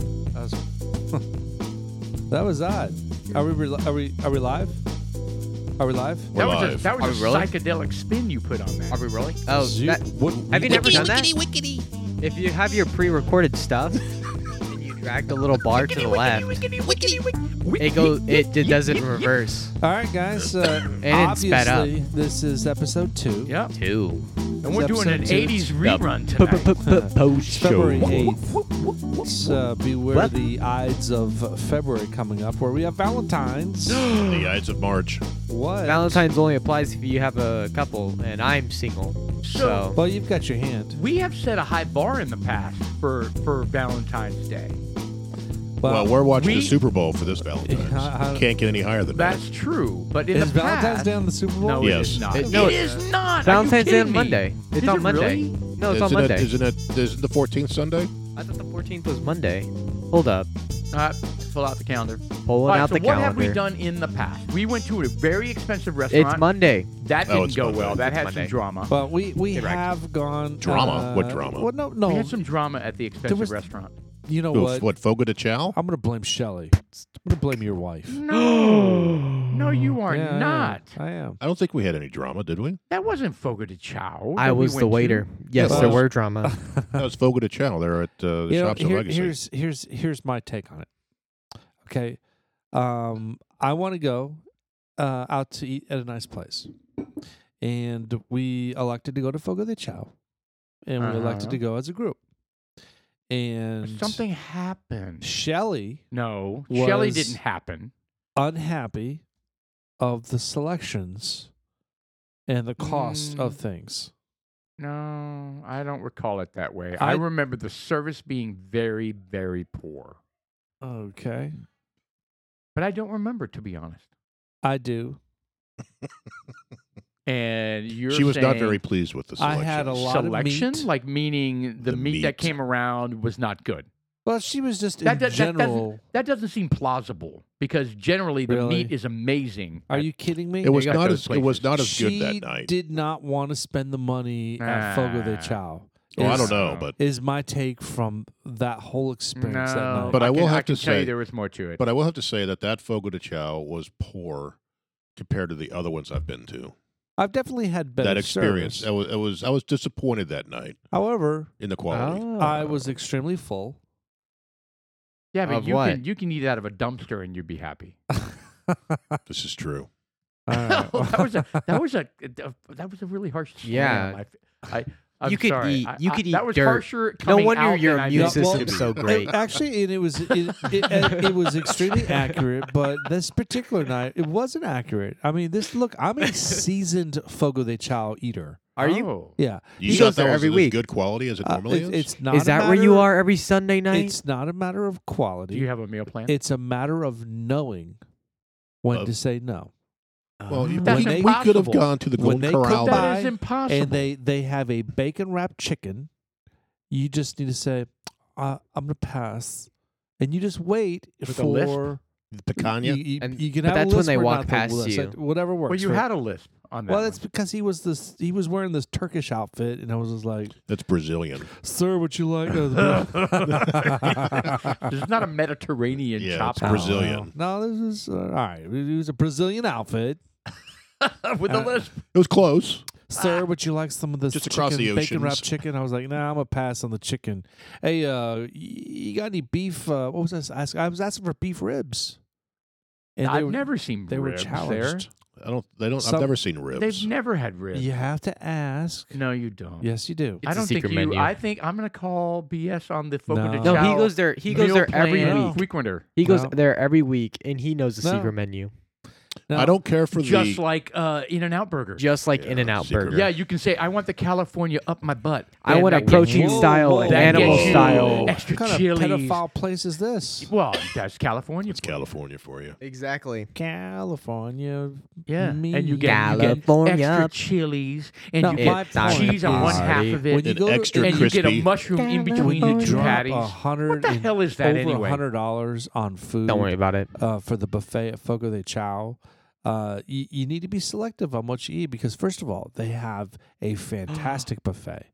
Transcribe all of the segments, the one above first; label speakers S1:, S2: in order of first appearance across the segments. S1: That was odd. Are we re- are we are we live? Are we live?
S2: We're
S3: that was
S2: live.
S3: a, that was a
S4: Are we really?
S3: psychedelic spin you put on
S4: Are
S3: that.
S4: we rolling? Oh,
S1: Zoo-
S4: that,
S1: what-
S4: have
S1: what-
S4: you never done that? If you have your pre-recorded stuff and you drag the little bar to the left, it goes. It, it does it in reverse.
S1: All right, guys. Uh,
S4: And it
S1: obviously,
S4: sped up.
S1: this is episode two.
S3: Yeah,
S4: Two.
S3: and we're
S1: It's
S3: doing an
S1: episode two.
S3: '80s rerun tonight.
S4: Post
S1: It's February eighth. It's uh, beware the Ides of February coming up, where we have Valentine's.
S2: the Ides of March.
S1: what?
S4: Valentine's only applies if you have a couple, and I'm single. So
S1: Well, you've got your hand.
S3: We have set a high bar in the past for for Valentine's Day.
S2: Well, we're watching
S3: we-
S2: the Super Bowl for this Valentine's.
S1: I- I-
S2: Can't get any higher than
S3: That's true, but in
S1: is
S3: the
S1: Valentine's
S3: past,
S1: Day on the Super Bowl?
S3: No, it is
S2: Yes.
S3: not.
S4: It- no,
S3: it
S4: it-
S3: is not. Are you
S4: Valentine's Day
S3: kidding
S4: on
S3: me?
S4: Monday. It's
S3: Is
S4: on
S3: it
S4: Monday.
S3: really?
S2: that.
S4: No, it's
S2: isn't
S4: on Monday.
S2: It, isn't it? Isn't the 14th Sunday?
S4: I thought the 14th was Monday. Hold up,
S3: All
S4: Uh,
S3: right, pull out the calendar. All
S4: pulling
S3: right,
S4: out
S3: so
S4: the
S3: what
S4: calendar.
S3: have we done in the past? We went to a very expensive restaurant.
S4: It's Monday.
S3: That
S2: Oh,
S3: didn't
S2: it's
S3: go
S2: Monday.
S3: well. That
S4: It's
S3: had
S4: Monday.
S3: some drama.
S1: Well, we we
S4: Correct.
S1: have gone
S2: Drama?
S1: uh,
S2: What drama?
S1: Well, no, no.
S3: we had some drama at the expensive
S1: Oh. was-
S3: restaurant.
S1: you know
S2: Who,
S1: what?
S2: what Fogo de Chao?
S1: I'm gonna blame Shelly. I'm gonna blame your wife.
S3: No, no, you are
S1: Yeah, I am.
S3: not.
S1: I am.
S2: I don't think we had any drama, did we?
S3: That wasn't Fogo de Chao.
S4: I
S3: that we
S4: was
S3: went to.
S4: the waiter. Yes,
S1: Well-
S4: there were drama.
S2: That was Fogo de Chao. They're at uh, the
S1: You know,
S2: Shops
S1: here-
S2: of Legacy.
S1: Here's here's here's my take on it. Okay, um, I want to go uh, out to eat at a nice place, and we elected to go to Fogo de Chao, and we elected to
S3: Uh-huh.
S1: go as a group. And
S3: Something happened.
S1: Shelly
S3: No, Shelly
S1: Was-
S3: didn't happen.
S1: unhappy of the selections and the cost of
S3: Mm.
S1: things.
S3: No, I don't recall it that way. I,
S1: I-
S3: remember the service being very, very poor,
S1: Okay,
S3: but I don't remember to be honest.
S1: I do.
S3: And you're
S2: she was not
S3: saying
S2: very pleased with the
S1: I
S2: selection.
S1: had a lot
S3: selection,
S1: of meat.
S3: like meaning the,
S2: The
S3: meat, that
S2: meat.
S3: came around was not good.
S1: well, she was just
S3: That
S1: in
S3: do- that doesn't-
S1: general.
S3: That doesn't seem plausible because generally the
S1: Really?
S3: meat is amazing.
S1: Are
S3: at-
S1: you kidding me?
S2: It was
S3: got
S2: not
S3: those
S2: as it was
S3: places.
S2: not as
S1: she
S2: good that night.
S1: did not want to spend the money at Fogo de
S3: Ah.
S1: Chao.
S2: Well, Oh, I
S1: is-
S2: don't know, but
S1: Is my take from that whole experience that
S3: No,
S1: night.
S2: But I
S3: can-
S2: will
S3: I
S2: have
S3: can
S2: to
S3: tell you
S2: say-
S3: there was more to it.
S2: but I will have to say that that Fogo de Chao was poor compared to the other ones I've been to.
S1: I've definitely had better
S2: that experience, I
S1: service.
S2: was, I was I was disappointed that night
S1: However,
S2: in the quality.
S3: Oh.
S1: I was extremely full.
S3: yeah, but
S4: Of
S3: you
S4: what?
S3: can you can eat out of a dumpster and you'd be happy.
S1: Oh.
S2: This is true.
S1: All right.
S3: that was a that was a that was a really harsh. slam.
S4: Yeah.
S3: I, I I'm
S4: You could
S3: sorry.
S4: eat-
S3: I-
S4: you
S3: I-
S4: could
S3: That
S4: eat
S3: was
S4: dirt.
S3: harsher.
S4: No
S3: coming
S4: wonder
S3: out
S4: your
S3: than I
S4: immune
S3: did.
S1: well-
S4: system's so great.
S1: It- actually, and it was it, it, it was extremely accurate, but this particular night it wasn't accurate. I mean, this look, I'm a seasoned Fogo de Chao eater.
S4: Are you?
S3: Oh.
S1: Yeah,
S2: You
S4: He
S2: thought
S4: goes
S2: that
S4: there
S2: was
S4: every
S2: as
S4: week.
S2: good quality as it
S1: Uh,
S2: normally
S1: it's-
S2: is.
S1: it's not.
S4: Is
S1: a
S4: that where you
S1: matter-
S4: are every Sunday night?
S1: It's not a matter of
S3: Do
S1: quality.
S3: you have a meal plan?
S1: It's a matter of knowing when
S2: Of-
S1: to say no.
S2: well, you-
S3: That's
S2: we, we
S1: Oh, impossible.
S2: could have gone to the
S1: When
S2: Golden
S1: they cook
S2: Corral.
S1: that-
S3: that is
S1: buy-
S3: impossible.
S1: And they they have a bacon wrapped chicken. You just need to say, uh, "I'm gonna pass," and you just wait
S3: With a lisp?
S1: for
S2: the
S1: you.
S2: picanha.
S1: you,
S4: And-
S1: you can have
S4: but
S1: a
S4: that's when
S1: lisp
S4: they
S1: or
S4: walk
S1: not the
S4: past
S1: lisp,
S4: you.
S1: like, Whatever works.
S3: well, you
S1: for-
S3: had a lisp on that.
S1: Well,
S3: one.
S1: that's because he was this. He was wearing this Turkish outfit, and I was just like,
S2: That's Brazilian.
S1: "Sir, would you like?"
S3: There's not a Mediterranean
S2: Yeah,
S3: chop
S2: it's Brazilian.
S1: No, this is uh, all right. It was a Brazilian outfit.
S3: with a lisp.
S2: It was close.
S3: Ah.
S1: Sir, would you like some of this
S2: Just across the
S1: chicken, bacon wrapped
S2: oceans.
S1: chicken? I was like, nah, I'm gonna pass on the chicken. Hey, uh, y- you got any beef? Uh, what was I s- ask? I was asking for beef ribs. And they
S3: I've
S1: were-
S3: never seen
S1: they were
S3: ribs
S1: challenged.
S2: I don't. They don't.
S1: Some-
S2: I've never seen
S3: there.
S2: ribs.
S3: They've never had ribs.
S1: You have to ask.
S3: No, you don't.
S1: Yes, you do.
S3: I
S4: It's a
S3: don't think
S4: secret
S3: you.
S4: menu.
S3: I think I'm gonna call BS on the Fogo
S1: No.
S3: de
S4: no, he
S3: Chao
S4: goes there. He goes
S3: meal
S4: there every
S3: plan
S4: week.
S3: Frequenter.
S4: He goes
S1: No.
S4: there every week, and he knows the
S1: No.
S4: secret menu,
S1: No.
S2: I don't care for
S3: just
S2: the.
S3: like uh, In and Out Burger.
S4: just like
S2: Yeah,
S4: In and Out
S2: secret
S4: Burger.
S3: yeah, you can say I want the California up my butt.
S4: I
S3: And
S4: want a
S3: that gets you-
S4: protein
S1: Whoa,
S4: style,
S1: whoa,
S4: an
S1: whoa.
S3: that
S4: animal
S3: gets you
S4: style.
S3: extra
S1: What kind
S3: chilies.
S1: of pedophile place is this?
S3: Well, that's California.
S2: It's California for you.
S4: Exactly.
S1: California.
S3: Yeah,
S1: Me.
S3: and you get, you get
S4: California.
S3: extra chilies, and
S1: No,
S3: you
S1: my
S3: get
S1: point
S3: cheese on one
S1: is-
S3: half of it,
S1: When you
S2: An
S1: go to-
S2: extra
S3: and you get a
S2: crispy.
S3: mushroom in between
S1: When
S3: the
S1: you
S3: two
S1: drop
S3: patties.
S1: a hundred
S3: What the
S1: and-
S3: hell is that
S1: over
S3: anyway?
S1: hundred dollars on food.
S4: Don't worry about it.
S1: uh, for the buffet at Fogo de Chao, uh, you, you need to be selective on what you eat because, first of all, they have a fantastic buffet.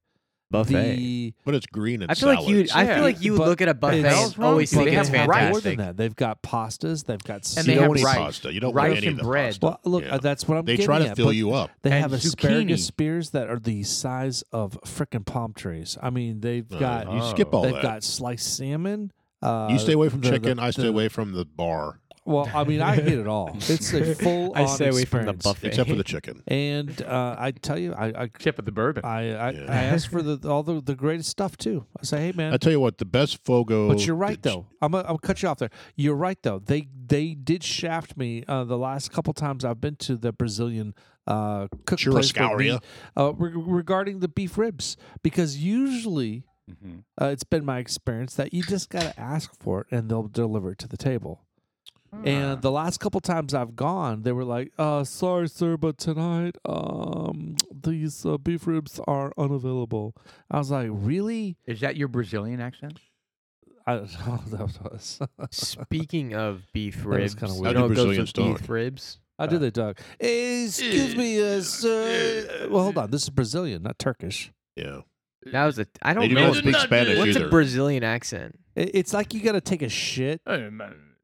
S5: buffet.
S1: the
S2: But it's green and
S5: I feel like you.
S2: salads.
S5: I feel
S3: Yeah.
S5: like you would
S1: But
S5: look at a buffet
S1: it's-
S5: and always
S3: Well,
S5: think
S3: they
S5: it's
S3: have rice.
S1: more than
S5: fantastic.
S1: that. They've got pastas. They've got
S3: And
S2: you
S3: they
S2: don't
S3: have
S2: want any
S3: rice.
S2: pasta. You don't
S3: Rice
S2: want any
S3: and
S2: of the
S3: bread.
S2: pasta.
S1: Well, look,
S2: Yeah.
S1: uh, that's what I'm.
S2: they
S1: getting
S2: try to
S1: at,
S2: fill
S1: but
S2: you up.
S1: They
S3: And
S1: have
S3: zucchini.
S1: asparagus spears that are the size of frickin' palm trees. I mean, they've
S2: Uh,
S1: got
S2: you skip all
S1: they've
S2: that.
S1: got sliced salmon. Uh,
S2: you stay away from
S1: the- the-
S2: chicken. I stay
S1: the-
S2: away from the bar,
S1: Well, I mean, I hate it all. It's a full.
S5: I stay away from the buffet.
S2: except for the chicken.
S1: And uh, I tell you, I I
S3: Tip of the bourbon.
S1: I, I,
S2: Yeah.
S1: I asked for the all the, the greatest stuff too. I say, hey man,
S2: I tell you what, the best Fogo.
S1: But you're right
S2: that-
S1: though. I'm gonna I'll cut you off there. You're right though. They they did shaft me uh, the last couple times I've been to the Brazilian uh, cook place for
S2: Churrascaria.
S1: meat, uh, re- regarding the beef ribs because usually
S3: Mhm.
S1: uh, it's been my experience that you just gotta ask for it and they'll deliver it to the table.
S2: Uh-huh.
S1: And the last couple times I've gone, they were like, uh, "Sorry, sir, but tonight um, these uh, beef ribs are unavailable." I was like, "Really?"
S3: Uh, Is that your Brazilian accent?
S1: I don't know what that was.
S5: Speaking of beef
S1: was
S5: ribs,
S1: kinda
S5: you
S1: weird.
S5: know
S2: I do
S5: what goes
S2: Brazilian
S5: with
S2: stock.
S5: beef ribs?
S1: How
S2: Uh,
S1: do they talk? Excuse me, uh, sir. Well, hold on. This is Brazilian, not Turkish.
S2: Yeah,
S5: That was a. I
S2: they
S5: don't
S2: do
S5: know.
S2: not speak Spanish
S5: What's
S2: either.
S5: a Brazilian accent?
S1: I- It's like you got to take a shit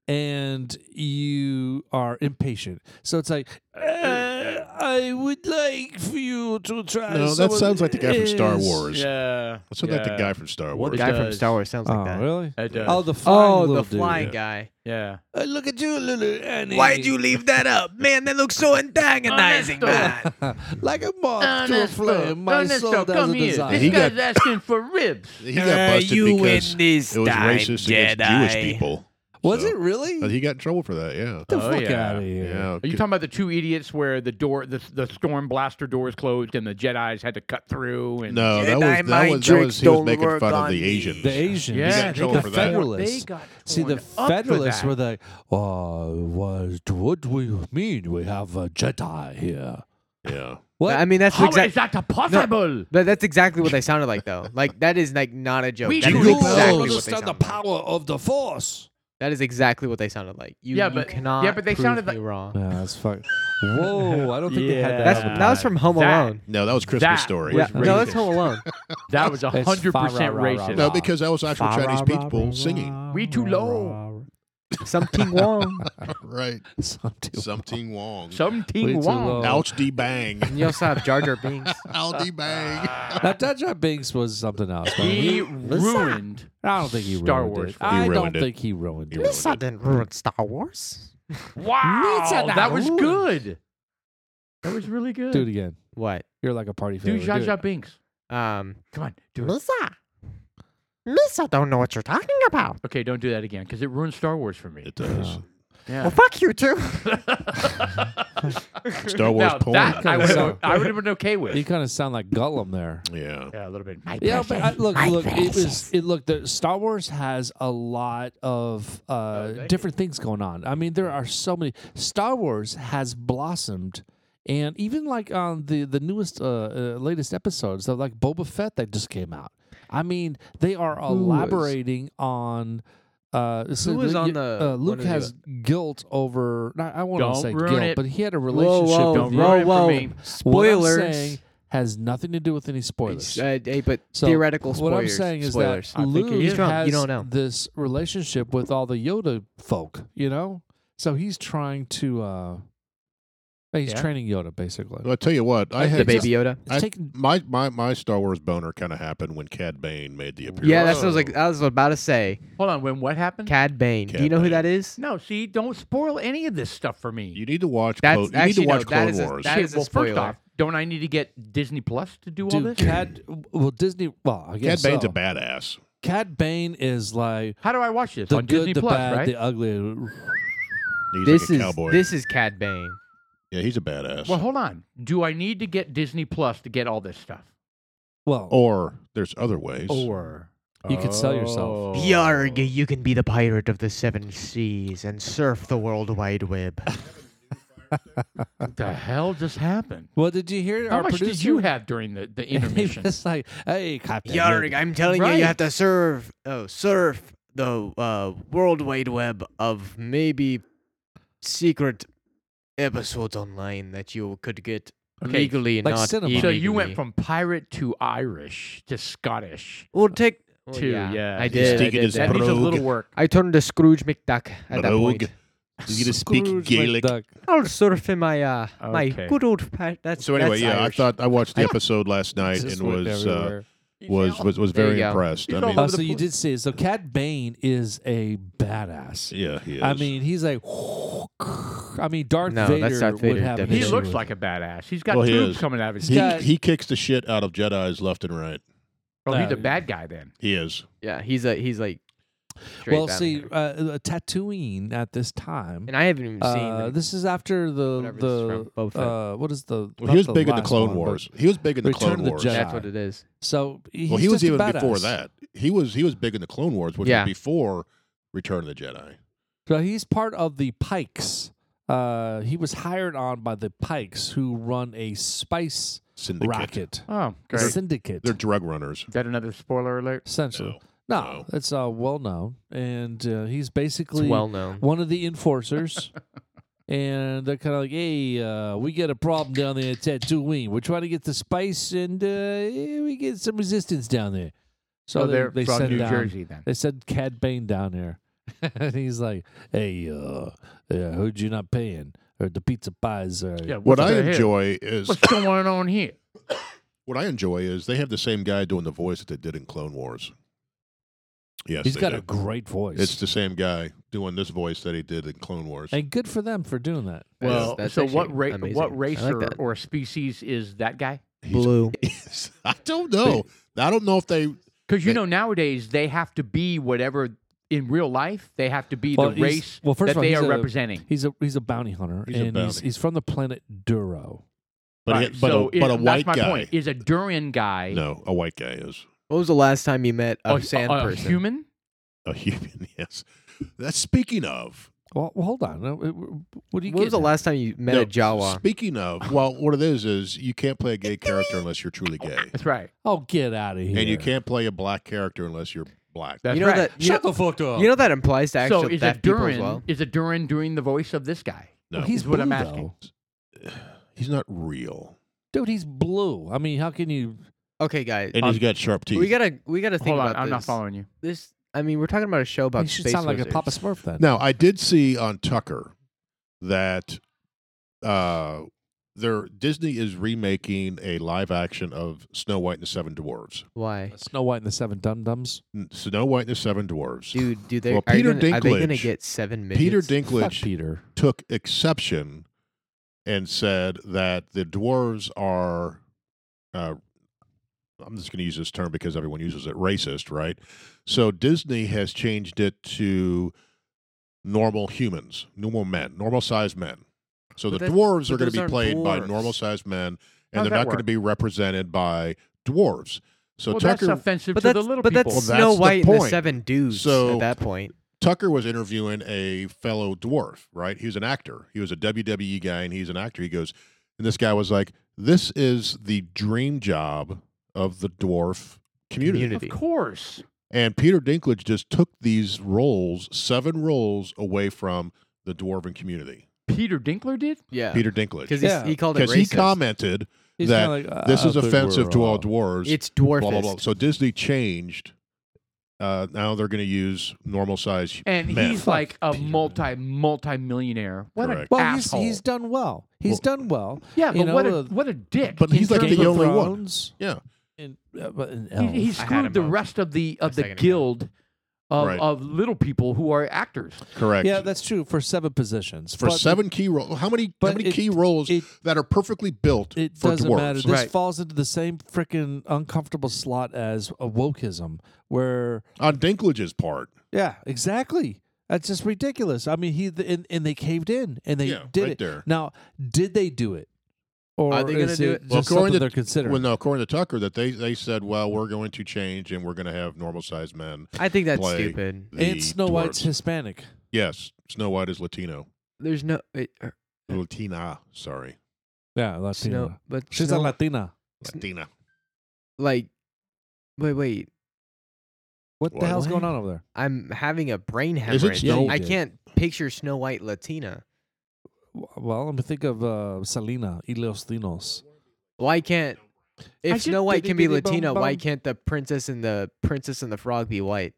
S1: and you are impatient. So it's like, "Uh, I would like for you to try.
S2: no, that
S1: someone
S2: sounds like the guy from Star
S1: else."
S2: Wars.
S3: Yeah.
S2: That sounds like the guy from Star
S3: What
S2: Wars.
S5: The
S3: It
S5: guy from
S3: does.
S5: Star Wars sounds
S1: Oh,
S5: like that.
S1: really?
S3: It does.
S1: Oh, the flying
S5: Oh,
S1: little
S5: the
S1: dude.
S5: flying guy.
S3: yeah.
S1: Uh, look at you, little Annie.
S5: leave that up, man? That looks
S3: Oh,
S5: so antagonizing, man.
S1: like a moth to a flame, my soul does a desire.
S2: He got-
S3: asking for ribs.
S2: He got busted because it
S5: this
S2: was racist against Jewish people.
S1: Was
S2: So-
S1: it really?
S2: But Uh, he got in trouble for that. Yeah.
S1: Get the
S3: Oh,
S1: fuck
S3: yeah.
S1: out of here.
S2: Yeah.
S3: Are you talking about the two idiots where the door, the, the storm blaster doors closed and the Jedi's had to cut through? And
S2: no, that
S5: Jedi
S2: was that
S5: mind
S2: was, that
S5: tricks
S2: was he was
S5: don't
S2: making
S5: work
S2: fun of
S5: on
S2: the
S5: me.
S2: Asians.
S1: The Asians.
S2: got in
S3: yeah,
S2: trouble
S1: the
S2: for that.
S1: Federalists.
S3: They got
S1: See, the
S3: torn up for
S1: Federalists
S3: that.
S1: were like, oh, what, what do you mean we have a Jedi here?
S2: Yeah.
S1: What?
S5: I mean, that's
S3: How is
S5: exactly.
S3: that possible?
S5: But that's exactly what they sounded like, though. Like that is like not a joke.
S3: We
S5: That
S3: do
S5: is
S3: not
S5: exactly what they
S1: understand the
S5: sounded like.
S1: power of the Force.
S5: That is exactly what they sounded like. You,
S3: Yeah,
S5: you
S3: but- yeah,
S5: cannot.
S3: but they
S5: prove
S3: sounded
S5: me
S3: like-
S5: wrong.
S1: Yeah, that's fuck. Whoa, I don't think they had that.
S5: That's,
S1: on the
S5: that was
S1: planet.
S5: from Home
S3: That-
S5: Alone.
S2: No, that was Christmas
S3: That
S2: story.
S5: Yeah,
S3: was
S5: no, that's
S3: racist.
S5: Home Alone.
S3: That was a
S1: It's
S3: 100%
S1: fa-ra-ra-ra-ra.
S3: racist.
S2: No, because that was actual Chinese people singing.
S3: We too low.
S5: Something wrong.
S2: Right.
S1: Something.
S2: Something wrong.
S1: Way too
S3: Something
S1: low.
S3: wrong.
S2: Ouch de bang.
S5: And you also have Jar Jar Binks.
S2: Ouch de bang.
S1: Now, Dajah Binks was something else. man.
S3: He ruined.
S1: I don't think he
S3: Star
S1: ruined
S3: Wars
S1: it.
S3: for
S1: I
S2: you.
S1: don't
S2: Ruined it.
S1: think he ruined
S2: He
S1: it.
S2: ruined it.
S5: didn't ruin Star Wars.
S3: Wow,
S1: Nizza da
S3: that was
S1: ruined.
S3: good. That was really good.
S1: Do it again.
S5: What?
S1: You're like a party
S3: Do
S1: favor.
S3: Jar
S1: it.
S3: Jar Binks.
S5: Um,
S3: Come on, do it.
S5: Missa. Missa don't know what you're talking about.
S3: Okay, don't do that again because it ruined Star Wars for me.
S2: It does.
S3: Yeah.
S5: Well, fuck you too.
S2: Star Wars
S3: now,
S2: porn.
S3: That I
S1: Kinda
S3: would
S1: sound-
S3: have been okay with.
S1: You kind of sound like Gollum there.
S2: Yeah.
S3: yeah, a little bit.
S1: Yeah, but I, look, look, it was it look the Star Wars has a lot of uh,
S3: thank
S1: different things going on. I mean, there are so many Star Wars has blossomed and even like on the the newest uh, uh, latest episodes of like Boba Fett that just came out. I mean, they are elaborating on uh, so
S5: Who was
S1: the-
S5: on
S1: you-
S5: the-
S1: uh,
S5: one
S1: Luke
S5: of the-
S1: has guilt over not, I want to
S3: Don't
S1: say
S3: ruin
S1: guilt,
S3: it.
S1: but he had a relationship
S5: whoa,
S1: with
S3: Don't
S1: you.
S3: ruin it for
S5: whoa.
S3: me.
S1: What I'm
S5: Spoilers.
S1: saying has nothing to do with any spoilers.
S5: Uh, hey, but
S1: So,
S5: theoretical
S1: What
S5: spoilers.
S1: I'm saying is
S5: spoilers.
S1: that
S3: think
S1: Luke
S3: it is. He's
S5: drunk.
S1: has
S5: You don't know.
S1: this relationship with all the Yoda folk, you know? So he's trying to uh he's
S3: Yeah.
S1: training Yoda basically.
S2: Well, I tell you what, I
S5: the
S2: had
S5: baby Yoda.
S1: It's
S2: I-
S1: taking
S2: my, my my Star Wars boner kind of happened when Cad Bane made the appearance.
S5: Yeah, that's what I was like. I was about to say.
S3: Hold on, when what happened?
S5: Cad Bane.
S2: Cad
S5: Do you know who
S2: Bane.
S5: that is?
S3: no, see, don't spoil any of this stuff for me.
S2: You need to watch.
S5: That's-
S2: Clo- you
S5: actually,
S2: need to
S5: no,
S2: watch
S5: that
S2: Clone
S5: is a-
S2: Wars.
S5: that
S3: Hey,
S5: is a
S3: well,
S5: spoiler.
S3: first off, don't I need to get Disney Plus to do all
S1: dude
S3: this?
S1: Cad well Disney well, I
S2: Cad
S1: guess
S2: Bane's
S1: so.
S2: a badass.
S1: Cad Bane is like
S3: How do I watch this
S1: the
S3: on
S1: good,
S3: Disney
S1: the
S3: Plus?
S1: bad,
S3: right?
S1: the ugly.
S2: He's
S5: this
S2: like a
S5: is
S2: cowboy.
S5: this is Cad Bane.
S2: yeah, he's a badass.
S3: Well, hold on. Do I need to get Disney Plus to get all this stuff?
S1: Well,
S2: or there's other ways.
S3: Or
S1: You could sell
S3: Oh.
S1: yourself.
S5: Yarg, you can be the pirate of the seven seas and surf the world wide web.
S3: What the hell just happened?
S1: well, did you hear
S3: How
S1: our
S3: much
S1: producer
S3: did you have during the, the intermission?
S1: it's like, hey, Captain.
S5: Yarg, I'm telling you,
S3: Right.
S5: you have to serve. Oh, surf the uh, world wide web of maybe secret episodes online that you could get
S3: Okay.
S5: legally,
S1: Like
S5: not
S1: cinema.
S3: So you
S5: illegally.
S3: went from pirate to Irish to Scottish.
S5: well, take
S4: Well,
S3: Two,
S4: Oh, yeah,
S3: yeah.
S4: I
S3: You
S4: did. I,
S2: stick it
S4: did
S2: as
S3: That
S4: that.
S3: needs a little
S2: Brogue.
S3: work.
S4: I turned to Scrooge McDuck at that
S2: Brogue.
S4: point.
S2: You to speak
S1: Scrooge
S2: Gaelic.
S1: McDuck.
S4: I'll surfing my uh my
S3: Okay.
S4: good old pa- that's
S2: So anyway,
S4: that's
S2: yeah,
S4: Irish.
S2: I thought I watched the
S4: I-
S2: episode last night
S1: Just
S2: and
S1: went
S2: was uh,
S1: everywhere.
S2: was was was
S5: There you
S2: very
S5: go.
S2: impressed. I
S3: He's all
S2: mean,
S1: Oh,
S3: over
S1: so
S3: the
S1: you
S3: place.
S1: did see it. So Cad Bane is a badass.
S2: yeah, he is.
S1: I mean, he's like, I mean, Darth,
S4: No,
S1: Vader,
S4: that's Darth Vader,
S1: would have an
S4: definitely.
S3: He
S1: issue
S3: looks
S1: with
S3: like a badass. He's got
S2: Well, he
S3: tubes
S2: is.
S3: coming out of his.
S1: He's
S2: he
S3: He's,
S1: got-
S2: he kicks the shit out of Jedi's left and right.
S3: oh, he's
S1: Yeah.
S3: a bad guy then.
S2: He is.
S5: yeah, he's a he's like. straight
S1: Well,
S5: down
S1: see,
S5: there.
S1: uh, uh, Tatooine at this time.
S4: and I haven't even seen
S1: uh,
S4: them.
S1: this is after the
S4: Whatever this is
S1: the
S4: from, Boba Fett.
S1: uh, what is the?
S2: Well,
S1: not
S2: he was big in the
S1: last
S2: Clone
S1: one, but-
S2: Wars. He was big in the
S1: Return of
S2: Clone
S1: the
S2: Wars.
S1: Jedi.
S4: that's what it is.
S1: So he's
S2: Well, he was
S1: just a
S2: even before
S1: badass.
S2: that. He was he was big in the Clone Wars, which
S4: Yeah.
S2: was before Return of the Jedi.
S1: So he's part of the Pikes. Uh, he was hired on by the Pikes, who run a spice
S2: Syndicate.
S1: rocket
S3: Oh,
S1: a
S3: great. Is
S1: syndicate.
S2: They're drug runners.
S3: that another spoiler alert?
S1: essentially, no,
S2: No, no.
S1: it's uh, well known, and uh, he's
S4: It's
S1: basically
S4: well known.
S1: one of the enforcers. And they're kind of like, hey, uh, we got a problem down there at Tatooine. We're trying to get the spice, and uh, eh, we get some resistance down there. So
S3: oh,
S1: they-
S3: they're
S1: they
S3: from
S1: send
S3: New
S1: down-
S3: Jersey then.
S1: They said Cad Bane down there, and he's like, "Hey, uh, I heard you're not paying, or the pizza pies are."
S3: Yeah,
S2: What
S3: what's
S2: I
S3: the hell?
S2: enjoy is
S3: What's going on here?
S2: what I enjoy is they have the same guy doing the voice that they did in Clone Wars. Yes,
S1: he's
S2: they
S1: got
S2: do.
S1: a great voice.
S2: It's the same guy doing this voice that he did in Clone Wars.
S1: and good for them for doing that.
S3: Well,
S4: that's
S3: so
S4: actually
S3: what ra-
S4: amazing. I
S3: what
S4: like
S3: race or,
S4: that.
S3: or species is that guy?
S2: He's- he's- I don't know. I don't know if they.
S3: Because
S2: They-
S3: you know nowadays they have to be whatever in real life they have to be
S1: Well,
S3: the
S1: he's-
S3: race
S1: well, first
S3: that
S1: of all,
S3: they
S1: he's
S3: are
S1: a-
S3: representing.
S1: He's a he's a bounty hunter,
S2: He's a
S1: and he's
S2: bounty.
S1: he's from the planet Duro.
S2: But
S3: Right,
S2: he- but
S3: so
S2: a, but a
S3: it-
S2: white
S3: that's my
S2: guy.
S3: Point, is a Duran guy
S2: No, a white guy is
S4: What was the last time you met a
S3: a,
S4: sand
S3: Oh, a- a
S4: person?
S3: human?
S2: a human. Yes. That's speaking of.
S1: Well, well, hold on. Uh, uh, What do you?
S4: When was the
S1: getting at?
S4: last time you met
S2: no,
S4: a Jawa?
S2: Speaking of, well, what it is is you can't play a gay character unless you're truly gay,
S3: That's right.
S1: Oh, get out of here!
S2: and you can't play a black character unless you're black.
S3: That's
S4: you know
S3: right.
S4: that you know,
S1: Shut the fuck up.
S4: you know that implies to
S3: so
S4: actually
S3: is a
S4: that people as
S3: Duran
S4: well.
S3: is a Duran doing the voice of this guy?
S2: No,
S1: Well, he's
S3: is what I'm
S1: blue,
S3: asking.
S2: he's not real,
S1: though. dude. He's blue. I mean, how can you?
S4: Okay, guys,
S2: and
S3: Um,
S2: he's got sharp teeth.
S4: we gotta we gotta think
S3: Hold on,
S4: about
S3: I'm
S4: this.
S3: not following you.
S4: This, I mean, we're talking about a show about
S1: He should
S4: space
S1: sound like
S4: wizards.
S1: a Papa Smurf then.
S2: Now, I did see on Tucker that uh, there Disney is remaking a live action of Snow White and the Seven Dwarves.
S4: Why,
S1: Uh, Snow White and the Seven Dum Dums.
S2: N- Snow White and the Seven Dwarves.
S4: dude? Do they?
S2: Well,
S4: are, you
S2: Peter
S4: gonna, are they gonna
S2: Dinklage-
S4: get seven minutes?
S2: Peter
S1: Fuck
S2: Dinklage
S1: Peter.
S2: took exception and said that the dwarves are. Uh, I'm just going to use this term because everyone uses it racist, right? So Disney has changed it to normal humans, normal men, normal sized men. So
S4: But
S2: the
S4: that-
S2: dwarves
S4: but
S2: are going
S4: those
S2: to be
S4: aren't
S2: played by
S4: dwarves.
S2: normal sized men,
S3: How's
S2: and
S3: that
S2: they're not going to
S3: work?
S2: be represented by dwarves. So
S3: well,
S2: Tucker
S3: that's offensive
S4: But
S3: to
S4: that's
S3: the little
S4: but
S3: people.
S4: that's
S2: Well,
S4: Snow
S2: that's the
S4: White and the
S2: point.
S4: Seven Dudes.
S2: So-
S4: at that point,
S2: Tucker was interviewing a fellow dwarf, right? He was an actor. He was a WWE guy and he's an actor. He goes, and this guy was like, This is the dream job of the dwarf community.
S4: Community.
S3: of course.
S2: And Peter Dinklage just took these roles, seven roles away from the dwarven community.
S3: Peter Dinkler did.
S4: yeah,
S2: Peter Dinklage.
S4: because
S1: Yeah.
S4: he called it
S2: Because he
S4: racist.
S2: commented,
S1: He's
S2: That-
S1: kinda like, uh,
S2: This
S1: "I
S2: is
S1: think
S2: offensive
S1: we're
S2: to all
S1: wrong."
S2: dwarves.
S4: it's dwarfist.
S2: blah, blah, blah. So Disney changed. Uh, now they're going to use normal size.
S3: And
S2: Man.
S3: he's
S1: Fuck
S3: like a
S1: Peter.
S3: multi multi millionaire. What an
S2: Correct.
S1: Well, he's,
S3: asshole!
S1: he's done well. He's done well.
S3: yeah,
S1: you
S3: but what
S1: know,
S3: a
S1: uh,
S3: what a dick!
S2: But
S3: in
S2: he's like
S3: terms
S2: the
S3: of-
S2: only one. Yeah.
S1: And, uh, but in
S3: He,
S1: Elf.
S3: he
S4: I had him
S3: screwed the
S4: on
S3: rest of the
S4: a
S3: of the
S4: second ago.
S3: guild of,
S2: Right.
S3: of little people who are actors.
S2: Correct.
S1: yeah, that's true for seven positions.
S2: for
S1: but
S2: seven key roles. How many how
S1: but
S2: many
S1: it-
S2: key roles
S1: it-
S2: that are perfectly built
S1: It
S2: for
S1: doesn't
S2: dwarves?
S1: matter. This
S4: Right.
S1: falls into the same freaking uncomfortable slot as a wokeism, where
S2: On Dinklage's part,
S1: yeah, exactly. That's just ridiculous. I mean, he and, and they caved in and they
S2: yeah,
S1: did
S2: right
S1: it.
S2: there.
S1: Now, did they do it, or
S4: Are they gonna
S1: is
S4: do
S1: it
S4: it?
S1: just
S2: Well, according
S1: something
S2: to-
S1: they're considering?
S2: Well, no, according to Tucker, that they they said, well, we're going to change and we're going to have normal sized men.
S4: I think that's
S2: Play.
S4: stupid.
S2: The
S1: and Snow White's
S2: dwarves.
S1: Hispanic.
S2: yes, Snow White is Latino,
S4: There's no it,
S2: Latina. Sorry,
S1: Yeah, Latina.
S4: Snow, but
S1: She's
S4: Snow,
S1: a Latina.
S2: Latina.
S4: like. Wait, wait.
S1: What, the
S2: What?
S1: hell's going on over there?
S4: I'm having a brain
S2: Is it
S4: hemorrhage.
S1: Snow-
S4: I
S1: Yeah.
S4: can't picture Snow White Latina.
S1: W- Well, let me think of uh, Selena y Los Dinos.
S4: Why can't
S1: I
S4: if Snow
S1: did
S4: White can be
S1: diddy-diddy-bum,
S4: Latina, why
S1: bum.
S4: can't the princess and the princess and the frog be white?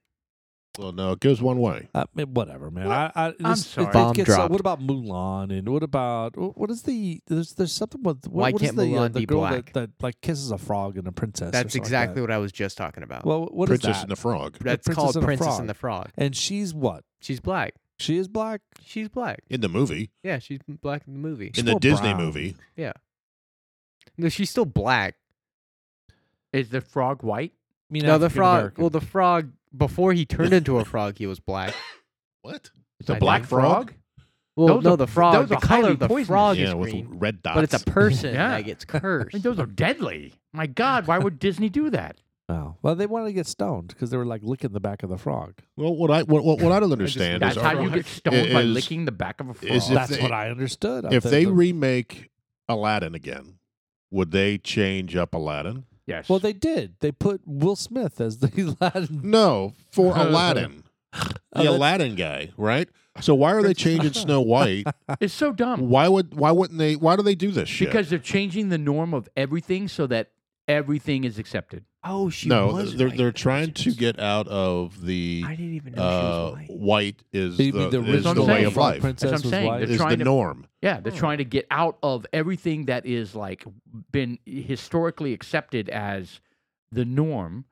S2: Well, no, it goes one way.
S1: Uh, man, whatever, man.
S3: What?
S1: I, I, this,
S3: I'm
S1: it-
S3: sorry.
S1: it
S4: Bomb
S1: gets- uh,
S4: dropped.
S1: what about Mulan? And what about wh- what is the there's there's something with what,
S4: Why
S1: what is
S4: can't
S1: the, uh,
S4: Mulan
S1: the
S4: be
S1: girl
S4: black?
S1: That, that like kisses a frog and a princess? or
S4: That's
S1: something like
S4: exactly
S1: that.
S4: what I was just talking about.
S1: Well, what is
S2: Princess
S1: that?
S2: and the Frog.
S4: That's
S1: Princess
S4: called
S1: and the
S4: Princess
S1: Frog.
S4: and the Frog.
S1: and she's what?
S4: She's black.
S1: She is black.
S4: She's black.
S2: In the movie.
S4: Yeah, she's black in the movie.
S1: She's
S2: in the
S1: more
S2: Disney
S1: brown.
S2: movie.
S4: No, she's still black.
S3: Is the frog white?
S1: I mean,
S4: no, the
S1: African
S4: frog.
S1: American.
S4: Well, the frog before he turned into a frog, he was black.
S2: What?
S3: It's a
S4: I
S3: black
S2: think.
S3: frog?
S4: Well,
S3: Those
S4: no,
S3: are-
S4: the frog.
S3: those
S4: The
S3: are
S4: color
S3: highly
S4: of the
S3: poisonous.
S4: frog
S2: yeah,
S4: is
S2: with
S4: green,
S2: red dots.
S4: but it's a person
S3: Yeah.
S4: that gets
S3: I
S4: cursed.
S3: mean, those are deadly. My God, why would Disney do that?
S1: Oh. well, they wanted to get stoned because they were like licking the back of the frog.
S2: well, what I what, what, what I don't understand
S3: That's
S2: is,
S3: how you get stoned by
S2: is-
S3: licking the back of a frog.
S2: is If
S1: That's
S2: they-
S1: what I understood. I
S2: if
S1: thought
S2: they
S1: the-
S2: remake Aladdin again, would they change up Aladdin?
S3: yes.
S1: well, they did. They put Will Smith as the Aladdin.
S2: No, for Aladdin,
S1: Oh,
S2: the
S1: that's-
S2: Aladdin guy, right? So why are they changing Snow White?
S3: it's so dumb.
S2: Why would why wouldn't they? Why do they do this shit?
S3: Because they're changing the norm of everything so that everything is accepted.
S4: oh, she
S2: no,
S4: was.
S2: they're
S4: white.
S2: they're trying to
S4: Jesus.
S2: get out of the
S4: I didn't even know
S2: uh,
S4: she was white.
S2: white is the,
S1: Maybe the,
S2: is
S3: That's what
S2: the
S3: I'm
S2: way
S3: saying.
S2: of
S1: Frog
S2: life.
S1: Princess
S3: That's what
S1: was
S3: I'm saying.
S1: white.
S3: They're
S2: Is the
S3: trying to-
S2: norm?
S3: Yeah, they're
S1: Oh.
S3: trying to get out of everything that is like been historically accepted as the norm.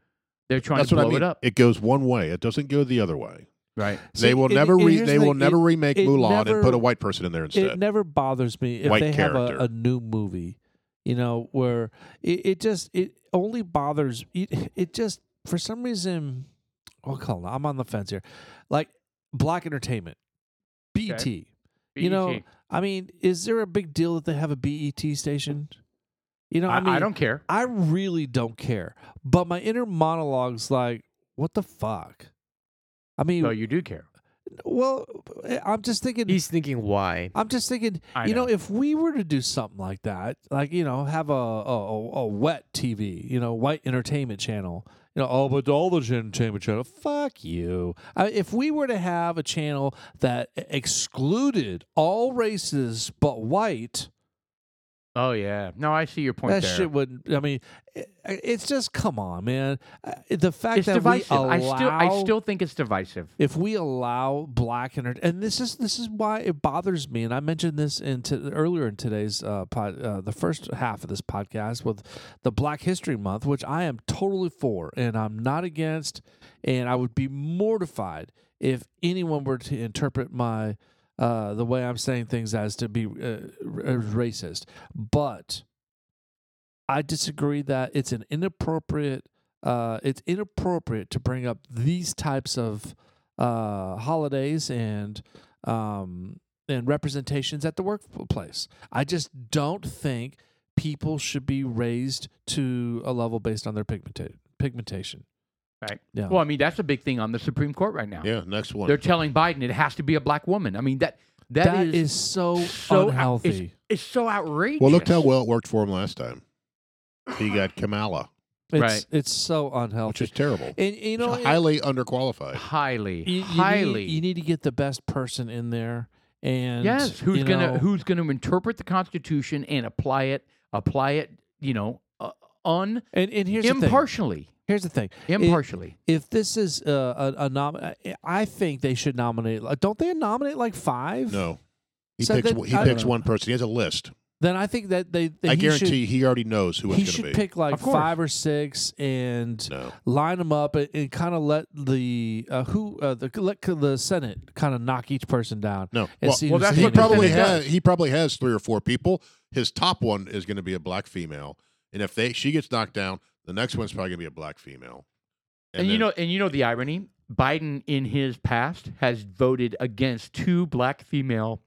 S3: They're trying
S2: That's
S3: to
S2: what
S3: blow
S2: I mean.
S3: it up.
S2: goes one way. It doesn't go the other way.
S3: right.
S2: they
S1: See,
S2: will
S1: and-
S2: never
S1: and
S2: re-
S1: here's
S2: they
S1: the
S2: will
S1: thing,
S2: never
S1: it-
S2: remake
S1: it
S2: Mulan
S1: never-
S2: and put a white person in there
S1: it
S2: instead.
S1: never bothers me if
S2: White
S1: they have
S2: character.
S1: a, a new movie, you know, where it, it just it only bothers it, it just for some reason I'll call it, I'm on the fence here. Like black entertainment. BET. You know,
S3: BET.
S1: I mean, is there a big deal that they have a BET station? You know,
S3: I,
S1: I, mean
S3: I don't care.
S1: I really don't care. But my inner monologue's like, what the fuck? I mean,
S3: No, you do care.
S1: well, eh, I'm just thinking
S4: He's thinking why.
S1: I'm just thinking,
S3: I
S1: you know.
S3: know.
S1: if we were to do something like that, like you know, have a a, a, a wet TV, you know, white entertainment channel, you know, oh, but all the entertainment channel, fuck you. I, if we were to have a channel that e, excluded all races but white,
S3: Oh yeah. No, I see your point
S1: that
S3: there.
S1: shit wouldn't. I mean, i it's just come on, man. Uh, The fact
S3: it's
S1: that
S3: divisive.
S1: we allow,
S3: I still I still think it's divisive.
S1: if we allow black inter- and this is this is why it bothers me and i mentioned this in to, earlier in today's uh, pod, uh the first half of this podcast with the black history month which i am totally for and i'm not against and i would be mortified if anyone were to interpret my uh the way i'm saying things as to be uh, r- racist but i disagree that it's an inappropriate uh, it's inappropriate to bring up these types of uh, holidays and um, and representations at the workplace. I just don't think people should be raised to a level based on their pigmenta- pigmentation.
S3: Right.
S1: Yeah.
S3: Well, I mean that's a big thing on the Supreme Court right now.
S2: yeah, next one.
S3: They're telling Biden it has to be a black woman. I mean that
S1: that is, so,
S3: so out-
S1: unhealthy.
S3: it's so outrageous.
S2: well, look how well it worked for him last time. He got Kamala,
S1: It's,
S3: Right.
S1: it's so
S2: which
S1: unhealthy.
S2: is terrible.
S1: and Oh, you know,
S2: She's highly underqualified.
S3: highly,
S1: you, you
S3: highly.
S1: Need, you need to get the best person in there. And
S3: yes, who's
S1: you
S3: gonna
S1: know,
S3: who's gonna interpret the Constitution and apply it, apply it, you know, uh, un
S1: and, and here's the thing.
S3: impartially,
S1: Here's the thing.
S3: impartially.
S1: if this is uh, a, a nom, I- I think they should nominate. like, Don't they nominate like five?
S2: No, he
S1: So
S2: picks
S1: then-
S2: he
S1: I don't
S2: picks
S1: know.
S2: one person. He has a list.
S1: Then I think that they. that
S2: I
S1: he
S2: guarantee he already knows who
S1: Should, he
S2: it's
S1: should
S2: going to be.
S1: pick like
S3: Of course.
S1: five or six and
S2: No,
S1: line them up and, and kind of let the uh, who uh, the let the Senate kind of knock each person down.
S2: no.
S1: And
S2: Well,
S1: see
S3: well,
S1: who's
S3: that's
S2: he
S3: what
S1: leaning.
S2: probably
S3: Senate
S2: has he probably has three or four people. His top one is going to be a black female, and if they she gets knocked down, the next one's probably going to be a black female.
S3: And, you
S2: then-
S3: know, and you know the irony. Biden, in his past, has voted against two black female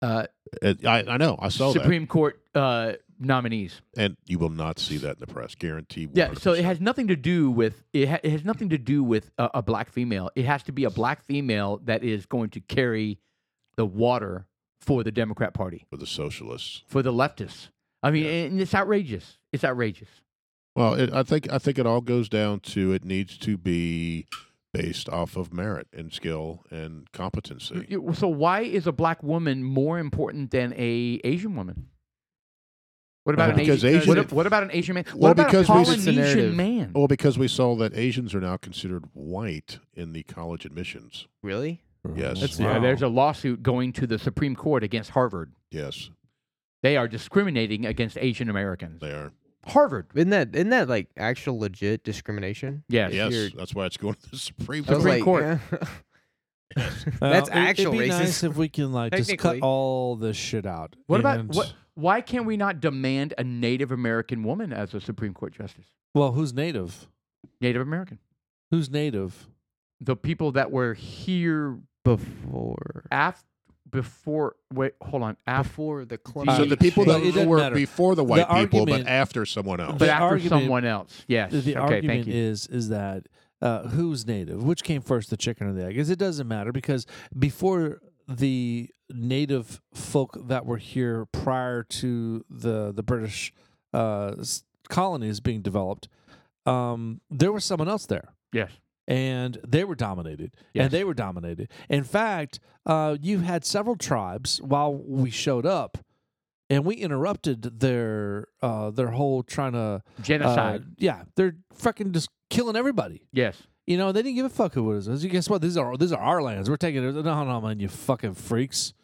S3: uh,
S2: It- I, I know I saw that,
S3: Supreme Court uh, nominees.
S2: and you will not see that in the press. Guarantee.
S3: Yeah, so it
S2: 100%.
S3: has nothing to do with it. Ha- it has nothing to do with a, a black female. It has to be a black female that is going to carry the water for the Democrat Party,
S2: with the socialists.
S3: for the leftists. I mean,
S2: Yeah.
S3: and it's outrageous. It's outrageous.
S2: Well, it, I think I think it all goes down to it needs to be based off of merit and skill and
S1: Mm,
S2: competency.
S3: So why is a black woman more important than a Asian woman? What about
S1: Well,
S3: an
S2: because
S3: Asian?
S2: Asian-
S3: What, what about an Asian man? What
S2: Well,
S3: about
S2: because
S3: a
S2: we- Oh,
S5: It's a
S3: Polynesian
S5: narrative.
S3: man?
S2: Well, because we saw that Asians are now considered white in the college admissions.
S5: Really?
S2: Yes. That's-
S3: Yeah, there's a lawsuit going to the Supreme Court against Harvard.
S2: Yes,
S3: They are discriminating against Asian Americans.
S2: they are.
S3: Harvard.
S5: Isn't that isn't that like actual legit discrimination?
S3: Yes.
S2: Yes,
S5: you're-
S2: that's why it's going to the Supreme
S5: I was
S2: Court.
S5: like,
S3: Court.
S5: yeah.
S1: Well,
S5: That's
S1: it- it'd
S5: actual
S1: be
S5: racism.
S1: Nice if we can like just cut
S5: Technically.
S1: all this shit out.
S3: What about
S1: And-
S3: what? Why can't we not demand a Native American woman as a Supreme Court justice?
S1: Well, who's native?
S3: Native American.
S1: Who's native?
S3: The people that were here
S5: before
S3: af- before. Wait, hold on. Af-
S5: before the
S3: Uh,
S2: so
S5: Columbia
S2: the people
S1: well,
S2: that
S1: it doesn't
S2: were
S1: matter.
S2: before the white people,
S1: argument-
S2: but after someone else.
S3: but
S1: the
S3: after
S1: argument-
S3: someone else. Yes.
S1: The, the
S3: okay.
S1: argument
S3: Thank you.
S1: is is that uh, who's native? Which came first, the chicken or the egg? Is it doesn't matter because before the native folk that were here prior to the the British uh, s- colonies being developed, um, there was someone else there.
S3: yes.
S1: and they were dominated
S3: Yes.
S1: and they were dominated in fact uh, you had several tribes while we showed up and we interrupted their uh, their whole trying to uh,
S3: Genocide.
S1: yeah they're fucking just killing everybody
S3: yes.
S1: you know they didn't give a fuck who it was You guess what these are these are our lands we're taking it no no man you fucking freaks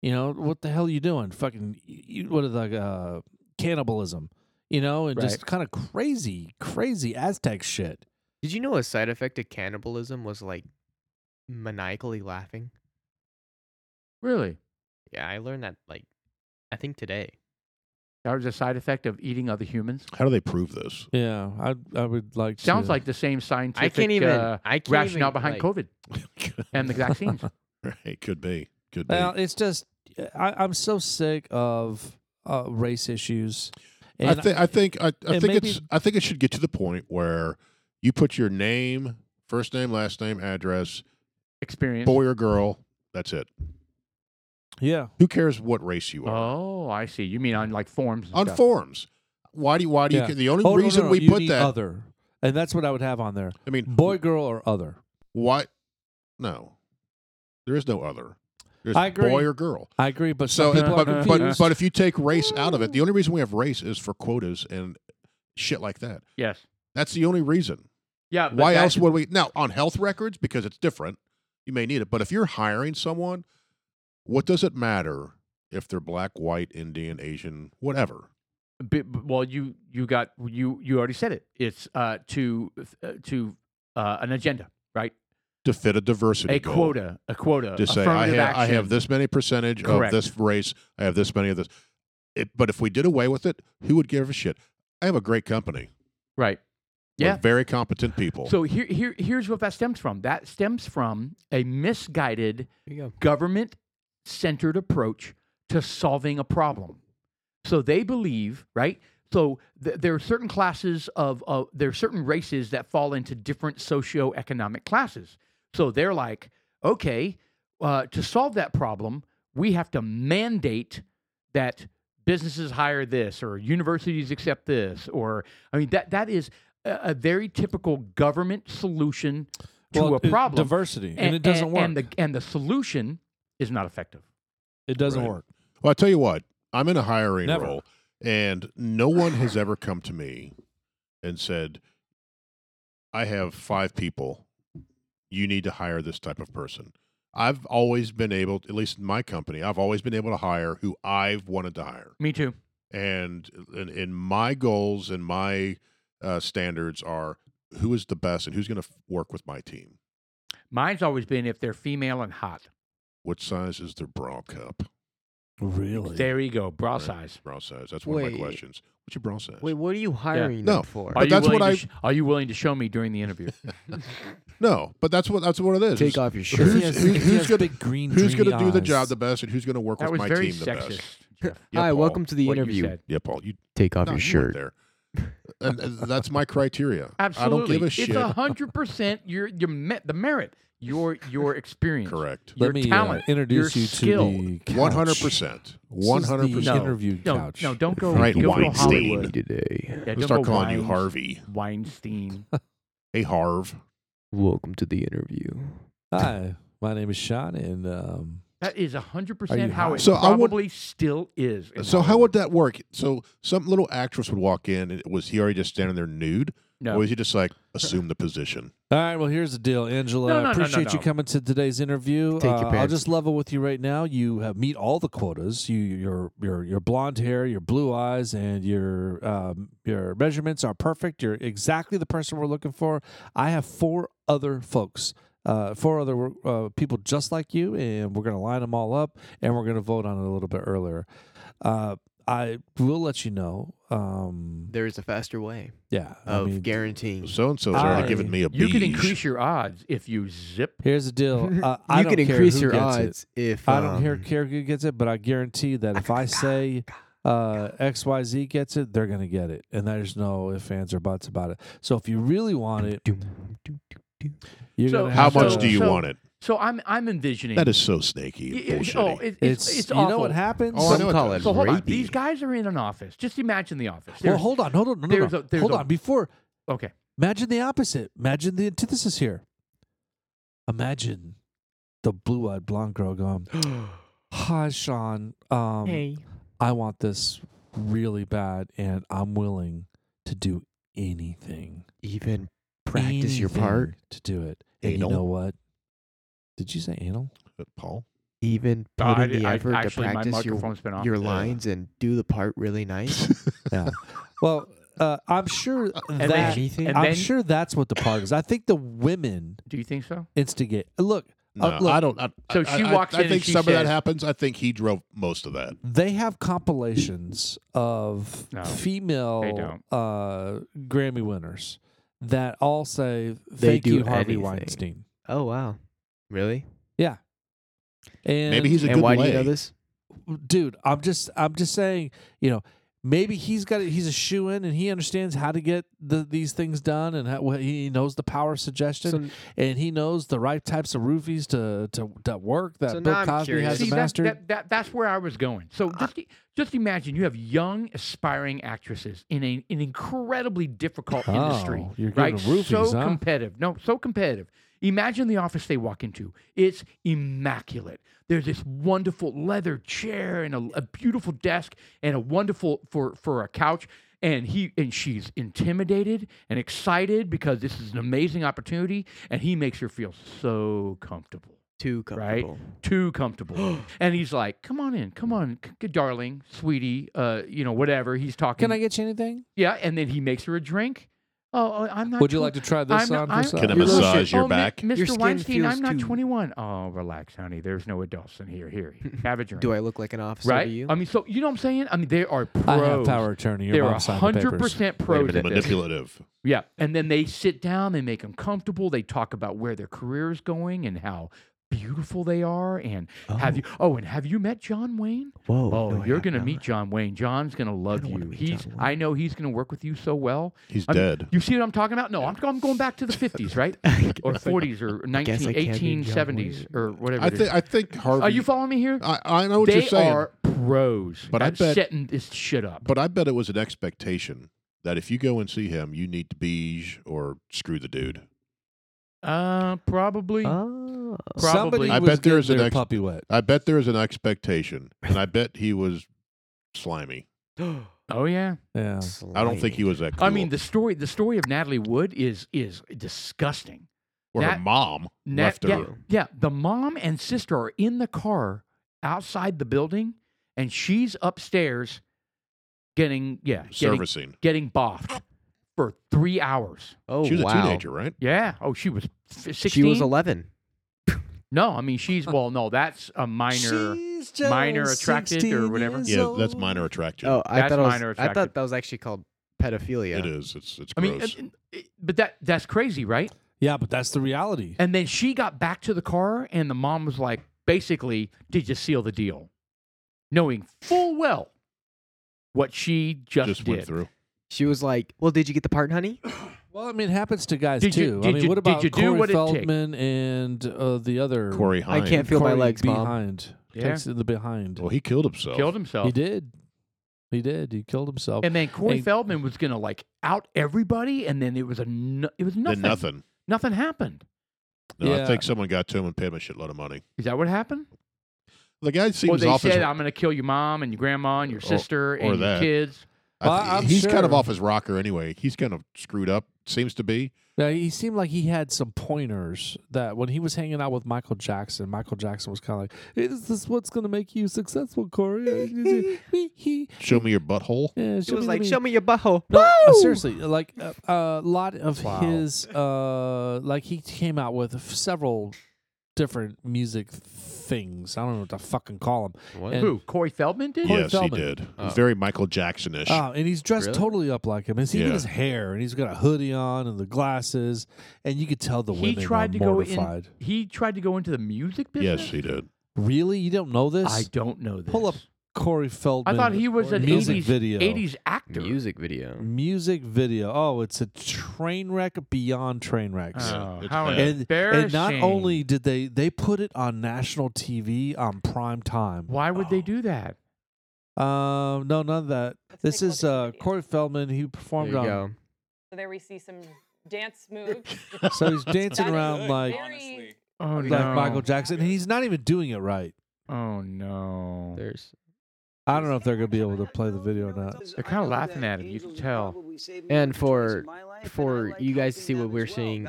S1: you know what the hell are you doing fucking you, what are the uh, cannibalism you know and just kind of crazy crazy aztec shit
S5: Did you know a side effect of cannibalism was like maniacally laughing?
S3: Really.
S5: Yeah, I learned that like I think today.
S3: That was a side effect of eating other humans.
S2: How do they prove this?
S1: Yeah, I I would like.
S3: Sounds
S1: to.
S3: like the same scientific
S5: I can't even
S3: uh,
S5: I can't
S3: rationale
S5: even,
S3: behind
S5: like,
S3: COVID and the vaccines.
S2: it could be. Could be.
S1: Well, it's just I, I'm so sick of uh, race issues.
S2: I,
S1: And
S2: thi- I think I, I
S1: and
S2: think
S1: maybe-
S2: it's I think it should get to the point where you put your name, first name, last name, address,
S3: Experience.
S2: boy or girl. That's it.
S1: yeah,
S2: Who cares what race you are
S3: Oh, I see. You mean on like forms? and
S2: on
S3: stuff.
S2: forms? Why do you, why do
S1: Oh, Yeah.
S2: you? ca- The only
S1: Oh, no, no,
S2: reason
S1: no,
S2: we
S1: you
S2: put
S1: need
S2: that.
S1: other, and that's what I would have on there:
S2: I mean,
S1: boy, girl, or other.
S2: Why? No, there is no other. There's
S1: I agree.
S2: boy or girl.
S1: I agree, but
S2: so,
S1: some people
S2: but,
S1: are
S2: but
S1: confused.
S2: but if you take race out of it, the only reason we have race is for quotas and shit like that.
S3: Yes.
S2: That's the only reason.
S3: Yeah. but
S2: Why
S3: that-
S2: else would we now on health records because it's different. You may need it, but if you're hiring someone, what does it matter if they're black, white, Indian, Asian, whatever?
S3: b- b- well you you got you you already said it it's uh to uh, to uh, an agenda right
S2: To fit a diversity
S3: a
S2: goal.
S3: quota a quota
S2: To say I
S3: affirmative
S2: have I have
S3: action.
S2: this many percentage
S3: Correct.
S2: of this race, I have this many of this. It, but if we did away with it, who would give a shit? I have a great company.
S3: right
S2: We're
S3: Yeah.
S2: very competent people.
S3: so here here here's what that stems from that stems from a misguided
S5: There you go.
S3: government centered approach to solving a problem. So they believe, right? So th- there are certain classes of, of there are certain races that fall into different socioeconomic classes. So they're like, okay, uh, to solve that problem, we have to mandate that businesses hire this or universities accept this or I mean that that is a, a very typical government solution to
S1: Well, uh,
S3: a
S1: it-
S3: problem
S1: diversity, and, it doesn't work.
S3: And the and the solution is not effective.
S1: it doesn't
S2: Right.
S1: work.
S2: Well, I tell you what, I'm in a hiring
S1: Never.
S2: role, and no one has ever come to me and said, "I have five people. You need to hire this type of person." I've always been able, at least in my company, I've always been able to hire who I've wanted to hire,
S3: Me too.
S2: and uh, and, and my goals and my uh, standards are who is the best and who's going to work with my team.
S3: Mine's always been if they're female and hot.
S2: What size is their bra cup?
S1: Really?
S3: There you go, bra
S2: Right.
S3: size.
S2: Bra size. That's one of
S5: Wait.
S2: my questions. What's your bra size?
S5: Wait, what are you hiring
S2: No.
S5: them for?
S2: But
S3: you
S2: that's
S3: willing
S2: what
S3: to
S2: I-
S3: sh- are you willing to show me during the interview?
S2: No, but that's what that's what it is.
S5: Take off your
S1: If he
S5: shirt.
S2: Who's-
S1: has,
S2: who-
S1: if he
S2: who's
S1: has
S2: gonna-
S1: big green?
S2: who's
S1: going to
S2: do the job the best and who's going to work
S3: that
S2: with
S3: was
S2: my
S3: very
S2: team the
S3: sexist.
S2: best.
S3: Jeff,
S2: Yeah,
S5: Hi,
S2: Paul.
S5: welcome to the
S3: what you
S5: interview.
S3: said.
S2: Yeah, Paul, you
S5: Take off
S2: no,
S5: your
S2: you weren't
S5: shirt.
S2: there. and, and that's my criteria.
S3: Absolutely.
S2: I don't give a shit.
S3: It's hundred percent your your me- the merit, your your experience,
S2: Correct.
S1: Let
S3: your
S1: me uh,
S3: talent,
S1: introduce
S3: your
S1: you
S3: skill.
S1: to the couch.
S2: One hundred percent.
S1: This is
S2: One hundred
S1: the
S2: percent.
S1: interview
S3: No,
S1: couch.
S3: no, don't go.
S2: Right,
S3: don't go
S2: Weinstein.
S3: Hollywood.
S5: today.
S3: Yeah,
S2: Let's
S3: don't
S2: start
S3: go
S2: calling you
S3: Weins-
S2: Harvey.
S3: Weinstein.
S2: Hey Harv.
S5: Welcome to the interview.
S1: Hi, my name is Sean, and um,
S3: That is
S1: Are
S3: hundred percent
S1: you
S3: how
S1: high?
S3: it
S2: So I would-
S3: probably still is. in
S2: So how
S3: Hollywood.
S2: would that work? So some little actress would walk in. And was he already just standing there nude,
S3: No.
S2: or was he just like assume the position?
S1: All right, well, here's the deal, Angela.
S3: No, no,
S1: I
S3: no, no,
S1: appreciate you
S3: no.
S1: coming to today's interview. Uh,
S5: Take your
S1: I'll
S5: pants.
S1: just level with you right now. You have meet all the quotas. You, your, your, your blonde hair, your blue eyes, and your, um, your measurements are perfect. You're exactly the person we're looking for. I have four other folks, uh, four other uh, people just like you, and we're gonna line them all up, and we're gonna vote on it a little bit earlier. Uh, I will let you know. Um,
S5: There is a faster way
S1: yeah, I
S5: of
S1: mean,
S5: guaranteeing.
S2: So and so's already
S1: I-
S2: giving me a
S3: You
S2: beige.
S3: can increase your odds if you zip.
S1: here's the deal. Uh, I
S5: you
S1: don't
S5: can
S1: care
S5: increase
S1: who
S5: your
S1: gets it.
S5: odds if
S1: I don't
S5: um,
S1: care, care who gets it, but I guarantee that if I say uh, XYZ gets it, they're going to get it. And there's no ifs, ands, or buts about it. So if you really want it, you're
S3: So-
S1: going to
S2: How
S1: have
S2: much
S1: to,
S2: do you
S3: so-
S2: want it?
S3: So I'm I'm envisioning
S2: That is so snaky.
S3: Y-
S2: and
S3: y-
S2: bullshitty.
S3: Oh, it, it's,
S1: It's,
S3: it's,
S1: you
S3: awful.
S1: know what happens?
S2: Oh, I know
S5: Some
S2: it
S5: call
S2: does.
S5: it
S3: So hold on.
S5: rapey.
S3: These guys are in an office. Just imagine the office.
S1: Well,
S3: There's-
S1: hold on, hold on, no, no,
S3: there's
S1: no.
S3: a- there's
S1: hold
S3: a-
S1: on. Before,
S3: okay.
S1: imagine the opposite. Imagine the antithesis here. Imagine the blue-eyed blonde girl going, "Hi, Sean. Um, I want this really bad, and I'm willing to do anything."
S5: even practice your
S1: anything
S5: part.
S1: to do it. And
S2: Anal.
S1: you know what? Did you say anal?
S2: Uh, Paul.
S5: Even put
S3: Uh, I
S5: in
S3: did-
S5: the
S3: I-
S5: effort to
S3: actually, my
S5: practice your
S3: microphone's been off.
S5: your
S2: Yeah.
S5: lines and do the part really nice.
S1: Yeah. well, uh, I'm sure
S3: And
S1: that
S3: then,
S5: Anything?
S3: and
S1: I'm
S3: then-
S1: sure that's what the part is. I think the women
S3: Do you think so?
S1: instigate. Look,
S2: No,
S1: Uh, look.
S2: I don't. I,
S3: So
S2: I-
S3: she
S2: I-
S3: walks
S2: I,
S3: in
S2: I
S3: and
S2: think
S3: she
S2: some of that
S3: says-
S2: happens. I think he drove most of that.
S1: they have compilations of
S3: No, they
S1: female
S3: don't.
S1: uh, Grammy winners that all say
S5: They
S1: "Thank
S5: do
S1: you, Harvey
S5: anything.
S1: Weinstein."
S5: oh wow, really?
S1: Yeah. And
S2: Maybe he's a
S5: And
S2: good
S5: why
S2: lay.
S5: do you know this?
S1: dude i'm just i'm just saying you know maybe he's got he's a shoe in and he understands how to get the, these things done and how, well, he knows the power of suggestion
S5: So-
S1: and he knows the right types of roofies to to, to work that
S5: So now
S1: bill
S5: I'm
S1: cosby
S5: curious.
S1: has
S5: See,
S1: a
S3: that-
S1: mastered
S3: That, that, that's where I was going. So just i- just imagine you have young aspiring actresses in a, an incredibly difficult industry,
S1: Oh, you're
S3: right?
S1: giving roofies,
S3: so
S1: huh?
S3: competitive. No, so competitive. Imagine the office they walk into. It's immaculate. There's this wonderful leather chair and a, a beautiful desk and a wonderful for for a couch. And he and she's intimidated and excited because this is an amazing opportunity, and he makes her feel so comfortable
S5: Too comfortable.
S3: too comfortable. and he's like, "Come on in, come on, c- c- darling, sweetie, uh, you know, whatever." He's talking.
S1: can i get you anything
S3: Yeah, and then he makes her a drink. Oh, oh, I'm not.
S1: would you
S3: tw-
S1: like to try this
S3: I'm not-
S1: on
S3: I'm-
S1: for size?
S2: Can I
S3: You're
S2: massage
S3: bullshit.
S2: your
S3: "Oh, mi-
S2: back?"
S5: Your
S3: Mr.
S5: skin
S3: Weinstein? I'm
S5: feels
S3: not
S5: too-
S3: 21. Oh, relax, honey. There's no adults in here. Here, have a drink.
S5: Do I look like an officer
S3: right? Um,
S5: to you?
S3: I mean, so you know what I'm saying? I mean, they are pros.
S1: i have power attorney
S3: They
S1: your
S3: are
S1: mom signed the
S3: hundred
S1: papers
S3: percent
S2: Wait a
S3: pros
S2: minute,
S3: at this.
S2: manipulative.
S3: Yeah. And then they sit down, they make them comfortable, they talk about where their career is going and how beautiful they are and have you oh and have you met John Wayne?
S5: Whoa!
S3: Oh,
S5: no, I
S3: you're
S5: have
S3: going to
S5: not.
S3: meet John Wayne. John's going to love
S5: don't wanna
S3: you.
S5: meet
S3: He's
S5: John Wayne.
S3: I know he's going to work with you so well.
S2: He's
S3: I mean,
S2: dead.
S3: You see what I'm talking about? No, I'm, I'm going back to the 50s, right? or 40s or 19
S5: guess I can't meet John
S3: 1870s or whatever
S2: I
S3: it is.
S2: think. I think Harvey.
S3: Are you following me here?
S2: I, I know what
S3: they
S2: you're saying,
S3: are pros
S2: But I
S3: at
S2: bet-
S3: setting this shit up.
S2: but I bet it was an expectation that if you go and see him, you need to beige or screw the dude.
S3: uh probably
S5: Oh.
S3: Probably.
S1: somebody
S2: I
S1: was
S2: bet there's
S1: getting
S2: an
S1: their
S2: ex-
S1: puppy wet
S2: I bet there is an expectation, and I bet he was slimy.
S3: Oh yeah.
S1: yeah
S2: I don't think he was that. Cool.
S3: I mean, the story the story of Natalie Wood is is disgusting.
S2: or
S3: Nat-
S2: her mom
S3: Nat-
S2: left her.
S3: yeah, yeah, the mom and sister are in the car outside the building, and she's upstairs getting yeah getting,
S2: servicing.
S3: getting boffed for three hours.
S5: Oh
S2: she was
S5: wow!
S2: a teenager, right?
S3: Yeah. Oh, she was sixteen.
S5: She was 11.
S3: no, I mean she's well, no, that's a minor.
S1: She's
S3: minor
S1: just
S3: attracted or
S1: 16
S3: whatever?
S1: years
S2: Yeah, that's
S1: old.
S2: minor attraction.
S5: Oh, I
S3: That's
S5: thought it was-
S3: minor
S5: I
S3: attractive.
S5: thought that was actually called pedophilia.
S2: It is. It's it's
S3: I mean,
S2: gross.
S3: and- and- but that that's crazy, right?
S1: yeah but that's the reality
S3: And then she got back to the car, and the mom was like, basically, did you seal the deal? Knowing full well what she just,
S2: just
S3: did.
S2: went through.
S5: She was like, "Well, did you get the part, honey?"
S1: Well, I mean, it happens to guys
S3: Did
S1: too.
S3: you-
S1: I
S3: did
S1: mean,
S3: you-
S1: what
S3: did
S1: about
S3: you do
S1: Corey
S3: what it take?
S1: Feldman and uh, the other
S2: Corey Hine.
S5: I can't feel my
S1: Corey
S5: legs, mom.
S1: behind.
S3: Yeah.
S1: Takes the behind.
S2: Well, he killed himself.
S3: Killed himself.
S1: He did. He did. He killed himself.
S3: And then Corey
S1: And-
S3: Feldman was gonna like out everybody, and then it was a no- it was nothing.
S2: Then nothing.
S3: Nothing happened.
S2: No,
S1: Yeah.
S2: I think someone got to him and paid him a shitload of money.
S3: Is that what happened?
S2: The guy seems
S3: or they
S2: off
S3: said,
S2: his.
S3: "I'm going to kill your mom and your grandma and your
S2: Or-
S3: sister
S2: or
S3: and your
S2: that.
S3: kids."
S2: I th-
S1: Well, I'm
S2: he's kind of
S1: sure.
S2: off his rocker anyway. He's kind of screwed up. Seems to be.
S1: Now, he seemed like he had some pointers that when he was hanging out with Michael Jackson, Michael Jackson was kind of like, "Hey, "This is what's going to make you successful, Corey." yeah,
S2: Show me your butthole.
S5: It was like, show me your butthole.
S1: No, uh, seriously, like a uh, a lot of
S2: Wow.
S1: his, uh, like he came out with f- several different music things. I don't know what to fucking call them.
S5: What?
S1: And-
S3: Who? Corey Feldman Ah. did.
S1: Corey
S2: yes,
S1: Feldman.
S2: he did.
S5: Oh.
S2: Very Michael Jackson-ish.
S1: Oh, and he's dressed
S5: Really?
S1: totally up like him. And he got
S2: Yeah.
S1: his hair, and he's got a hoodie on, and the glasses, and you could tell the
S3: he
S1: women
S3: tried
S1: are
S3: to
S1: mortified.
S3: go in. He tried to go into the music business.
S2: yes, he did.
S1: Really, you don't know this?
S3: I don't know this.
S1: Pull up Corey Feldman.
S3: I thought he was an
S1: music
S3: 80s,
S1: video.
S3: 80s actor.
S5: Music
S1: Mm.
S5: video.
S1: music video. Oh, it's a train wreck beyond train wrecks.
S3: Oh,
S2: It's
S3: how
S2: bad.
S1: and, and not
S3: embarrassing.
S1: only did they they put it on national TV on prime time.
S3: Why would they do that?
S1: Um, no, none of that. this is uh Corey Feldman. He
S5: There you
S1: performed on.
S5: go.
S6: So there we see some dance moves.
S1: So he's dancing
S6: That is
S1: around like
S6: very-
S3: Oh
S1: like
S3: no!
S1: Michael Jackson, and he's not even doing it right.
S3: Oh no!
S5: There's
S1: I don't know if they're gonna be able to play the video or not.
S3: They're kinda laughing at him, you can tell.
S5: And for- for you guys to see what we're seeing,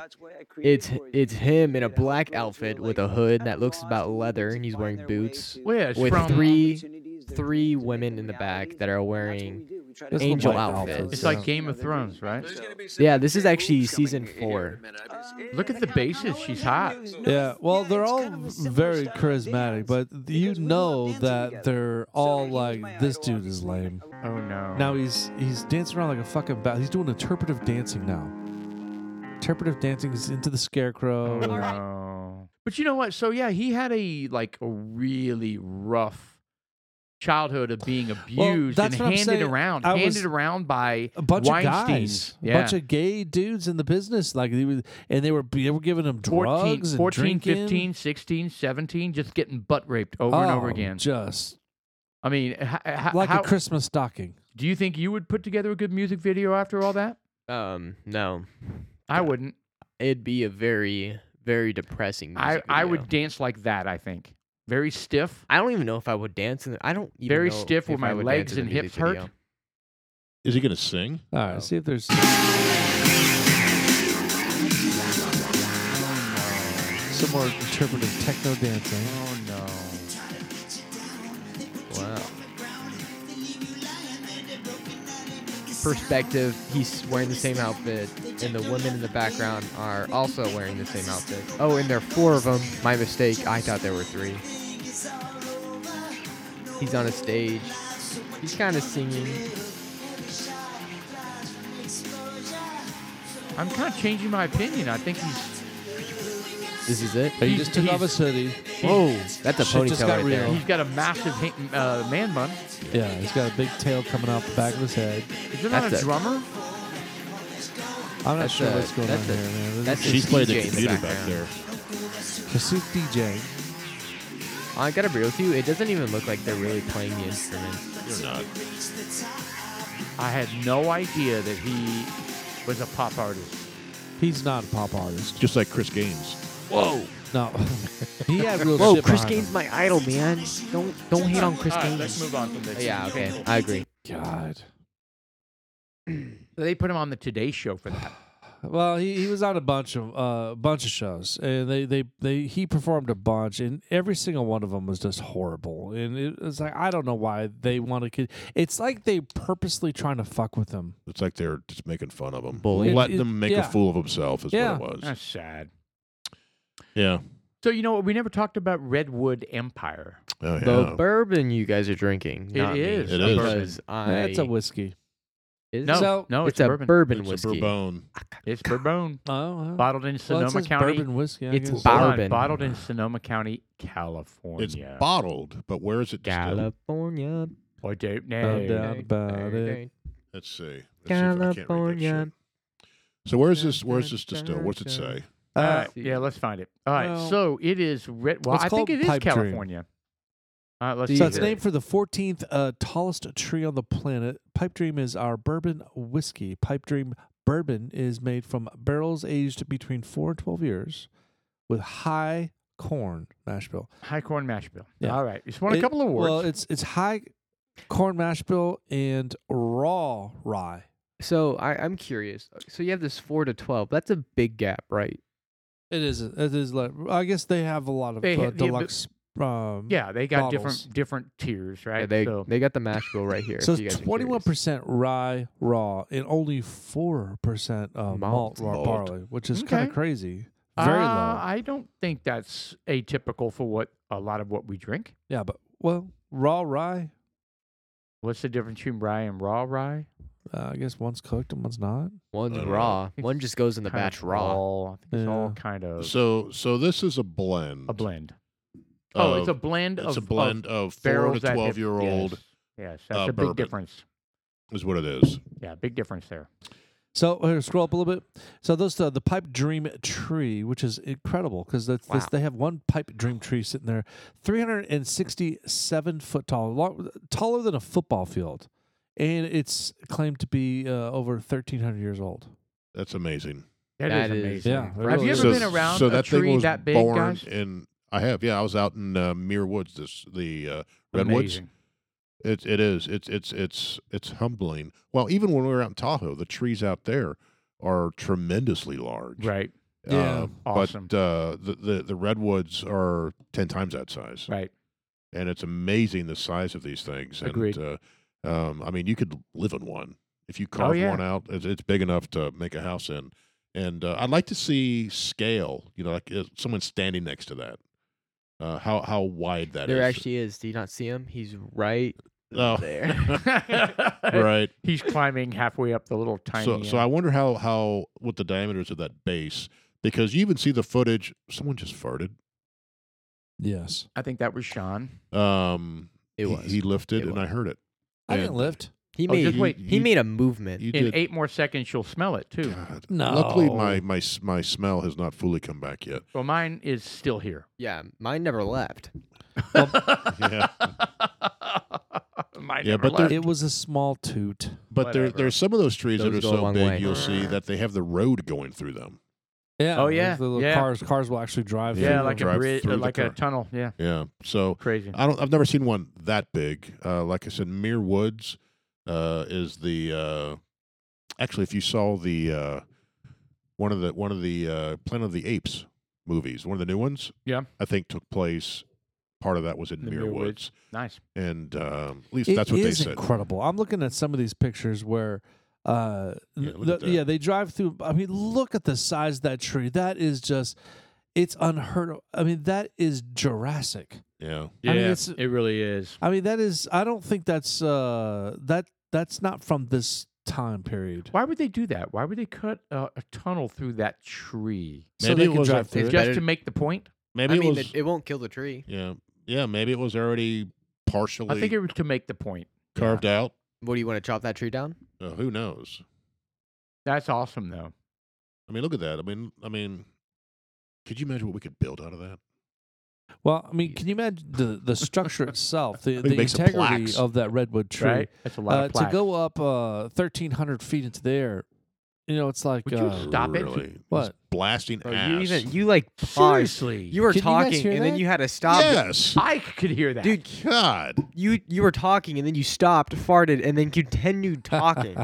S5: it's it's him in a black outfit with a hood that looks about leather, and he's wearing boots.
S3: Well, yeah, it's
S5: with
S3: from-
S5: three three women in the back that are wearing.
S1: Just
S5: angel
S1: look like
S5: outfits.
S1: outfits,
S3: It's
S1: yeah.
S3: like Game of Thrones, right?
S5: Yeah, this is actually season four.
S3: Look at the basis. She's hot.
S1: Yeah, well, they're all very charismatic, but you know that they're all like, "This dude is lame."
S3: Oh no!
S1: Now he's he's dancing around like a fucking bat. He's doing interpretive dancing now. Interpretive dancing is into the
S3: Oh,
S1: scarecrow.
S6: All right.
S3: no. But you know what? So yeah, he had a like a really rough childhood of being abused
S1: that's
S3: and
S1: what I'm
S3: handed
S1: saying.
S3: around,
S1: I
S3: handed
S1: was-
S3: around by
S1: A bunch of
S3: Weinstein.
S1: guys, a
S3: Yeah.
S1: bunch of gay dudes in the business, like they was, and they were they were giving him
S3: 14,
S1: drugs
S3: 14,
S1: and drinking.
S3: 15, 16, 17, just getting butt raped over and over
S1: Oh,
S3: again.
S1: just
S3: I mean, h- h-
S1: like
S3: how,
S1: a Christmas stocking.
S3: do you think you would put together a good music video after all that?
S5: Um, no,
S3: I wouldn't.
S5: it'd be a very very depressing.
S3: I,
S5: music
S3: I
S5: video.
S3: would dance like that, I think. Very stiff.
S5: I don't even know if I would dance in. The, I don't even
S3: Very
S5: know
S3: stiff
S5: if
S3: where my
S5: I would
S3: legs
S5: dance in
S3: and
S5: the music
S3: hips hurt.
S5: video.
S2: Is he going to sing?
S1: All right, see if there's some more interpretive techno dancing.
S3: Oh, no.
S5: Wow. Perspective. He's wearing the same outfit, and the women in the background are also wearing the same outfit. Oh, and there are four of them. My mistake. I thought there were three. He's on a stage. He's kind of singing.
S3: I'm kind of changing my opinion. I think he's.
S5: This is it.
S1: He
S3: He's-
S1: just took off his hoodie.
S5: Whoa, that's a
S1: Shit just
S5: ponytail
S1: got
S5: right
S1: real.
S5: there.
S3: He's got a massive ha- uh, man bun.
S1: Yeah, he's got a big tail coming off the back of his head.
S3: Is there not
S5: That's
S3: a
S5: a-
S3: drummer?
S1: I'm not
S5: That's
S1: sure
S5: a-
S1: what's going on
S5: that's
S1: here,
S5: a-
S1: man.
S5: that's
S1: This is
S5: a-
S2: She's playing the
S5: DJ in the
S2: computer back
S5: background.
S2: there.
S1: Pursuit DJ.
S5: I gotta be real with you. It doesn't even look like they're really playing the instrument.
S2: You're not.
S3: I had no idea that he was a pop artist.
S1: He's not a pop artist.
S2: Just like Chris Gaines.
S3: Whoa.
S1: No, he had real
S5: Whoa,
S1: shit
S5: Chris
S1: behind
S5: Gaines
S1: him.
S5: my idol, man. Don't don't hate on Chris Gaines.
S3: move on from this.
S5: Yeah, okay, I agree.
S1: God.
S3: They put him on the Today Show for that.
S1: Well, he, he was on a bunch of uh, bunch of shows, and they, they, they he performed a bunch, and every single one of them was just horrible. And it was like I don't know why they wanted. to. It's like they purposely trying to fuck with him.
S2: It's like they're just making fun of him.
S5: Bully.
S2: Letting
S1: It- it-
S2: him make
S1: yeah.
S2: a fool of himself is
S1: Yeah.
S2: what it was.
S3: That's sad.
S2: Yeah.
S3: So you know what? We never talked about Redwood Empire.
S2: Oh, yeah.
S5: The bourbon you guys are drinking.
S3: It
S5: not me,
S3: is
S2: It is.
S5: Because I.
S1: That's a whiskey.
S5: is
S3: No,
S5: it?
S1: So,
S3: no,
S5: it's,
S3: it's,
S5: a
S3: bourbon.
S5: bourbon
S2: it's a
S5: whiskey.
S2: bourbon.
S3: It's bourbon,
S1: Oh, wow.
S3: bottled in
S1: Well, it
S3: Sonoma
S1: says
S3: County.
S1: bourbon whiskey. I
S5: It's
S1: guess.
S5: bar-
S3: Hold on,
S5: Bourbon.
S3: bottled in Sonoma County, California.
S2: It's bottled, but where is it distilled?
S5: California.
S3: I don't
S5: Oh,
S1: No
S3: know.
S1: doubt about it.
S2: Let's see. Let's see if I can't read that
S5: California.
S2: shit. So where's this? Where's this distilled? What's it say?
S1: Uh,
S3: All right, yeah, let's find it. All right,
S1: Well,
S3: so it is red. Well,
S1: it's
S3: I
S1: called
S3: think it is
S1: Pipe Dream.
S3: California. All right, let's
S1: So
S3: see
S1: it's
S3: here.
S1: named for the 14th uh, tallest tree on the planet. Pipe Dream is our bourbon whiskey. Pipe Dream bourbon is made from barrels aged between 4 and 12 years with high corn mash bill.
S3: High corn mash bill.
S1: Yeah.
S3: All right. It's won a
S1: It-
S3: couple awards.
S1: Well, it's it's high corn mash bill and raw rye.
S5: So I, I'm curious. So you have this four to twelve. That's a big gap, right?
S1: It is. It is. Like, I guess they have a lot of
S3: They
S1: uh,
S3: have- yeah, but-
S1: deluxe. um,
S3: yeah, they got
S1: bottles.
S3: different different tiers, right?
S5: Yeah, they
S3: so
S5: they got the mash bill right here.
S1: So
S5: if you
S1: it's
S5: guys are
S1: twenty one
S5: curious.
S1: percent rye raw and only four percent of malt,
S5: Malt.
S1: raw
S5: Malt.
S1: barley, which is kind
S3: Okay.
S1: of crazy. Very
S3: Uh,
S1: low.
S3: I don't think that's atypical for what a lot of what we drink.
S1: yeah, but well, raw rye.
S3: What's the difference between rye and raw rye?
S1: Uh, I guess one's cooked and one's not.
S5: One's
S2: I don't know.
S5: raw. One just goes in the
S3: Kind of
S5: batch raw.
S3: all- I think it's all
S1: Yeah.
S3: kind of
S2: So so this is a blend.
S3: a blend. Oh, it's a
S2: of-
S3: blend
S2: It's
S3: of
S2: a blend of
S3: of
S2: four to
S3: barrels that have-
S2: twelve year old
S3: Yes, yes, that's
S2: uh,
S3: a big
S2: bourbon.
S3: difference.
S2: is what it is.
S3: Yeah, big difference there.
S1: So here, scroll up a little bit. So those uh, the pipe dream tree, which is incredible because that's this,
S5: Wow.
S1: they have one pipe dream tree sitting there, three hundred and sixty seven foot tall, lo- taller than a football field, and it's claimed to be uh, over thirteen hundred years old.
S2: That's amazing.
S5: That is-
S3: amazing.
S1: Yeah, it
S3: have
S1: really
S3: you
S1: is.
S3: ever been around
S2: so
S3: a
S2: that
S3: tree
S2: thing was
S3: that big,
S2: born
S3: guys?
S2: in I have yeah I was out in uh, Muir Woods this the uh, redwoods.
S3: Amazing.
S2: It it is it's it's it's it's humbling. Well, even when we were out in Tahoe, the trees out there are tremendously large.
S3: Right,
S2: Uh,
S1: Yeah.
S3: Awesome.
S2: But uh, the, the the redwoods are ten times that size.
S3: right.
S2: and it's amazing the size of these things. And,
S3: Agreed.
S2: Uh, um, I mean, you could live in one if
S5: Oh,
S2: you carve
S3: yeah.
S2: one out. It's, it's big enough to make a house in. And uh, I'd like to see scale. You know, like uh, someone standing next to that. Uh, how how wide that is.
S5: There actually is. Do you not see him? He's right
S2: Oh.
S5: there.
S2: right.
S3: He's climbing halfway up the little tiny.
S2: So so
S3: uh,
S2: I wonder how how what the diameters of that base because you even see the footage. Someone just farted.
S1: Yes,
S3: I think that was Sean.
S2: Um,
S5: It
S2: he-
S5: was.
S2: He, lifted,
S5: It
S2: and I
S5: was.
S2: heard it.
S1: I didn't
S2: And
S1: lift.
S5: He
S3: Oh,
S5: made
S3: just
S5: he-
S3: wait.
S5: he
S2: You-
S5: made a movement.
S2: You
S3: In
S2: did.
S3: eight more seconds, you'll smell it too.
S2: God.
S1: No,
S2: Luckily, my, my s- my smell has not fully come back yet.
S3: Well, mine is still here.
S5: yeah, mine never left.
S2: Yeah.
S3: mine
S2: Yeah,
S3: never
S2: but they're-
S3: left.
S1: it was a small toot.
S2: But there,
S3: Whatever.
S2: there's some of those trees that
S5: Those
S2: are
S5: go a
S2: so
S5: long
S2: big,
S5: way.
S2: you'll see that they have the road going through them.
S1: Yeah.
S3: Oh,
S1: those-
S3: yeah,
S1: The little
S3: yeah.
S1: cars cars will actually drive.
S3: yeah,
S1: through
S3: like a
S1: them.
S2: drive
S3: bridge,
S2: through
S3: uh,
S2: the
S3: like a
S2: car.
S3: tunnel. Yeah,
S2: Yeah. So
S3: crazy.
S2: I don't. I've never seen one that big. Uh, like I said, Mere Woods uh, is the. Uh, actually, if you saw the uh, one of the one of the uh, Planet of the Apes movies, one of the new ones.
S3: Yeah.
S2: I think took place. Part of that was in
S3: The
S2: Mere,
S3: Muir
S2: Woods,
S3: Woods. nice.
S2: and um, at least
S1: It
S2: that's what they
S1: is
S2: said.
S1: incredible. I'm looking at some of these pictures where, uh,
S2: Yeah,
S1: th-
S2: look at
S1: the-
S2: that.
S1: yeah, they drive through. I mean, look at the size of that tree. That is just, it's unheard of. I mean, that is Jurassic.
S2: Yeah.
S1: I mean, it's-
S3: it really is.
S1: I mean, that is. I don't think that's uh that that's not from this time period.
S3: Why would they do that? Why would they cut uh, a tunnel through that tree?
S1: So
S2: Maybe
S1: they
S2: it
S1: can
S2: was a-
S1: drive through
S5: it's
S1: it.
S3: Just
S5: better-
S3: to make the point?
S2: Maybe
S5: I mean,
S2: it was.
S5: it, it won't kill the tree.
S2: yeah. Yeah. Maybe it was already partially
S3: I think it was to make the point. Yeah.
S2: carved out.
S5: What do you want to chop that tree down?
S2: Uh, who knows?
S3: That's awesome, though.
S2: I mean, look at that. I mean, I mean, could you imagine what we could build out of that?
S1: Well, I mean, can you imagine the the structure itself, the,
S2: think
S1: the
S2: make some
S1: integrity
S2: plaques.
S1: of that redwood tree?
S3: Right? That's a lot
S1: Uh,
S3: of
S1: to
S3: plaques.
S1: go up uh, 1,300 feet into the air, you know, it's like
S3: Would you
S1: uh,
S3: Stop it.
S2: really? This
S1: What?
S2: blasting
S5: Bro,
S2: ass?
S5: you even you like paused.
S3: Seriously,
S5: You were
S1: Can you guys
S5: talking
S1: hear
S5: and then
S1: that?
S5: you had to stop.
S2: yes,
S3: I could hear that,
S5: Dude,
S2: God.
S5: You you were talking and then you stopped, farted, and then continued talking.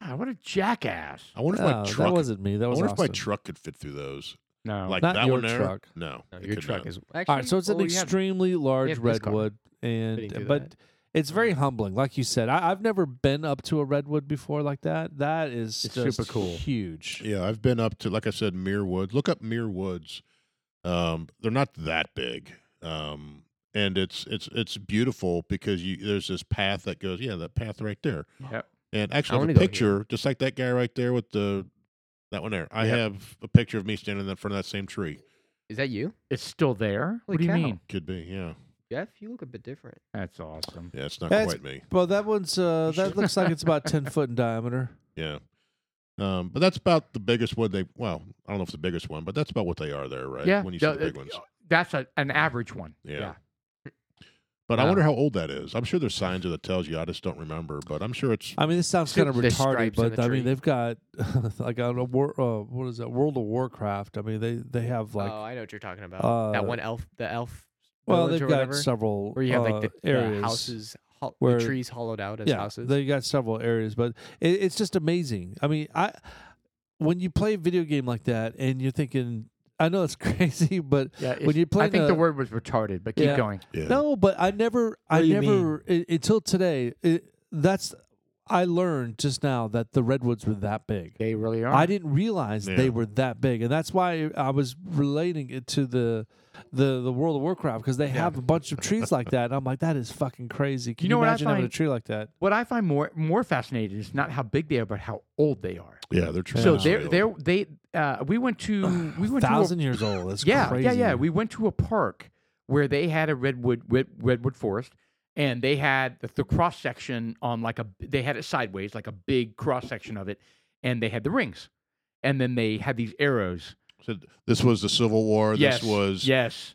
S3: Ah, what a jackass!
S2: I wonder if
S1: No,
S2: my truck.
S1: Oh, that wasn't me. That
S2: I
S1: was
S2: wonder if my
S1: Austin.
S2: truck could fit through those.
S3: No,
S2: Like
S1: Not
S2: that
S1: your
S2: one there.
S1: truck.
S2: No,
S5: No,
S2: it
S5: your
S2: could
S5: truck
S2: not.
S5: is
S1: All right, so it's
S5: Oh,
S1: an
S3: well, you have-
S1: extremely large
S5: have this car
S1: redwood,
S5: fitting
S1: and
S5: through
S1: but
S5: that. Mm.
S1: it's very humbling, like you said. I, I've never been up to a redwood before like that. That is
S3: It's
S1: just
S3: super cool.
S1: huge.
S2: Yeah, I've been up to like I said, Mere Woods. Look up Mere Woods. Um, they're not that big. Um, and it's it's it's beautiful because you there's this path that goes. Yeah, that path right there.
S3: Yep.
S2: And
S5: I
S2: actually, I have
S5: wanna
S2: a
S5: go here.
S2: picture just like that guy right there with the that one there. I
S3: Yep.
S2: have a picture of me standing in front of that same tree.
S5: Is that you,
S3: it's still there.
S5: Holy
S3: what do you
S5: cow.
S3: mean?
S2: Could be, yeah,
S5: Jeff? You look a bit different.
S3: That's awesome.
S2: yeah. It's not
S1: That's-
S2: quite me.
S1: Well, that one's uh, that looks like it's about 10 foot in diameter.
S2: Yeah. Um, but that's about the biggest one they. Well, I don't know if it's the biggest one, but
S3: uh,
S2: that's about what they are there, right?
S3: Yeah,
S2: When you see
S3: no,
S2: the big
S3: it-
S2: ones.
S3: That's a, an average one.
S2: Yeah. But I
S4: Wow.
S2: wonder how old that is. I'm sure there's signs of that tells you. I just don't remember. But I'm sure it's
S1: I mean, this sounds kind of
S3: There's
S1: retarded,
S3: stripes on
S1: but
S3: the
S1: I
S3: tree.
S1: mean, they've got like on a war, uh, what is that? World of Warcraft. I mean, they they have like
S5: oh, I know what you're talking about.
S1: uh,
S5: that one elf, the elf.
S1: well,
S5: village
S1: they've
S5: or
S1: got
S5: whatever,
S1: several
S5: where you have
S1: uh,
S5: like the,
S1: areas.
S5: the houses, ho-
S1: where-
S5: the trees hollowed out as
S1: yeah,
S5: houses.
S1: they got several areas, but it, it's just amazing. I mean, I when you play a video game like that and you're thinking, I know it's crazy, but
S3: Yeah,
S1: when you play
S3: I think the
S1: the-
S3: word was retarded, but keep
S1: Yeah.
S3: going.
S2: yeah.
S1: No, but I never, I
S5: do you
S1: never i until today. It, that's I learned just now that the redwoods were that big.
S3: They really are.
S1: I didn't realize
S2: Yeah.
S1: they were that big, and that's why I was relating it to the the the World of Warcraft because they have a bunch of trees like that. And I'm like, that is fucking crazy. Can you,
S3: know what I
S1: imagine having a
S3: find-
S1: tree like that?
S3: what I find more more fascinating is not how big they are, but how old they are.
S2: yeah, they're
S3: So
S2: tremendously
S3: they're
S2: old.
S3: they're they uh, we went to we went
S1: Thousand
S3: to
S1: years old. That's
S3: a, yeah
S1: crazy.
S3: yeah yeah we went to a park where they had a redwood red, redwood forest and they had the, the cross section on like a they had it sideways like a big cross section of it and they had the rings and then they had these arrows.
S2: So this was the Civil War.
S3: yes
S2: This was
S3: yes.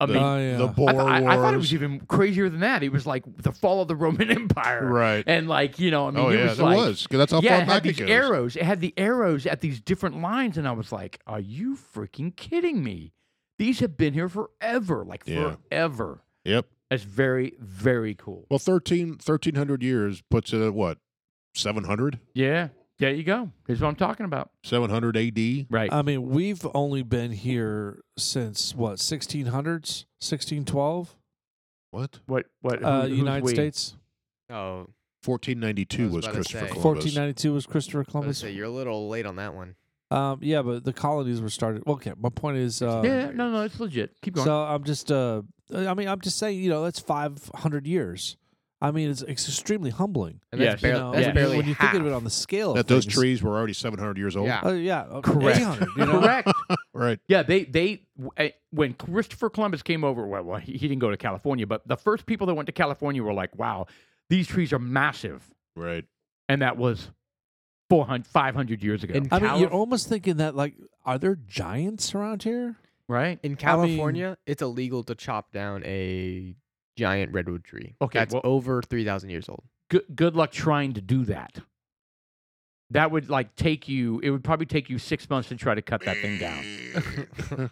S3: I
S2: the,
S3: mean,
S1: Oh, yeah.
S2: the Boer
S3: I, thought- I-
S2: Wars.
S3: I thought it was even crazier than that. It was like the fall of the Roman Empire,
S2: right.
S3: and like you know, I mean,
S2: oh
S3: it
S2: yeah,
S3: was
S2: it
S3: like
S2: was. 'cause that's how
S3: yeah, it
S2: far
S3: had
S2: back it
S3: these
S2: goes.
S3: arrows. It had the arrows at these different lines, and I was like, "Are you freaking kidding me? These have been here forever, like
S2: Yeah.
S3: forever."
S2: Yep.
S3: That's very, very cool.
S2: Well, 13, 1300 years puts it at what? 700?
S3: Yeah, there you go. Here's what I'm talking about. Uh,
S2: 700 AD?
S3: Right.
S1: I mean, we've only been here since what 1600s, 1612,
S2: What?
S3: what? What?
S1: uh,
S3: who- who's
S1: United
S3: we?
S1: States.
S5: oh,
S2: 1492
S5: I was
S2: was,
S5: about to
S2: Christopher
S5: say.
S2: Columbus.
S1: 1492 was Christopher
S5: I was gonna
S1: Columbus.
S5: say, you're a little late on that one.
S1: Um, yeah, but the colonies were started. Okay, my point is, uh,
S3: Yeah, no, no, it's legit. Keep going.
S1: So I'm just, uh, I mean, I'm just saying, you know, that's 500 years. I mean, it's extremely humbling.
S5: And
S3: Yes,
S5: that's, barely,
S1: you know, when,
S5: that's
S1: you-
S5: barely
S1: when you
S5: half.
S1: think of it on the scale of
S2: That those
S1: things.
S2: trees were already 700 years old.
S5: Yeah.
S1: Oh yeah, uh,
S3: Correct.
S1: 800, you know?
S3: Correct.
S2: Right.
S3: Yeah, they they w- eh, when Christopher Columbus came over, well, well, he he didn't go to California, but the first people that went to California were like, "Wow, these trees are massive,"
S2: Right.
S3: and that was 400, 500 years ago,
S5: In
S1: I mean,
S5: Calif-
S1: you're almost thinking that like, are there giants around here?
S3: right?
S5: In California, it's illegal to chop down a giant redwood tree.
S3: Okay,
S5: that's
S3: well-
S5: over three thousand years old.
S3: good good luck trying to do that. That would like take you. It would probably take you six months to try to cut that thing down.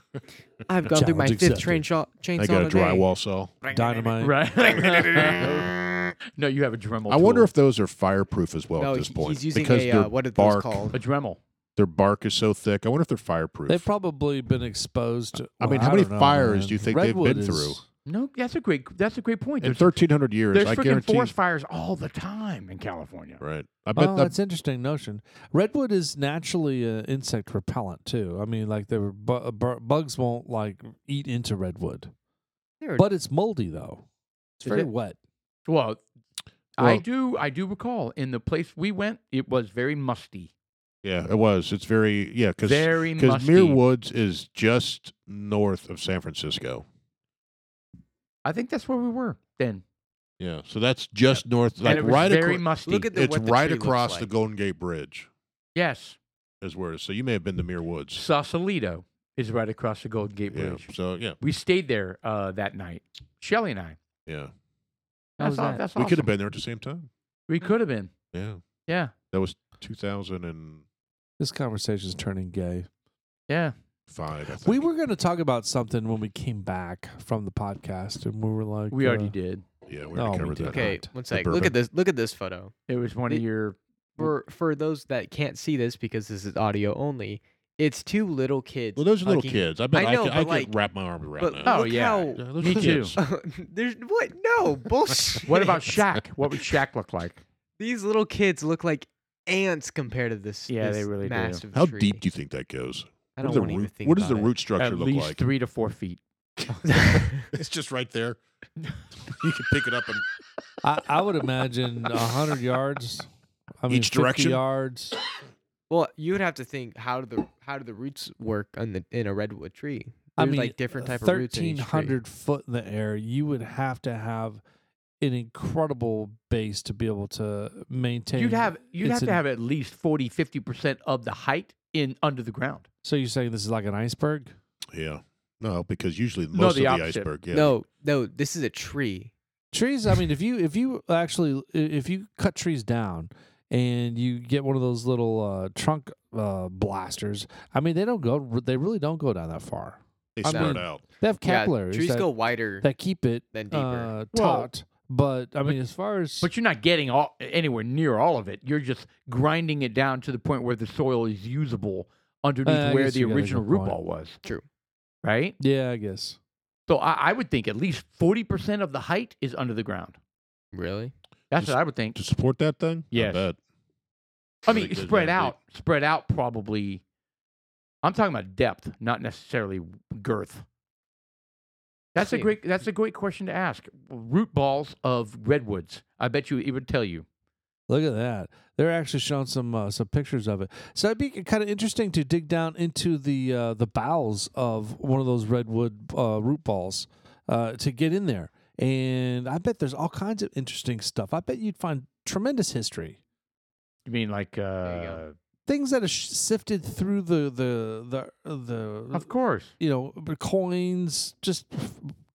S5: I've gone through my
S1: Challenge
S5: fifth
S1: accepted.
S5: train shaw- chainsaw.
S2: I got a
S5: today.
S2: drywall saw.
S1: Dynamite.
S3: Right? no, you have a Dremel.
S2: I wonder
S3: tool.
S2: if those are fireproof as well
S5: No,
S2: at this
S5: he-
S2: point.
S5: he's using
S2: because
S5: a,
S2: their
S5: uh, what are those
S2: bark,
S5: called?
S3: a Dremel.
S2: Their bark is so thick. I wonder if they're fireproof.
S1: They've probably been exposed. To,
S2: I
S1: well,
S2: mean, how many
S1: don't know,
S2: fires
S1: man.
S2: do you think they've
S1: Redwood
S2: been
S1: is- Oh,
S2: through?
S3: No, that's a great. That's a great point.
S2: In
S3: There's,
S2: 1300 years,
S3: there's
S2: I
S3: freaking
S2: guarantee.
S3: forest fires all the time in California.
S2: Right. I bet
S1: Oh,
S2: I-
S1: that's interesting notion. Redwood is naturally uh, insect repellent too. I mean, like the bu- uh, bu- bugs won't like eat into redwood,
S5: They're-
S1: but it's moldy though. It's
S3: Is
S1: very
S3: it?
S1: wet.
S3: Well, I
S2: Well-
S3: do. I do recall in the place we went, it was very musty.
S2: yeah, it was. It's very yeah, cuz
S3: Very
S2: Because
S3: musty.
S2: Muir Woods is just north of San Francisco.
S3: I think that's where we were then.
S2: Yeah, so that's just north,
S3: and
S2: like
S3: it was
S2: right.
S3: very
S2: acro-
S3: musty.
S5: Look at the,
S2: it's
S5: what the
S2: right
S5: tree looks
S2: across the
S5: like.
S2: Golden Gate Bridge,
S3: yes,
S2: is where it is. So you may have been to Muir Woods.
S3: Sausalito is right across the Golden Gate
S2: Yeah.
S3: Bridge.
S2: So yeah,
S3: We stayed there uh, that night. Shelly and I.
S2: yeah.
S1: How
S3: That's,
S1: was
S3: aw-
S1: that?
S3: that's
S2: We could have
S3: awesome.
S2: been there at the same time.
S3: We could have been.
S2: Yeah,
S3: Yeah.
S2: that was 2005.
S1: This conversation is turning gay.
S3: Yeah.
S2: I think.
S1: We were going to talk about something when we came back from the podcast, and we were like,
S3: We already
S1: uh,
S3: did.
S2: Yeah, Oh, we
S1: No,
S2: already
S1: we
S2: covered
S1: did
S2: that.
S5: Okay,
S1: not.
S5: one
S2: The
S5: sec. Look
S2: bourbon.
S5: at this. Look at this photo.
S3: It was one of
S5: It-
S3: your.
S5: For for those that can't see this because this is audio only, it's two little kids.
S2: Well, those are little
S5: hugging-
S2: kids. I bet
S5: I
S2: I,
S5: know,
S2: can,
S5: but
S2: I can
S5: like-
S2: wrap my arm around
S5: But
S2: that.
S5: look
S3: Oh, yeah.
S5: how
S2: Yeah, those
S3: Me
S2: kids.
S3: too.
S5: There's what? No bullshit.
S3: What about Shaq? What would Shaq look like?
S5: These little kids look like ants compared to this.
S3: Yeah, they
S5: this
S3: really do.
S5: massive
S2: How
S5: tree.
S2: deep do you think that goes?
S5: I
S2: What
S5: don't
S2: do the
S5: want to even
S2: root,
S5: think
S2: what does the
S5: about
S2: root structure
S3: At
S2: look
S3: least
S2: like?
S3: three to four feet.
S2: it's just right there. you can pick it up and
S1: I, I would imagine a hundred yards. I mean,
S2: Each
S1: 50
S2: direction?
S1: yards.
S5: Well, you would have to think how do the how do the roots work on the in a redwood tree?
S1: I
S5: There's
S1: mean, uh,
S5: like different type of roots in
S1: thirteen
S5: each tree.
S1: hundred foot in the air. You would have to have an incredible base to be able to maintain.
S3: You'd have you'd
S1: it's
S3: have to
S1: an-
S3: have at least 40, 50 percent of the height in under the ground.
S1: So you're saying this is like an iceberg?
S2: yeah. No, because usually
S3: No,
S2: most
S3: the
S2: of the
S3: opposite.
S2: iceberg. Yeah.
S5: No, no, this is a tree.
S1: trees. I mean, if you if you actually if you cut trees down and you get one of those little uh, trunk uh, blasters, I mean, they don't go. They really don't go down that far.
S2: They
S1: I
S2: start
S1: mean-
S2: out.
S1: They have
S5: Yeah,
S1: capillaries
S5: trees
S1: that,
S5: go wider.
S1: that keep it
S5: than deeper.
S1: uh,
S3: Well,
S1: taut. but I mean, as far as
S3: But you're not getting all anywhere near all of it. You're just grinding it down to the point where the soil is usable underneath
S1: I
S3: where
S1: guess
S3: the
S1: you got a
S3: original
S1: good
S3: root
S1: point.
S3: ball was.
S5: True.
S3: Right?
S1: yeah, I guess.
S3: So I, I would think at least forty percent of the height is under the ground.
S5: really?
S3: That's
S2: Just-
S3: what I would think.
S2: To support that thing? Yeah. I
S3: Yes.
S2: bet.
S3: I
S2: Really
S3: mean,
S2: goes
S3: spread
S2: down
S3: out, spread out probably. I'm talking about depth, not necessarily girth. That's a
S5: See.
S3: great. That's a great question to ask. Root balls of redwoods. I bet you it would tell you.
S1: Look at that. They're actually showing some uh, some pictures of it. So it'd be kind of interesting to dig down into the uh, the bowels of one of those redwood uh, root balls uh, to get in there. And I bet there's all kinds of interesting stuff. I bet you'd find tremendous history,
S3: You mean like? Uh,
S5: go.
S1: things that are sh- sifted through the the the the
S3: uh, of course.
S1: you know coins, just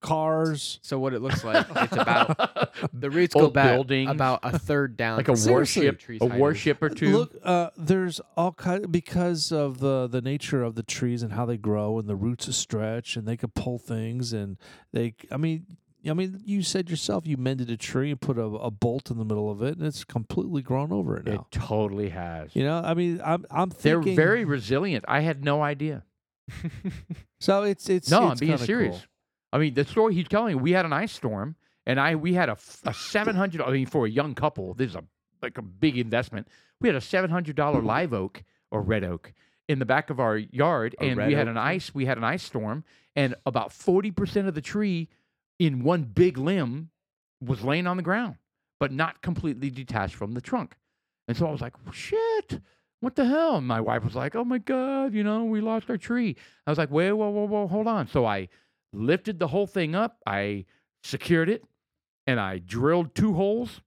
S1: cars.
S5: So what it looks like? It's about the roots go
S3: Old
S5: back
S3: buildings.
S5: about a third down,
S3: like a
S5: from the
S1: Seriously.
S3: warship,
S5: tree's
S3: a
S5: height is.
S3: warship or two.
S1: Look, uh, there's all kind because of the the nature of the trees and how they grow and the roots stretch and they could pull things and they. I mean, I mean, you said yourself you mended a tree and put a, a bolt in the middle of it and it's completely grown over it
S3: it
S1: now.
S3: totally has.
S1: you know, I mean, I'm I'm
S3: They're
S1: thinking
S3: very resilient. I had no idea.
S1: so it's it's
S3: No, I'm
S1: it's
S3: being
S1: kinda
S3: serious.
S1: cool.
S3: I mean, the story he's telling, we had an ice storm, and I we had a, f- a seven hundred. I mean, for a young couple, this is a like a big investment. We had a seven hundred dollar live oak or red oak in the back of our yard,
S5: A
S3: and
S5: red
S3: we had an
S5: oak tree?
S3: ice. We had an ice storm, and about forty percent of the tree in one big limb was laying on the ground, but not completely detached from the trunk. And so I was like, shit. What the hell? And my wife was like, "Oh my god, you know, we lost our tree." I was like, "Whoa, whoa, whoa, whoa, hold on!" So I lifted the whole thing up. I secured it and I drilled two holes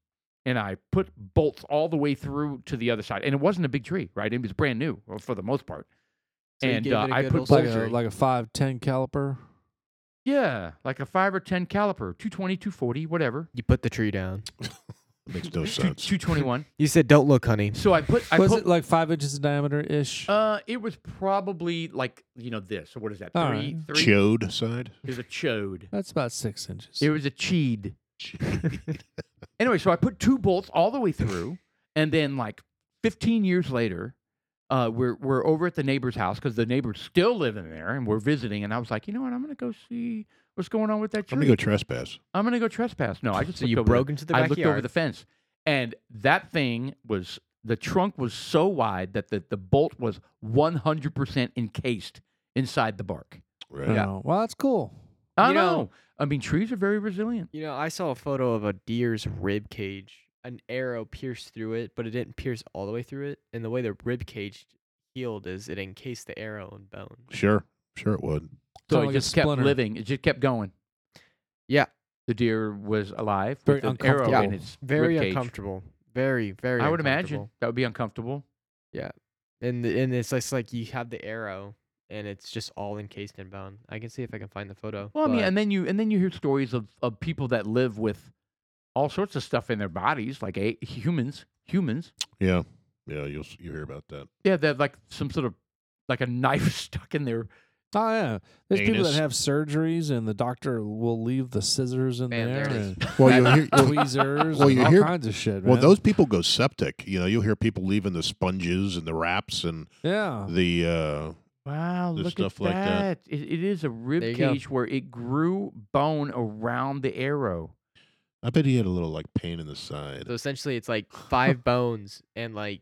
S3: and I put bolts all the way through to the other side. And it wasn't a big tree, right? It was brand new or for the most part.
S5: So you
S3: and
S5: gave
S3: uh,
S5: it a
S3: I
S5: good
S3: put
S5: old
S1: It's like a
S5: Surgery.
S1: like a five ten caliper.
S3: yeah, like a 5 or 10 caliper, 220, 240, whatever.
S5: You put the tree down.
S2: Makes no
S3: Two-
S2: sense.
S3: 221.
S5: You said, "Don't look, honey."
S3: So I put I
S1: Was
S3: put
S1: it like five inches in diameter ish?
S3: uh it was probably like, you know, this. So what is that?
S1: All
S3: 3
S1: right.
S3: 3
S2: Chode side?
S3: It was a chode.
S1: That's about six inches.
S3: It was a cheed. anyway, so I put two bolts all the way through, and then like 15 years later, uh, we're we're over at the neighbor's house because the neighbors still live in there, and we're visiting. And I was like, you know what? I'm gonna go see what's going on with that tree.
S2: I'm going to go trespass.
S3: I'm gonna go trespass. No, I just
S5: So
S3: looked
S5: you
S3: over the-
S5: broke into the
S3: I looked over
S5: backyard.
S3: the fence, and that thing was the trunk was so wide that the, the bolt was 100% encased inside the bark.
S1: I
S2: Right.
S1: don't
S3: Yeah.
S1: know. Well, that's cool.
S3: I
S5: You know-
S3: know. I mean, trees are very resilient.
S5: You know, I saw a photo of a deer's rib cage. An arrow pierced through it, but it didn't pierce all the way through it. And the way the rib cage healed is it encased the arrow in bone.
S2: Sure. Sure it would.
S3: So
S1: Kinda
S3: it
S1: like a
S3: just kept
S1: splinter.
S3: living. It just kept going.
S5: Yeah.
S3: The deer was alive
S1: Very
S3: with an arrow
S1: uncomfortable.
S3: in its
S5: Very
S3: ribcage.
S5: uncomfortable. Very, very.
S3: I would
S5: uncomfortable.
S3: imagine that would be uncomfortable.
S5: And the, and it's just like you have the arrow, and it's just all encased in bone. I can see if I can find the photo.
S3: Well, I mean,
S5: but-
S3: and then you and then you hear stories of, of people that live with all sorts of stuff in their bodies, like a, humans. Humans.
S2: Yeah. Yeah. You'll s- you hear about that.
S3: Yeah, they have like some sort of like a knife stuck in their
S1: Oh yeah, there's people that
S2: Anus.
S1: have surgeries, and the doctor will leave the scissors in
S5: Man, Oh,
S1: there,
S5: there it is.
S1: and
S2: Well, you'll hear. Well,
S1: tweezers,
S2: Well,
S1: and
S2: you
S1: all
S2: hear-
S1: kinds of shit.
S2: well,
S1: man.
S2: those people go septic. You know, you'll hear people leaving the sponges and the wraps and
S3: Oh.
S1: yeah,
S2: the. uh
S3: Wow,
S2: There's
S3: look
S2: stuff
S3: at
S2: like that.
S3: It, it is a rib
S5: There you go.
S3: cage where it grew bone around the arrow.
S2: I bet he had a little like pain in the side.
S5: So essentially, it's like five bones and like.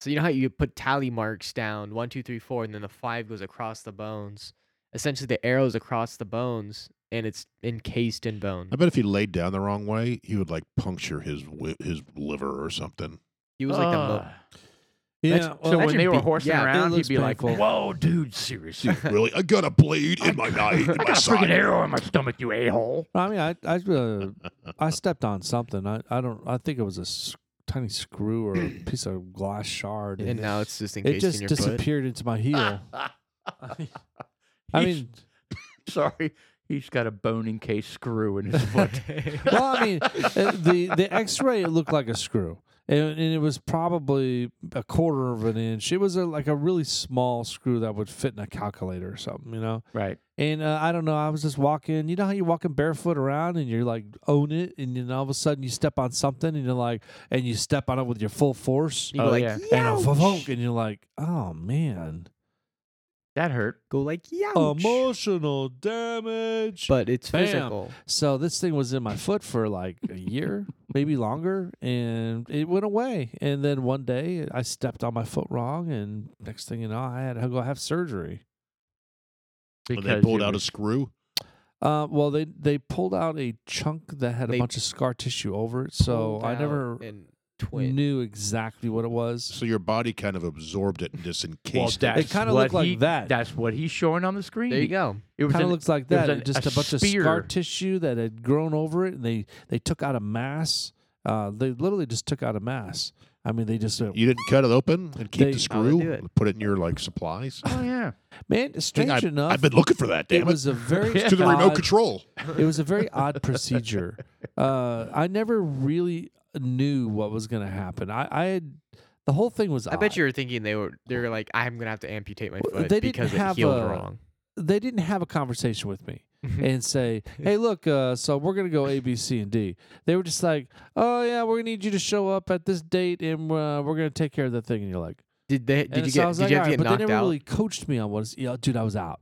S5: So you know how you put tally marks down one, two, three, four, and then the five goes across the bones. Essentially, the arrows across the bones, and it's encased in bone.
S2: I bet if he laid down the wrong way, he would like puncture his wi- his liver or something.
S5: He was like the mo-
S1: Ah,
S3: Ugh.
S1: yeah.
S5: That's-
S1: Well,
S3: so when
S5: imagine
S3: they were
S5: be-
S3: horsing
S5: yeah, it
S3: around, he'd
S1: looks
S3: be like,
S1: painful.
S3: "Whoa, dude, seriously,
S2: really, I got a blade in my eye. in my
S3: I got a freaking
S2: side.
S3: arrow in my stomach, you a hole."
S1: I mean, I I, uh, I stepped on something. I, I don't. I think it was a s- tiny screw or a piece of glass shard,
S5: and now it's just
S1: it just
S5: encased in your foot.
S1: disappeared into my heel. I mean,
S3: sorry, He's got a bone case screw in his foot.
S1: well, I mean, uh, the the X-ray looked like a screw, and, and it was probably a quarter of an inch. It was a, like a really small screw that would fit in a calculator or something, you know.
S3: right.
S1: And uh, I don't know, I was just walking. You know how you're walking barefoot around and you're like own it, and then all of a sudden you step on something and you're like, and you step on it with your full force,
S5: You go
S3: Oh,
S5: like,
S3: yeah.
S1: and, a
S5: "Youch!"
S1: vovonk, and you're like, oh man,
S3: That hurt.
S5: Go like, yeah.
S1: emotional damage.
S5: But it's
S1: Bam.
S5: physical.
S1: So this thing was in my foot for like a year, maybe longer, and it went away. And then one day I stepped on my foot wrong, and next thing you know, I had to go have surgery.
S2: And
S3: Because
S2: they pulled
S3: it
S2: out a
S3: was-
S2: screw.
S1: Uh, well, they they pulled out a chunk that had a
S5: They
S1: bunch of scar tissue over it, so
S5: Pulled
S1: I
S5: out
S1: never
S5: And twin.
S1: knew exactly what it was.
S2: So your body kind of absorbed it and
S3: Well,
S2: disencased
S3: that's
S2: it.
S1: It kinda
S3: what
S1: looked like
S3: he-
S1: that.
S3: That's what he's showing on the screen.
S5: There you
S3: He-
S5: go.
S3: It was
S1: Kind of
S3: an-
S1: looks like
S3: there was
S1: that,
S3: an-
S1: just
S3: a
S1: a, bunch of scar
S3: spear.
S1: tissue that had grown over it, and they they took out a mass. Uh, they literally just took out a mass. I mean, they just went,
S2: You didn't cut it open and keep
S1: They-
S2: the
S5: I would
S2: screw,
S5: do it.
S2: put it in your like supplies.
S3: Oh yeah.
S1: man. Strange
S2: I,
S1: enough,
S2: have been looking for that. Damn
S1: it
S2: it!
S1: was a very
S2: to the remote
S1: odd-
S2: control.
S1: it was a very odd procedure. Uh, I never really knew what was going to happen. I, I had the whole thing was.
S5: I bet
S1: odd.
S5: you were thinking they were they were like, I'm gonna have to amputate my
S1: Well,
S5: foot
S1: they didn't
S5: because it
S1: have
S5: healed
S1: a-
S5: wrong.
S1: they didn't have a conversation with me
S5: Hmm.
S1: and say, "Hey, look, uh, so we're gonna go A, B, C, and D." They were just like, "Oh yeah, we're gonna need you to show up at this date, and uh, we're gonna take care of that thing." And you're like,
S5: Did they did
S1: and
S5: you
S1: so I
S5: get
S1: was
S5: did
S1: like,
S5: you have
S1: "All
S5: to
S1: right," but
S5: get
S1: they
S5: knocked
S1: never
S5: out?
S1: really coached me on what is. Yeah, dude, I was out.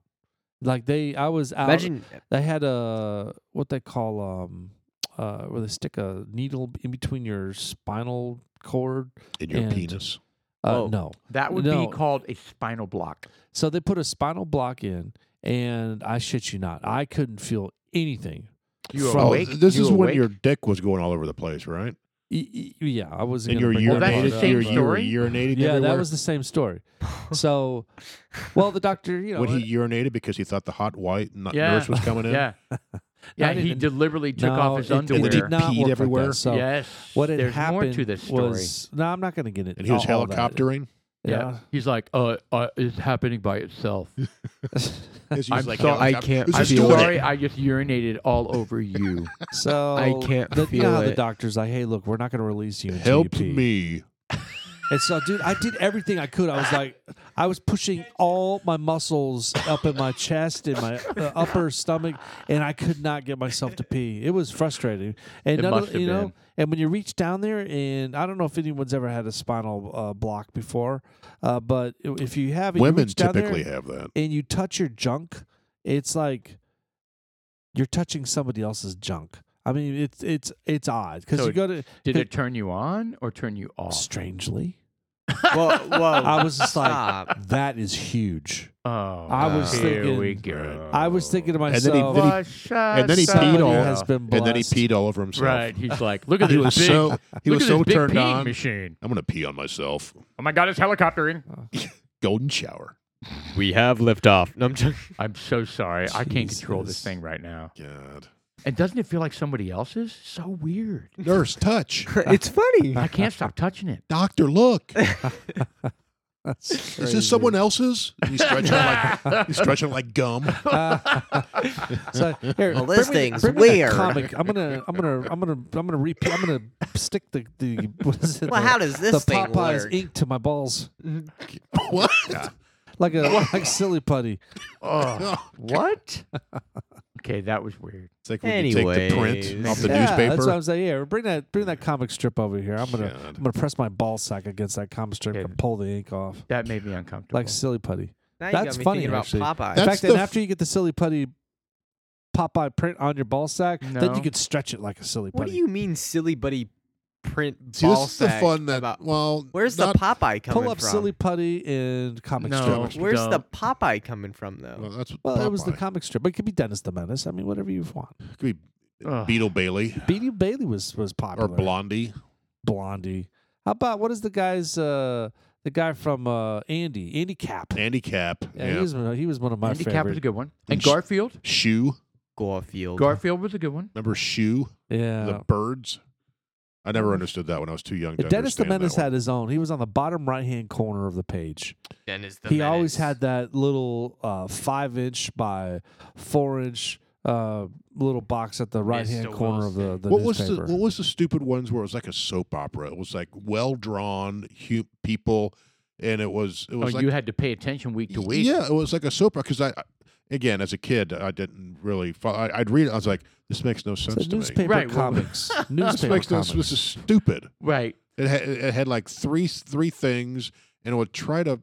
S1: Like they, I was out.
S5: Imagine
S1: They had a what they call um uh where they stick a needle in between your spinal cord.
S2: In your
S1: And-
S2: penis.
S1: Uh,
S2: Oh.
S3: Whoa.
S1: no.
S3: That would
S1: No.
S3: be called a spinal block.
S1: So they put a spinal block in, and I shit you not, I couldn't feel anything.
S3: You
S1: From-
S2: Oh,
S3: awake?
S2: this
S3: You
S2: is when
S3: awake?
S2: your dick was going going all over the place, right?
S1: E- e- yeah, I was.
S2: And you're
S3: Well, that's
S2: urinated.
S3: the
S2: you're,
S3: same
S2: you're
S3: story.
S2: urinated
S1: Yeah,
S2: everywhere.
S1: that was the same story. So, well, the doctor, you know,
S2: when he urinated because he thought the hot white n-
S3: Yeah.
S2: nurse was coming in.
S3: Yeah. Yeah,
S1: I
S3: he
S1: didn't-
S3: deliberately took
S1: no,
S3: off his
S1: it-
S3: underwear.
S1: It did not
S2: Peed
S1: work like
S2: everywhere?
S1: that. So
S3: yes.
S1: what had
S3: There's
S1: happened
S3: more to this story.
S1: was no, I'm not going to get it.
S2: And he was
S1: all- all that.
S2: helicoptering.
S1: Yeah.
S3: He's like, uh, uh, it's happening by itself.
S2: As he
S3: I'm
S2: was like,
S3: so-
S2: "Yeah,
S5: I
S2: I'm-
S5: can't
S2: this
S3: I'm
S2: is
S5: feel
S2: doing
S3: sorry,
S2: it."
S3: I just urinated all over you.
S1: so
S5: can't
S1: the, You know how
S5: feel
S1: the
S5: it.
S1: doctor's like, "Hey, look, we're not going to release you." until you
S2: Help
S1: pee."
S2: me.
S1: And so, dude, I did everything I could. I was like, I was pushing all my muscles up in my chest, in my uh, upper stomach, and I could not get myself to pee. It was frustrating. And
S3: It
S1: none
S3: must
S1: of,
S3: have
S1: you know,
S3: been.
S1: and when you reach down there, and I don't know if anyone's ever had a spinal uh, block before, uh, but i- if you have, and you
S2: Women
S1: reach down there
S2: typically have that.
S1: and you touch your junk, it's like you're touching somebody else's junk. I mean, it's it's it's odd because
S3: So
S1: you go to
S3: Did it turn you on or turn you off?
S1: strangely.
S5: Whoa, whoa.
S1: I was just like,
S5: Stop.
S1: that is huge.
S3: Oh,
S1: I was
S3: here we
S1: thinking-
S3: go.
S1: I was thinking to
S2: And then
S1: myself,
S2: he- then he-
S3: and
S2: then he
S1: somebody
S2: peed all-
S1: has been
S2: And then he
S1: blessed.
S2: peed all over himself.
S3: Right, he's like, look at
S2: He
S3: this
S2: was
S3: big,
S2: so he
S3: look
S2: was
S3: at
S2: so
S3: this
S2: turned
S3: big peeing
S2: on.
S3: machine.
S2: I'm gonna pee on myself.
S3: Oh my god, it's helicoptering.
S2: Golden shower.
S5: We have liftoff. No, I'm joking.
S3: I'm so sorry. I can't control this
S1: Jesus.
S3: thing right now.
S2: God.
S3: And doesn't it feel like somebody else's? So weird.
S2: Nurse, touch.
S5: it's funny.
S3: I can't stop touching it.
S2: Doctor, look.
S1: That's
S2: Is
S1: crazy.
S2: this someone else's? And He's stretching it like he's stretching it like gum.
S1: So, here, bring
S5: Well, this
S1: me the-
S5: thing's
S1: bring me the
S5: weird.
S1: Comic. I'm gonna, I'm gonna, I'm gonna, I'm gonna re- I'm gonna stick the the what is it?
S5: Well,
S1: the,
S5: how does
S1: the
S5: this thing
S1: Popeyes
S5: work?
S1: ink to my balls
S2: What?
S1: like a like silly putty?
S3: Oh,
S2: Oh,
S3: what? okay, that was weird.
S2: It's like when you take the print
S5: Anyways.
S2: off the
S1: yeah, That's what
S2: newspaper.
S1: I'm saying. Yeah, bring that, bring that comic strip over here. I'm gonna, I'm gonna press my ball sack against that comic strip
S3: Yeah.
S1: and pull the ink off
S3: That made me uncomfortable.
S1: like silly putty.
S5: Now you
S1: That's
S5: got me
S1: funny,
S5: thinking about
S1: actually.
S5: Popeye.
S1: In
S2: That's
S1: fact, then
S2: the f-
S1: after you get the silly putty Popeye print on your ball sack, then
S3: No.
S1: you could stretch it like a silly putty.
S5: what do you mean, silly buddy? Print
S2: See,
S5: ball
S2: this is the
S5: sack
S2: fun that
S5: about-
S2: well
S5: Where's
S2: not-
S5: the Popeye coming
S1: pull up
S5: from?
S1: silly putty and comic
S3: No.
S1: strip?
S5: Where's the
S3: Don't.
S5: Popeye coming from though?
S2: well, that's
S1: Well, it was the
S2: Popeye.
S1: comic strip, but it could be Dennis the Menace. I mean, whatever you want.
S2: It could be
S3: Ugh.
S2: Beetle Bailey
S1: Beanie Bailey was was
S2: or
S1: popular.
S2: Blondie.
S1: Blondie. How about what is the guy's uh the guy from uh Andy Andy Cap?
S2: Andy Cap.
S1: Yeah,
S2: yeah.
S1: He, was, one- he was one of my
S3: Handicap was
S1: favorite.
S3: a good one. And
S2: Sh-
S3: Garfield.
S2: Shoe.
S5: Garfield.
S3: Garfield was a good one.
S2: Remember Shoe? The
S1: yeah. Mm.
S2: birds. I never understood that when I was too young to
S1: Dennis the
S2: understand that
S1: Menace
S2: one.
S1: had his own. He was on the bottom right hand corner of the page.
S5: Dennis the
S1: he always
S5: Menace.
S1: had that little uh, five inch by four inch uh, little box at the right hand
S5: Mr.
S1: corner of the,
S5: Wilson.
S1: the
S2: what was
S1: newspaper.
S2: the what was the stupid ones where it was like a soap opera? It was like well drawn hu- people, and it was it
S3: Oh,
S2: was like
S3: you had to pay attention week to week.
S2: Yeah, it was like a soap opera because I, I- again, as a kid, I didn't really. Follow, I, I'd read it. I was like, this makes no
S1: It's
S2: sense
S1: a
S2: to me.
S1: newspaper
S3: Right, well-
S1: comics.
S2: This
S1: newspaper
S2: makes no.
S1: comics.
S2: This is stupid.
S3: Right.
S2: It had, it had like three three things, and it would try to.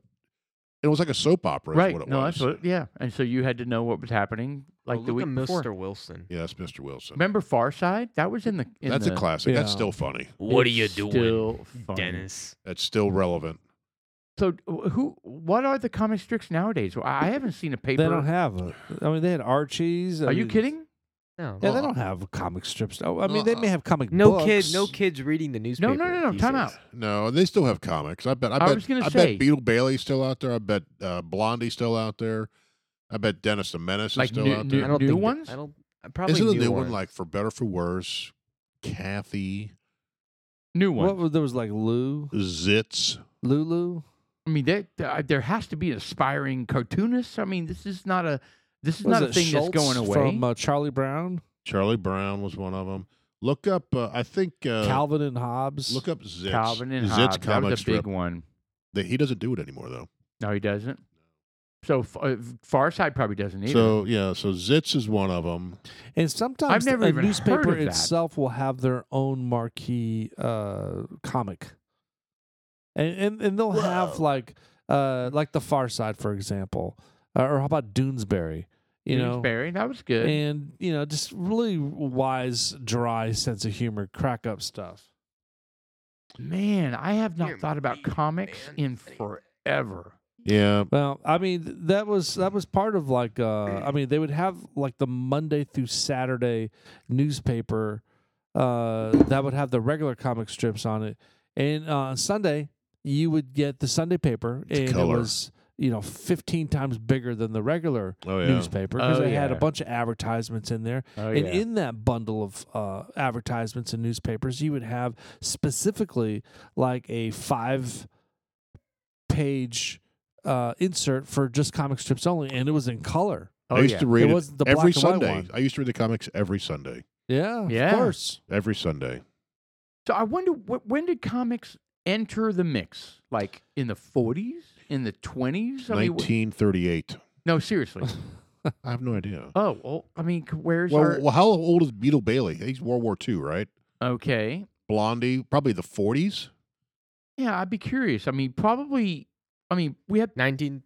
S2: It was like a soap opera. is
S3: Right.
S2: what it
S3: No,
S2: was.
S3: that's what, yeah. And so you had to know what was happening like
S5: oh,
S3: the
S5: look
S3: week
S5: at
S3: before.
S5: Mr. Wilson.
S2: Yeah, that's Mr. Wilson.
S3: Remember Far Side? That was in the. In
S2: that's
S3: the,
S2: a classic. That's
S1: Yeah.
S2: still funny.
S5: What are
S3: It's
S5: you doing,
S3: still funny.
S5: Dennis?
S2: That's still relevant.
S3: So wh- who? What are the comic strips nowadays? Well, I I haven't seen a paper.
S1: They don't have. A, I mean, they had Archie's. I
S3: are you
S1: mean,
S3: kidding?
S5: No.
S1: Yeah, they don't have comic strips. Oh, I mean, they may have comic
S5: no
S1: books.
S5: kid, no kids reading the newspaper.
S3: No, no, no, no.
S5: these
S3: Time
S5: days.
S3: out.
S2: No, they still have comics. I bet. I,
S3: I
S2: bet.
S3: was gonna
S2: I
S3: say-
S2: bet Beetle Bailey's still out there. I bet uh, Blondie's still out there. I bet Dennis the Menace is
S3: Like
S2: still
S3: new-
S2: out
S3: new-
S2: there.
S5: I don't
S3: New
S5: think that-
S3: ones?
S5: I don't. I Probably
S2: Isn't
S5: new
S2: a new
S5: ones.
S2: one like for better for worse? Kathy
S3: New one.
S1: What was there was like Lou,
S2: Zitz.
S1: Lulu.
S3: I mean, there there there has to be aspiring cartoonists. I mean, this is not a. This is
S1: What
S3: not
S1: is
S3: a
S1: it,
S3: thing
S1: Schultz
S3: that's going away.
S1: From uh, Charlie Brown,
S2: Charlie Brown was one of them. Look up. Uh, I think. Uh,
S1: Calvin and Hobbes.
S2: Look up Zitz.
S3: Calvin and
S2: Zitz
S3: Hobbes. That
S2: uh, comic
S3: was a
S2: strip.
S3: big one.
S2: That he doesn't do it anymore though.
S3: No, he doesn't. So F- uh, Far Side probably doesn't either.
S2: So yeah. So Zitz is one of them.
S1: and sometimes
S3: I've never
S1: a
S3: even heard
S1: newspaper
S3: of that.
S1: itself will have their own marquee uh, comic, and and, and they'll have
S2: Whoa.
S1: like uh, like the Far Side, for example, uh, or how about Doonesbury? You know,
S3: Barry, that was good.
S1: and you know just really wise dry sense of humor crack up stuff
S3: man, I have not
S5: You're
S3: thought about
S5: mean,
S3: comics in
S5: man.
S3: forever.
S2: Yeah.
S1: well i mean th- that was that was part of like uh i mean they would have like the monday through saturday newspaper uh that would have the regular comic strips on it and uh, on sunday you would get the sunday paper
S2: It's
S1: and
S2: color.
S1: it was you know 15 times bigger than the regular
S2: Oh yeah.
S1: newspaper because
S3: Oh,
S1: they had a
S3: yeah.
S1: bunch of advertisements in there
S3: Oh,
S1: and in that bundle of uh, advertisements and newspapers, you would have specifically like a five page uh, insert for just comic strips only, and it was in color.
S3: oh,
S2: I used to read
S1: it
S2: it,
S1: wasn't the black
S2: every
S1: and white
S2: Sunday.
S1: one.
S2: I used to read the comics every Sunday.
S1: Yeah,
S3: Yeah.
S1: of course.
S2: Every Sunday.
S3: So I wonder wh- when did comics enter the mix? Like in the 40s, in the 20s? I mean, wh-
S2: 1938.
S3: no, seriously.
S2: I have no idea.
S3: Oh, well, I mean, c- where's
S2: Well,
S3: our
S2: well, how old is Beetle Bailey? He's World War II, right?
S3: okay?
S2: Blondie, probably the 40s.
S3: Yeah, I'd be curious. I mean, probably. I mean, we had
S5: Nineteen.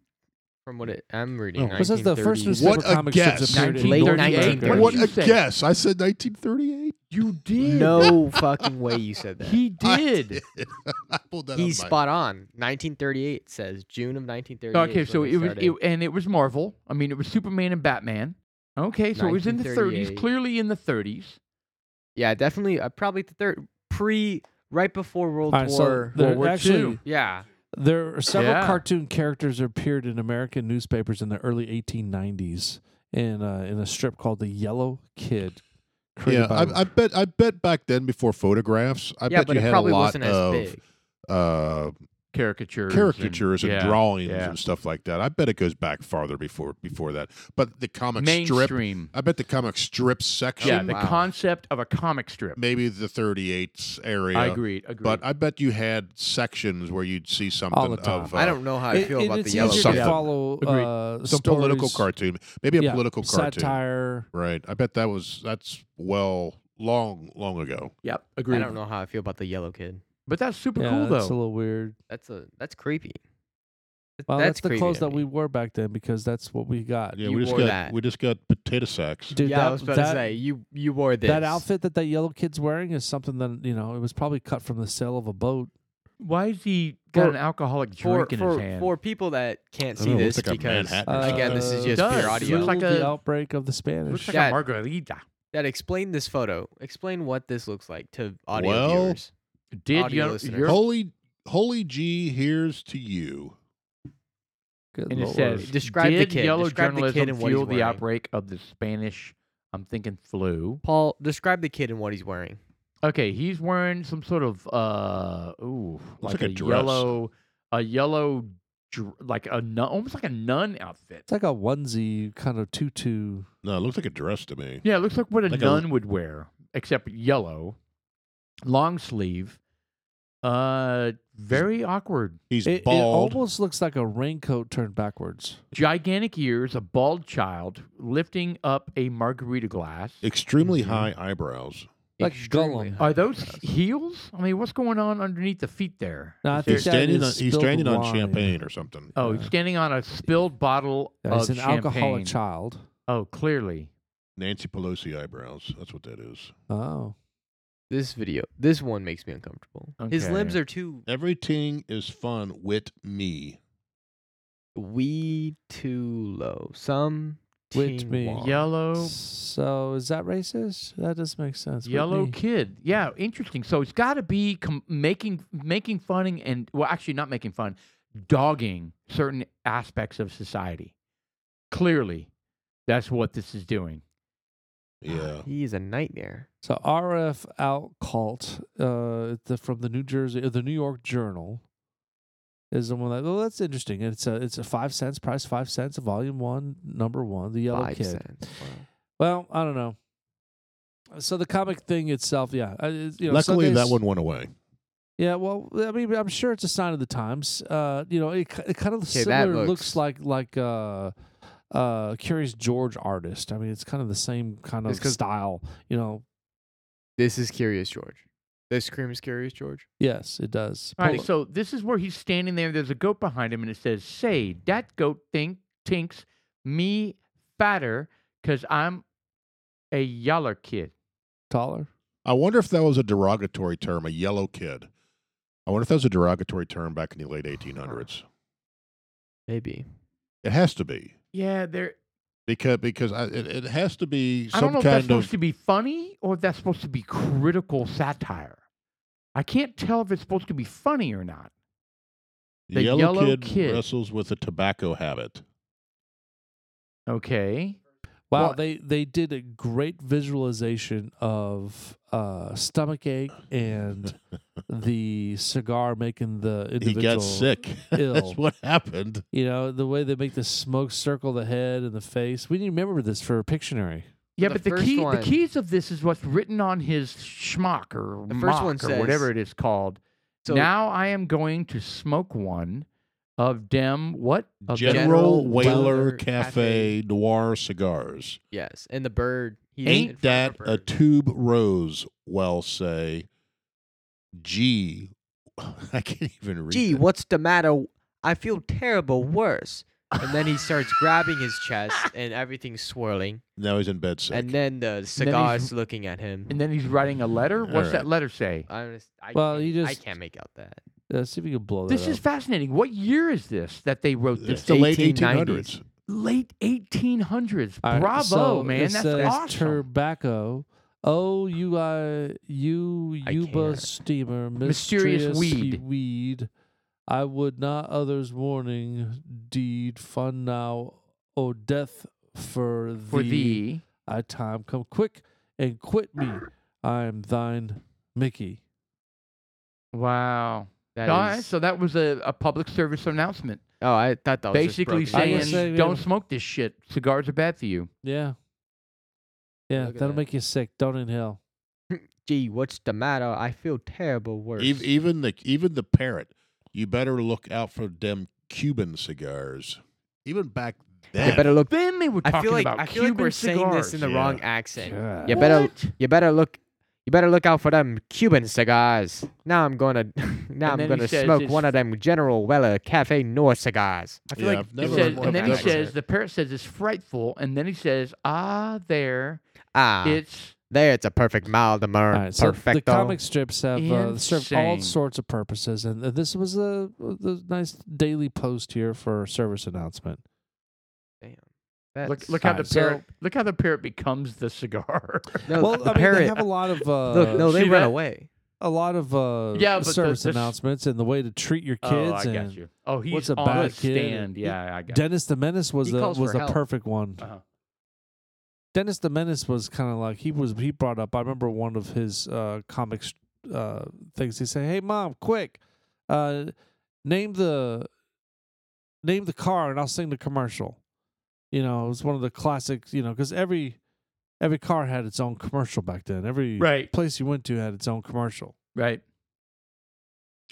S5: From what it, I'm reading.
S2: Oh.
S1: This is the first
S5: 1930s.
S1: newspaper
S2: What a
S1: comic
S2: guess.
S1: strips appeared in
S5: Late
S1: North
S5: 1938.
S1: America.
S2: What
S3: you
S2: a
S3: say?
S2: guess. I said 1938.
S3: you did.
S5: No fucking way you said that.
S3: he
S2: I
S3: did.
S2: did. I pulled that
S5: He's
S2: out of my-
S5: spot on. 1938 says June of 1938.
S3: Okay,
S5: is
S3: so
S5: when
S3: it was,
S5: started.
S3: it, and it was Marvel. I mean, it was Superman and Batman. Okay, so it was in the 30s,
S5: 1938.
S3: clearly in the 30s.
S5: yeah, definitely. Uh, probably the third pre, right before World
S1: All right, so
S5: War.
S1: there
S3: World War
S1: actually
S3: II.
S5: yeah,
S1: there are several
S3: Yeah.
S1: cartoon characters that appeared in American newspapers in the early 1890s in uh, in a strip called the Yellow Kid. created
S2: Yeah,
S1: by-
S2: I, I bet. I bet back then before photographs, I
S5: yeah,
S2: bet
S5: but
S2: you
S5: it
S2: had
S5: probably
S2: a lot
S5: wasn't as
S2: of
S5: big.
S2: uh,
S3: Caricatures.
S2: caricatures and,
S3: yeah,
S2: drawings
S3: yeah.
S2: and stuff like that. I bet it goes back farther before before that. But the comic strip, Uh,
S3: Mainstream.
S2: I bet the comic strip section,
S3: Yeah, the
S5: Wow.
S3: concept of a comic strip.
S2: maybe the 38s area.
S3: I agree. Agreed.
S2: But I bet you had sections where you'd see something
S1: All the time.
S2: of uh,
S5: I don't know how I
S1: It-
S5: feel
S1: it-
S5: about
S1: it's
S5: the yellow.
S1: easier
S5: Kid.
S1: to
S2: Yeah.
S1: follow
S3: Agreed.
S1: uh,
S2: some political
S1: stories.
S2: cartoon, maybe a
S1: Yeah,
S2: political cartoon,
S1: satire.
S2: right? I bet that was that's well long long ago.
S3: yep,
S5: I
S3: agreed.
S5: don't know how I feel about the yellow kid.
S3: But that's super
S1: yeah,
S3: cool,
S1: that's a
S3: though.
S1: little weird.
S5: That's a that's creepy. Th-
S1: Well, that's, the
S5: creepy
S1: clothes
S5: to
S1: that we
S5: me.
S1: wore back then because that's what we got.
S2: Yeah,
S5: Uh, You
S2: we just
S5: wore
S2: got
S5: that.
S2: we just got potato sacks.
S1: Dude,
S5: yeah,
S1: that,
S5: I was about
S1: that,
S5: to say you you wore this.
S1: that outfit that that yellow kid's wearing is something that you know it was probably cut from the sail of a boat.
S3: Why has he got
S5: For-
S3: an alcoholic
S5: for
S3: drink in his
S5: for,
S3: hand?
S5: for people that can't
S2: I
S5: see
S2: don't know, it looks
S5: this
S2: like a
S5: because
S2: Manhattan or
S1: Uh,
S5: again this is
S1: it
S5: just
S3: does.
S5: pure audio.
S1: fueled
S3: Looks like
S1: the
S3: a-
S1: outbreak of the
S3: Looks
S1: Spanish.
S3: like
S5: Yeah.
S3: a margarita.
S5: Dad, explain this photo. Explain what this looks like to audio
S2: Well,
S5: viewers.
S3: Did
S5: Audio
S3: you?
S5: listeners.
S3: you're-
S2: Holy holy G, here's to you.
S1: Good
S3: and it
S1: lord.
S3: says,
S5: Describe the
S3: did
S5: kid.
S3: yellow
S5: Describe the kid
S3: journalism
S5: and what he's
S3: fuel the
S5: wearing.
S3: outbreak of the Spanish? I'm thinking flu.
S5: Paul, describe the kid and what he's wearing.
S3: Okay, he's wearing some sort of uh ooh,
S2: Looks
S3: like,
S2: like a
S3: a,
S2: dress.
S3: yellow a yellow dr- like a nun, almost like a nun outfit.
S1: It's like a onesie kind of tutu.
S2: No, it looks like a dress to me.
S3: Yeah, it looks like what a
S2: Like a-
S3: nun would wear, except yellow, long sleeve. Uh, very awkward.
S2: He's
S1: It, it
S2: bald.
S1: almost looks like a raincoat turned backwards.
S3: Gigantic ears, a bald child lifting up a margarita glass.
S2: extremely
S1: Mm-hmm.
S5: Mhm.
S2: high eyebrows.
S1: Like
S5: Extremely
S1: Gollum.
S5: high
S3: Are those
S5: class.
S3: heels? I mean, what's going on underneath the feet there?
S1: No, I
S3: Is
S1: think
S2: He's
S1: that
S3: there-
S2: standing.
S1: is
S2: On, he's
S1: spilled
S2: standing on
S1: wine.
S2: champagne or something.
S3: oh, he's
S1: yeah.
S3: standing on a spilled bottle
S1: Yeah, he's
S3: of
S1: an
S3: champagne.
S1: alcoholic child.
S3: Oh, clearly.
S2: Nancy Pelosi eyebrows. That's what that is.
S1: Oh,
S5: This video, this one makes me uncomfortable. His limbs
S3: Okay.
S5: are too
S2: Everything is fun with me.
S5: wee too low. Some
S1: Wit
S5: ting
S1: me.
S5: wong.
S3: Yellow,
S1: so is that racist? That doesn't make sense. Whitney.
S3: yellow kid. Yeah, interesting. So it's got to be com- making making fun and well, actually not making fun, dogging certain aspects of society. Clearly, that's what this is doing.
S5: Ah,
S2: Yeah.
S5: He is a nightmare.
S1: So RF Alcalt, uh, the, from the New Jersey, uh, the New York Journal, is the one that. Oh, that's interesting. It's a it's a five cents price, five cents, volume one, number one, the yellow
S5: Five
S1: kid.
S5: cents. Wow.
S1: Well, I don't know. So the comic thing itself, yeah, uh, it- you know,
S2: Luckily, that
S1: Sundays-
S2: one went away.
S1: Yeah, well, I mean, I'm sure it's a sign of the times. Uh, you know, it, ki- it kind of
S5: Okay, that
S1: similar looks...
S5: looks-
S1: like like uh, uh, Curious George artist. I mean, it's kind of the same kind of
S5: It's 'cause-
S1: style. You know,
S5: This is Curious George. This scream is Curious George.
S1: yes, it does.
S3: All right,
S1: Pull it.
S3: so this is where he's standing there. There's a goat behind him, and it says, "Say that goat think tinks me fatter because I'm a yeller kid."
S1: taller.
S2: I wonder if that was a derogatory term, a yellow kid. I wonder if that was a derogatory term back in the late 1800s.
S5: Maybe.
S2: It has to be
S3: Yeah, there.
S2: because because I, it, it has to be
S3: I don't know
S2: some
S3: if that's
S2: kind
S3: supposed
S2: of
S3: to be funny or if that's supposed to be critical satire. I can't tell if it's supposed to be funny or not. the
S2: yellow,
S3: yellow
S2: kid,
S3: kid.
S2: wrestles with a tobacco habit.
S3: Okay.
S1: Wow,
S3: Well-
S1: they they did a great visualization of uh, stomach ache and the cigar making the
S2: he
S1: individual.
S2: got sick.
S1: ill.
S2: That's what happened.
S1: You know, the way they make the smoke circle the head and the face. We need to remember this for Pictionary.
S3: Yeah,
S5: The
S3: but the
S5: first
S3: key
S5: one-
S3: the keys of this is what's written on his schmuck or
S5: The
S3: mock
S5: first one
S3: or whatever
S5: says-
S3: it is called.
S5: So
S3: now I am going to smoke one of dem what of
S2: General,
S3: dem-
S5: General
S2: Whaler
S5: Whaler
S2: Cafe, Noir cigars.
S5: yes, and the bird. He
S2: Ain't that a tube rose? Well, say, gee, I can't even read.
S5: Gee,
S2: that.
S5: what's the matter? I feel terrible. Worse. And then he starts grabbing his chest, and everything's swirling.
S2: Now he's in bed sick.
S5: And then the cigar's
S3: he's-
S5: looking at him.
S3: and then he's writing a letter. What's
S2: Alright.
S3: that letter say?
S5: I, don't- I
S1: Well,
S5: can't,
S1: you
S5: I
S1: just-
S5: can't make out that.
S1: Uh, see if we can blow
S3: This
S1: that
S3: is
S1: up.
S3: fascinating. What year is this that they wrote
S2: it's
S3: this?
S2: the late
S5: 1890s.
S2: 1800s.
S3: late 1800s.
S1: All right,
S3: Bravo,
S1: so
S3: man.
S1: it
S3: That's
S1: says
S3: awesome.
S1: Tobacco. Oh, you, uh, you,
S5: I
S1: Yuba
S5: can't.
S1: steamer,
S3: Mysterious
S1: mysterious
S3: weed.
S1: weed. I would not others' warning deed fun now, or death for,
S3: For thee.
S1: I time come quick and quit me. I am thine, Mickey.
S3: Wow.
S5: That
S3: All right,
S5: is-
S3: so that was a, a public service announcement.
S5: oh, I thought that was just
S3: Basically
S5: broken
S1: I
S5: uh,
S3: saying,
S1: was
S5: down.
S1: saying-
S3: don't smoke this shit. Cigars are bad for you.
S1: Yeah, yeah,
S5: Look at
S1: that'll
S5: that.
S1: make you sick. Don't inhale.
S5: Gee, what's the matter? I feel terrible. Worse.
S2: Ev- even the even the parrot. You better look out for them Cuban cigars. Even back then,
S5: you better look.
S3: Then they were talking
S5: I feel like
S3: about
S5: I feel
S3: Cuban
S5: like we're saying
S3: cigars.
S5: this in the
S2: yeah.
S5: wrong accent.
S1: God.
S5: You better
S3: What?
S5: you better look you better look out for them Cuban cigars. Now I'm gonna
S3: And
S5: now I'm
S3: then he
S5: gonna
S3: says
S5: smoke
S3: it's-
S5: one of them General Weller Cafe Noir cigars. I feel
S2: Yeah,
S5: like
S2: I've
S5: it
S2: never
S5: was
S3: Says-
S5: more
S2: I've
S3: and then he
S5: of an
S2: never-
S3: says,
S5: accent.
S3: the parrot says it's frightful. And then he says, ah, there,
S5: ah,
S3: it's
S5: there it's a perfect mild demur.
S1: All right, so the
S5: perfecto.
S1: comic strips have uh, served all
S3: Insane.
S1: sorts of purposes, and uh, this was a, uh, the nice daily post here for service announcement.
S5: That's-
S3: look, look how the
S1: Alright,
S3: parrot look how the parrot becomes the cigar.
S5: no,
S1: well,
S5: Oh, the
S1: I mean, they
S5: parrot.
S1: have a lot of uh,
S5: look, no, they
S3: See
S5: run
S3: that?
S5: away.
S1: a lot of uh,
S3: Yeah, but the-
S1: service
S3: this-
S1: announcements and the way to treat your kids.
S3: oh, I
S1: and
S3: got you. Oh, he's
S1: what's a
S3: on
S1: bad
S3: a
S1: kid?
S3: stand. Yeah, I got you.
S1: Dennis the Menace was
S5: He
S1: the
S5: calls
S1: was
S5: for
S1: the
S5: help.
S1: perfect one.
S3: Uh-huh.
S1: Dennis the Menace was kind of like he was he brought up. I remember one of his uh, comics uh, things. He said, "Hey mom, quick, uh, name the name the car and I'll sing the commercial. You know, it was one of the classic, you know, because every every car had its own commercial back then. Every
S3: Right.
S1: place you went to had its own commercial.
S3: Right.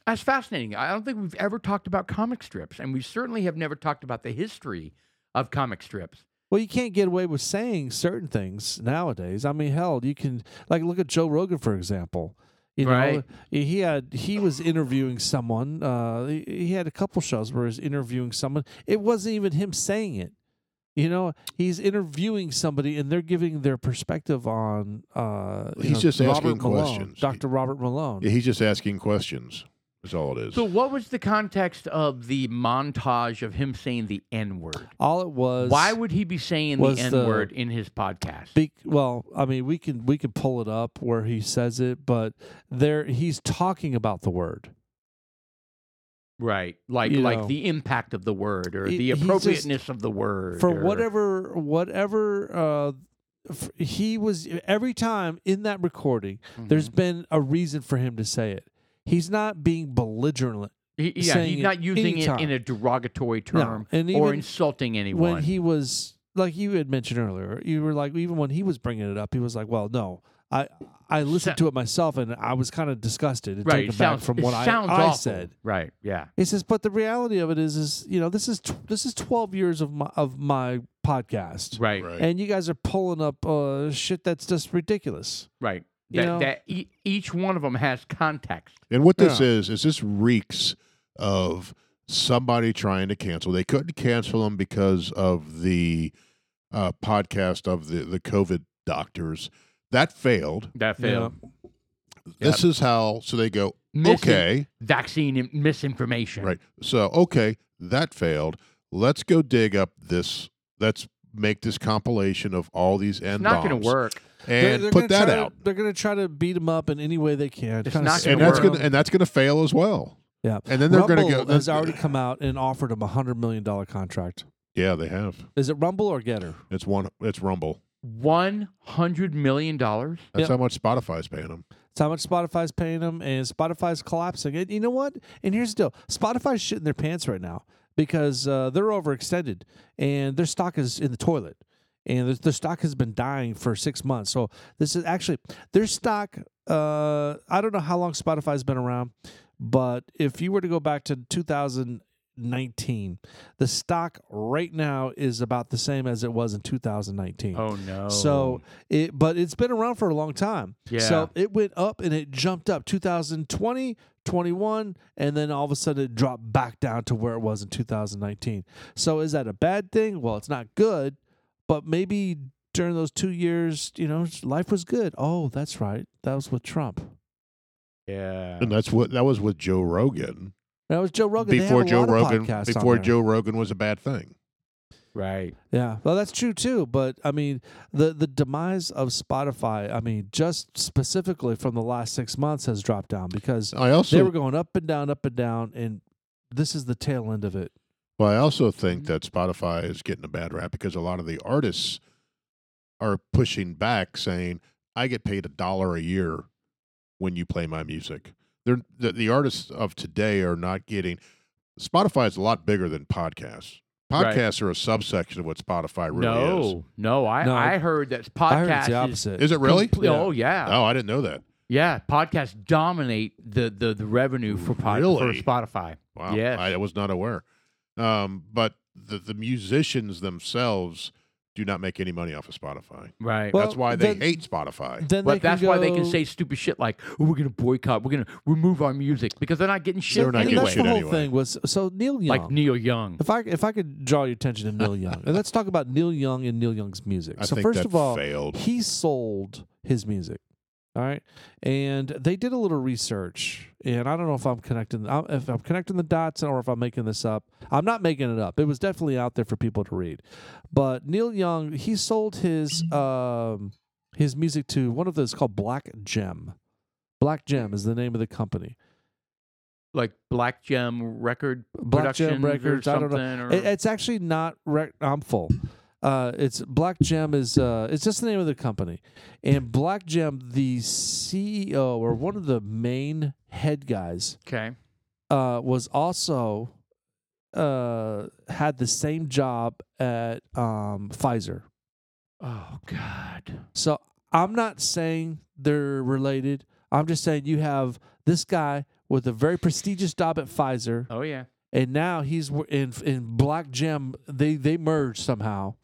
S3: That's fascinating. I don't think we've ever talked about comic strips, and we certainly have never talked about the history of comic strips.
S1: Well, you can't get away with saying certain things nowadays. I mean, hell, you can like look at Joe Rogan for example. You know,
S3: Right.
S1: he had he was interviewing someone. Uh, he, he had a couple shows where he's interviewing someone. It wasn't even him saying it. You know, he's interviewing somebody and they're giving their perspective on. Uh, you
S2: He's
S1: know,
S2: just
S1: Robert
S2: asking
S1: Malone,
S2: questions.
S1: Dr. Robert Malone.
S2: Yeah, he's just asking questions. That's all it is.
S3: So, what was the context of the montage of him saying the N word?
S1: All it was.
S3: Why would he be saying the
S1: was the-
S3: N word in his podcast?
S1: Be, well, I mean, we can we can pull it up where he says it, but there he's talking about the word.
S3: right, like
S1: You
S3: like
S1: know.
S3: the impact of the word or
S1: He-
S3: the
S1: he's just-
S3: appropriateness of the word
S1: for
S3: or-
S1: whatever whatever uh f- he was every time in that recording
S3: Mm-hmm.
S1: there's been a reason for him to say it he's not being belligerent
S3: He- yeah,
S1: saying
S3: he's
S1: it
S3: not using it in
S1: anytime.
S3: a derogatory term
S1: and
S3: or
S1: even
S3: insulting anyone.
S1: when he was like you had mentioned earlier you were like even when he was bringing it up he was like well no i i listened
S3: Sa-
S1: to it myself and i was kind of disgusted and
S3: right,
S1: taken
S3: it sounds
S1: back from
S3: it
S1: what i,
S3: sounds
S1: I
S3: awful.
S1: said
S3: Right, yeah,
S1: He says, but the reality of it is, is you know, this is tw- this is twelve years of my of my podcast,
S3: right,
S2: right.
S1: and you guys are pulling up uh, shit that's just ridiculous.
S3: Right.
S1: You
S3: That,
S1: know?
S3: that e- each one of them has context.
S2: And what this is is this reeks of somebody trying to cancel. They couldn't cancel him because of the uh, podcast of the the COVID doctors that failed.
S3: That failed.
S2: This is how. So they go
S3: Missing
S2: okay,
S3: Vaccine im- misinformation.
S2: right? So okay, that failed. Let's go dig up this. Let's make this compilation of all these
S3: It's
S2: end
S3: not going
S2: bombs
S3: to work.
S1: They're-
S2: and
S1: they're gonna
S2: put that
S1: try
S2: out.
S1: To, they're going to try to beat him up in any way they can.
S3: It's
S1: kinda
S3: not
S1: screw
S2: and that's
S1: him.
S3: work.
S2: gonna and that's gonna fail as well.
S1: yeah.
S2: And then they're
S1: Rumble
S2: gonna go.
S1: has already come out and offered him a hundred million dollar contract.
S2: Yeah, they have.
S1: Is it Rumble or Getter?
S2: It's one. It's Rumble.
S3: $100 million.
S2: That's
S1: Yep.
S2: how much Spotify's paying them.
S1: It's how much Spotify's paying them, and Spotify's collapsing. And you know what? And here's the deal: Spotify's shitting their pants right now because uh, they're overextended, and their stock is in the toilet, and their, their stock has been dying for six months. So this is actually their stock. Uh, I don't know how long Spotify's been around, but if you were to go back to 2019, the stock right now is about the same as it was in 2019.
S3: Oh, no.
S1: So it, but it's been around for a long time.
S3: Yeah.
S1: So it went up and it jumped up 2020, 21, and then all of a sudden it dropped back down to where it was in 2019. So is that a bad thing? Well, it's not good, but maybe during those two years, you know, life was good. Oh, that's right. That was with Trump.
S3: yeah.
S2: And that's what that was with Joe Rogan
S1: That was Joe Rogan. They have
S2: before
S1: a
S2: Joe
S1: lot of
S2: Rogan
S1: podcasts on
S2: before
S1: there.
S2: Joe Rogan was a bad thing.
S3: Right.
S1: Yeah, well, that's true too. But I mean, the the demise of Spotify. I mean, just specifically from the last six months has dropped down because
S2: I
S1: they
S2: also
S1: were going up and down, up and down, and this is the tail end of it.
S2: well, I also think
S3: Mm-hmm.
S2: that Spotify is getting a bad rap because a lot of the artists are pushing back saying I get paid a dollar a year when you play my music. They're the, the artists of today are not getting Spotify is a lot bigger than podcasts.
S3: Right.
S2: Podcasts are a subsection of what Spotify really is.
S3: no, no I,
S1: No,
S3: I heard that
S1: I heard it's
S3: podcasts.
S1: the opposite.
S2: Is it really?
S3: Is, Oh, yeah.
S2: Oh, I didn't know that.
S3: Yeah. Podcasts dominate the, the, the revenue for, pod,
S2: Really?
S3: for Spotify.
S2: Wow.
S3: Yes.
S2: I, I was not aware. Um, but the, the musicians themselves do not make any money off of Spotify.
S3: Right.
S1: Well,
S2: That's why they
S1: then-
S2: hate Spotify.
S1: then
S3: but
S1: they
S3: that's why they can
S1: go-
S3: say stupid shit like, "Oh, we're going to boycott. We're going to remove our music because they're not getting shit
S2: They're not
S1: And
S2: getting
S3: anyway.
S1: that's the
S2: shit
S1: whole
S2: anyway.
S1: thing was so Neil Young.
S3: like Neil Young.
S1: if I if I could draw your attention to Neil Young, and let's talk about Neil Young and Neil Young's music.
S2: I
S1: so
S2: think
S1: first
S2: that
S1: of all,
S2: failed.
S1: he sold his music. All right, and they did a little research, and I don't know if I'm connecting I'm- if I'm connecting the dots or if I'm making this up. I'm not making it up. It was definitely out there for people to read. But Neil Young, he sold his um his music to one of those called Black Gem. Black Gem is the name of the company.
S3: like Black Gem Record
S1: Black Gem
S3: Productions
S1: Records,
S3: or
S1: I don't
S3: something.
S1: know.
S3: Or,
S1: It, it's actually not rec- I'm full. Uh, it's Black Gem is uh, it's just the name of the company, and Black Gem, the CEO or one of the main head guys,
S3: okay.
S1: uh, was also uh, had the same job at um, Pfizer.
S3: Oh God.
S1: So I'm not saying they're related. I'm just saying you have this guy with a very prestigious job at Pfizer,
S3: Oh yeah.
S1: and now he's w- in in Black Gem. They they merged somehow,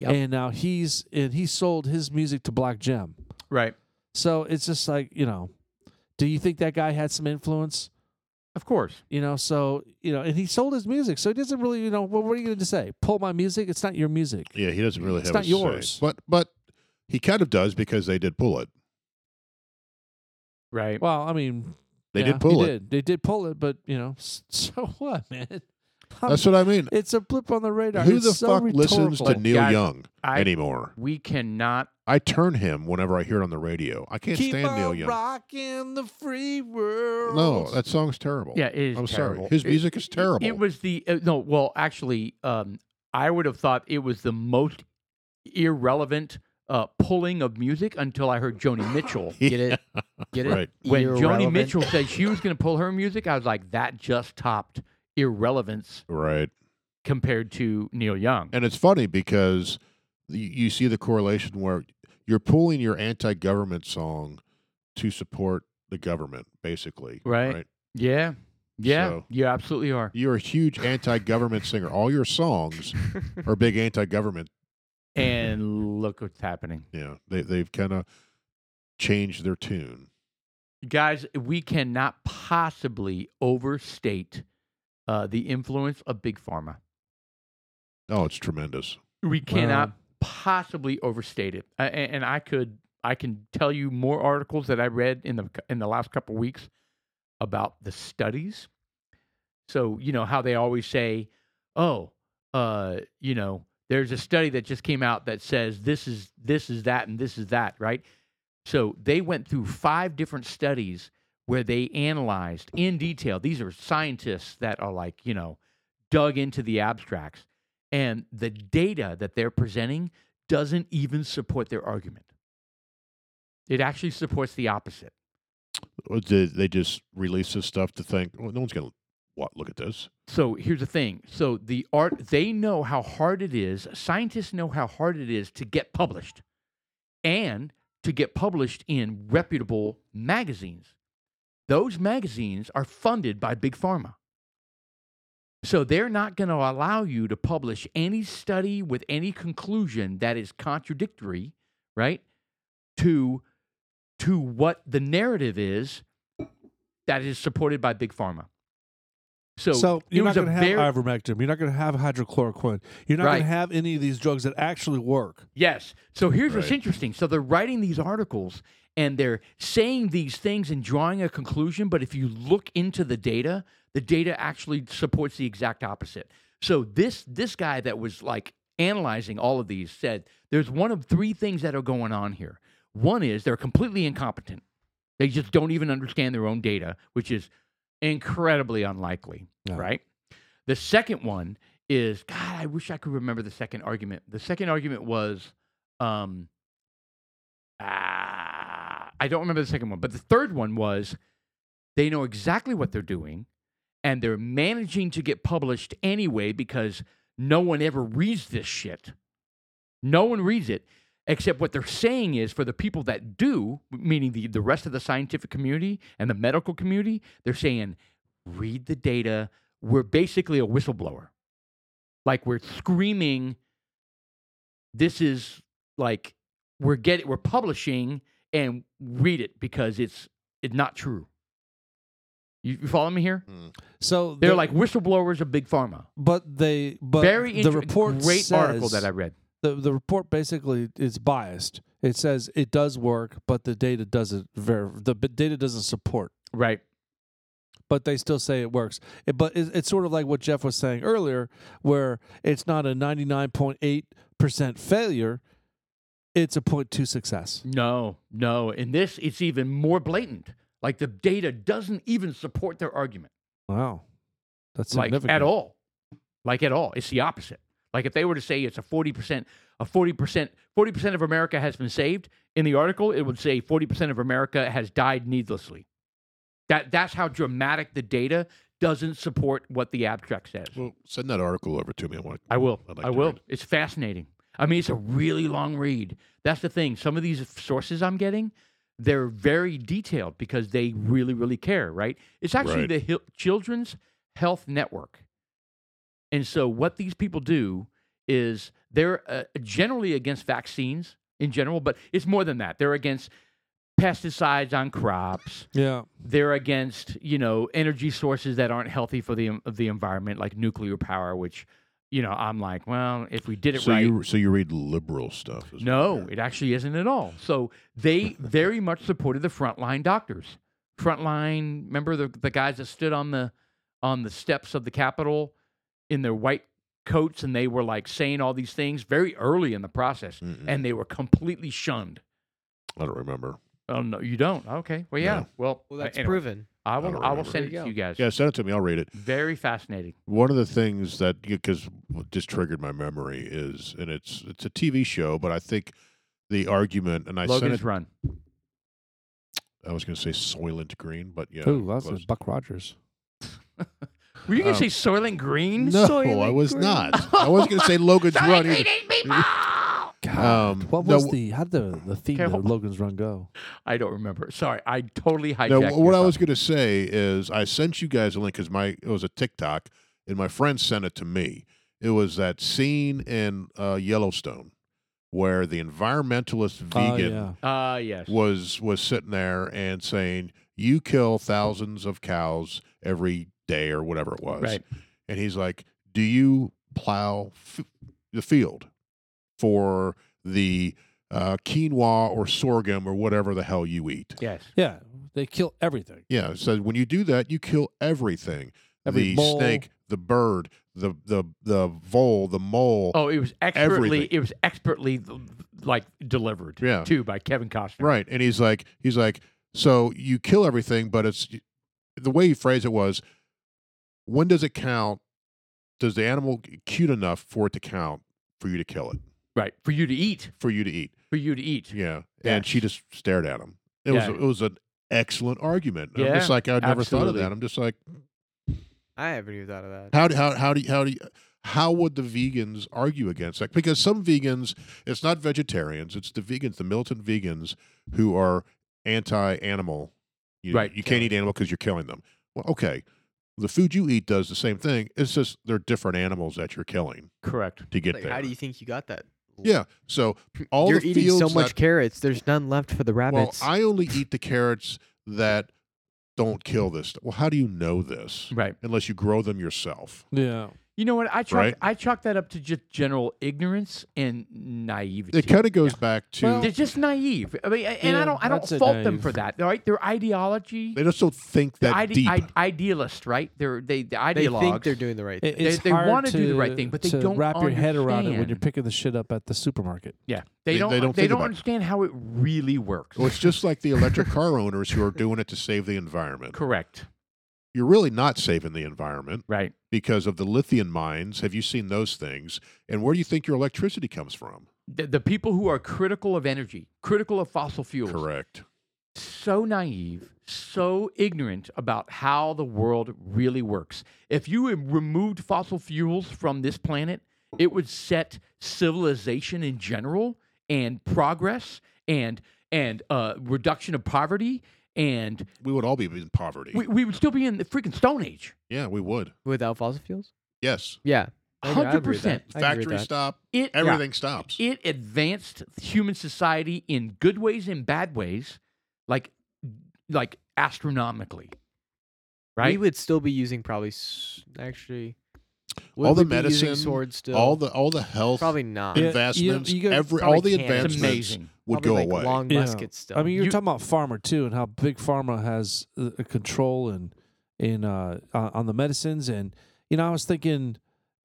S3: Yep.
S1: and now he's and he sold his music to Black Gem.
S3: Right.
S1: So it's just like you know, do you think that guy had some influence?
S3: Of course.
S1: You know, so you know, and he sold his music, so he doesn't really, you know, what, what are you going to say? Pull my music? It's not your music.
S2: Yeah, he doesn't really
S1: It's
S2: have
S1: not
S2: a say.
S1: yours.
S2: But but he kind of does because they did pull it.
S3: Right.
S1: Well, I mean,
S2: They
S1: yeah,
S2: did pull
S1: he
S2: it.
S1: Did. They did pull it, but you know, s- so what, man? I'm-
S2: That's what I mean.
S1: it's a blip on the radar.
S2: Who
S1: It's
S2: the
S1: so
S2: fuck listens to
S1: rhetorical.
S2: Neil
S3: Guys,
S2: Young
S3: I
S2: anymore?
S3: we cannot
S2: I turn him whenever I hear it on the radio. I can't
S1: Keep
S2: stand Neil
S1: on
S2: Young.
S1: rocking the free world.
S2: No, that song's terrible.
S3: Yeah, it is
S2: I'm
S3: terrible.
S2: sorry. His
S3: It-
S2: music is
S3: it-
S2: terrible.
S3: It, was the uh, no. Well, actually, um, I would have thought it was the most irrelevant uh, pulling of music until I heard Joni Mitchell.
S4: Get it? Get it?
S2: Right.
S3: when Joni
S4: Irrelevant.
S3: Mitchell said she was going to pull her music, I was like, that just topped irrelevance
S2: Right.
S3: compared to Neil Young.
S2: And it's funny because you, you see the correlation where you're pulling your anti government song to support the government, basically.
S3: Right. yeah, yeah,
S2: So-
S3: you absolutely are.
S2: You're a huge anti government singer. All your songs are big anti government.
S3: And look what's happening.
S2: You know, they, they've kind of changed their tune.
S3: guys, we cannot possibly overstate uh, the influence of big pharma.
S2: Oh, it's tremendous.
S3: We cannot possibly overstate it. A- a- and I could, I can tell you more articles that I read in the c- in the last couple of weeks about the studies. So you know how they always say, "Oh, uh, you know, there's a study that just came out that says this is this is that and this is that," right? So they went through five different studies where they analyzed in detail. These are scientists that are like, you know, dug into the abstracts. And the data that they're presenting doesn't even support their argument. It actually supports the opposite.
S2: Or Did they just release this stuff to think, well, no one's going to what look at this?
S3: So here's the thing. So the art they know how hard it is. Scientists know how hard it is to get published and to get published in reputable magazines. Those magazines are funded by big pharma. So they're not going to allow you to publish any study with any conclusion that is contradictory, right? To to what the narrative is that is supported by big pharma. So,
S1: So
S3: it
S1: you're not
S3: was a
S1: going to have
S3: very,
S1: ivermectin. You're not going to have hydrochloroquine. You're not
S3: Right.
S1: going to have any of these drugs that actually work.
S3: Yes. So here's what's
S2: Right.
S3: interesting. So they're writing these articles and they're saying these things and drawing a conclusion, but if you look into the data, the data actually supports the exact opposite. So this this guy that was like analyzing all of these said there's one of three things that are going on here. One is they're completely incompetent. They just don't even understand their own data, which is incredibly unlikely,
S1: Yeah.
S3: right? The second one is God. I wish I could remember the second argument. The second argument was, um, ah, I don't remember the second one, but the third one was they know exactly what they're doing, and they're managing to get published anyway because no one ever reads this shit. No one reads it. Except what they're saying is for the people that do, meaning the, the rest of the scientific community and the medical community, they're saying, read the data. We're basically a whistleblower. Like we're screaming, this is like we're getting we're publishing and read it because it's it's not true. You, you follow me here?
S1: Mm-hmm. So
S3: They're like whistleblowers of big pharma.
S1: but they, but
S3: Very
S1: the
S3: interesting.
S1: report
S3: great article
S1: says-
S3: that I read.
S1: the the report basically is biased. It says it does work, but the data doesn't ver- the b- data doesn't support.
S3: Right.
S1: But they still say it works. It, but it, it's sort of like what Jeff was saying earlier, where it's not a ninety nine point eight percent failure; it's a point two success.
S3: No, no. In this, it's even more blatant. Like the data doesn't even support their argument,
S1: Wow, that's
S3: like
S1: significant
S3: at all. Like at all, it's the opposite. Like if they were to say it's a forty percent, a forty percent, forty percent of America has been saved. In the article, it would say forty percent of America has died needlessly. That that's how dramatic the data doesn't support what the abstract says.
S2: Well, send that article over to me. I want.
S3: I will.
S2: I'd like
S3: I
S2: to
S3: will.
S2: read it.
S3: It's fascinating. I mean, it's a really long read. That's the thing. Some of these f- sources I'm getting, they're very detailed because they really, really care, right? It's actually
S2: Right.
S3: the Hil- Children's Health Network. And so, what these people do is they're uh, generally against vaccines in general, but it's more than that. They're against pesticides on crops,
S1: Yeah.
S3: they're against you know energy sources that aren't healthy for the of the environment like nuclear power which you know i'm like well if we did it
S2: so
S3: right
S2: you so you read liberal stuff? is what
S3: no
S2: you're-
S3: it actually isn't at all so they very much supported the frontline doctors frontline remember the, the guys that stood on the on the steps of the capitol in their white coats and they were like saying all these things very early in the process
S2: Mm-mm.
S3: and they were completely shunned
S2: I don't remember.
S3: oh no you don't okay well yeah
S2: No.
S3: well,
S5: Well, that's
S3: anyway,
S5: proven.
S3: i
S2: don't
S3: will i, will
S2: remember.
S3: send
S5: There
S3: it
S5: you
S3: to
S5: go.
S3: you guys
S2: Yeah, send it to me. I'll read it.
S3: Very fascinating.
S2: One of the things that because just triggered my memory is, and it's it's a TV show, but I think the argument, and I sent
S3: Logan's
S2: it.
S3: Run.
S2: I was going to say Soylent Green, but yeah.
S1: Ooh, that's
S2: close.
S1: Buck Rogers.
S3: Were you gonna
S2: Um,
S3: say Soylent Green?
S2: no, I was not. I was going to say Logan's
S3: Soylent
S2: Run.
S3: Green
S2: Either.
S3: ain't people. I
S1: God,
S2: Um,
S1: what
S2: no,
S1: was
S2: wh-
S1: the how the the theme
S3: Okay,
S1: of
S3: hold on.
S1: Logan's Run go?
S3: don't remember. Sorry, I totally hijacked.
S2: No,
S3: your
S2: what I
S3: thought.
S2: was going to say is I sent you guys a link because my it was a TikTok and my friend sent it to me. It was that scene in uh, Yellowstone where the environmentalist
S1: Oh,
S2: vegan
S1: yeah.
S3: Ah, yes.
S2: was was sitting there and saying, "You kill thousands of cows every day or whatever it was,"
S3: Right.
S2: and he's like, "Do you plow f- the field for the uh, quinoa or sorghum or whatever the hell you eat?"
S3: Yes.
S1: Yeah, they kill everything.
S2: Yeah, so when you do that, you kill everything.
S1: Every
S2: the
S1: mole.
S2: snake, the bird, the the the vole, the mole.
S3: Oh, it was expertly.
S2: Everything.
S3: It was expertly like delivered.
S2: Yeah.
S3: Too by Kevin Costner.
S2: Right. And he's like he's like so you kill everything, but it's the way he phrased it was when does it count? Does the animal get cute enough for it to count for you to kill it?
S3: Right. For you to eat.
S2: For you to eat.
S3: For you to eat.
S2: Yeah. And she
S3: Yes.
S2: just stared at him. It
S3: Yeah.
S2: was it was an excellent argument. I'm
S3: Yeah,
S2: just like I'd never thought
S3: absolutely.
S2: of that. I'm just like
S5: I haven't even thought of that.
S2: How do, how how do you- how do you, how would the vegans argue against that? Because some vegans, it's not vegetarians, it's the vegans, the militant vegans who are anti-animal. You,
S3: Right.
S2: You can't eat animal because you're killing them. Well, okay. The food you eat does the same thing. It's just they're different animals that you're killing
S3: Correct.
S2: to get
S5: Like,
S2: there.
S5: how do you think you got that?
S2: yeah. So all
S5: You're
S2: the
S5: eating so
S2: fields
S5: much
S2: that-
S5: carrots. There's none left for the
S2: well,
S5: rabbits.
S2: I only eat the carrots that don't kill this. Well, how do you know this
S3: Right.
S2: unless you grow them yourself?
S1: Yeah,
S3: You know what? I chalk
S2: Right.
S3: I chalk that up to just general ignorance and naivety.
S2: It kind of goes back to
S1: Well,
S3: They're just naive. I mean, and I
S1: Yeah,
S3: don't I don't
S1: I'd say
S3: fault them
S1: naive.
S3: for that. Right? Their ideology.
S2: They just don't think that
S3: ide-
S2: deep.
S3: ide- idealist, right? They're they the
S5: they
S3: ideologues.
S5: think they're doing the right thing.
S1: It- it's
S3: they
S1: hard
S3: wanna
S1: to
S3: do the right thing, but they
S1: to
S3: don't
S1: wrap your head around it when you're
S3: understand.
S1: picking the shit up at the supermarket.
S3: yeah. They,
S2: They-
S3: don't
S2: they
S3: they
S2: don't
S3: don't,
S2: think about it.
S3: understand how it really works.
S2: well, it's just like the electric car owners who are doing it to save the environment.
S3: Correct.
S2: You're really not saving the environment
S3: Right.
S2: because of the lithium mines. Have you seen those things? And where do you think your electricity comes from?
S3: The, the people who are critical of energy, critical of fossil fuels,
S2: Correct.
S3: so naive, so ignorant about how the world really works. If you had removed fossil fuels from this planet, it would set civilization in general and progress and and uh, reduction of poverty and
S2: We would all be in poverty.
S3: we, we would still be in the freaking Stone Age.
S2: yeah, we would.
S5: Without fossil fuels?
S2: Yes.
S5: Yeah. I agree- I
S3: Hundred
S5: agree with that.
S3: percent.
S5: I agree with
S2: Factory
S5: that.
S2: stop.
S3: It
S2: Everything stops.
S3: it advanced human society in good ways and bad ways, like like astronomically.
S5: We
S3: Right?
S5: would still be using probably s- actually. would
S2: All the
S5: we be using
S2: medicine,
S5: swords still.
S2: all the all the health
S5: probably not.
S1: Yeah, you-
S2: investments,
S1: you go-
S2: every
S5: probably
S2: all the
S5: can't. It's
S3: it's
S2: advancements
S3: amazing.
S2: would
S5: Probably,
S2: go
S5: like,
S2: away.
S5: Long
S1: Yeah.
S5: musket still.
S1: I mean, you're
S3: You-
S1: talking about pharma too, and how big pharma has uh, uh, control and in uh, on on the medicines. And you know, I was thinking,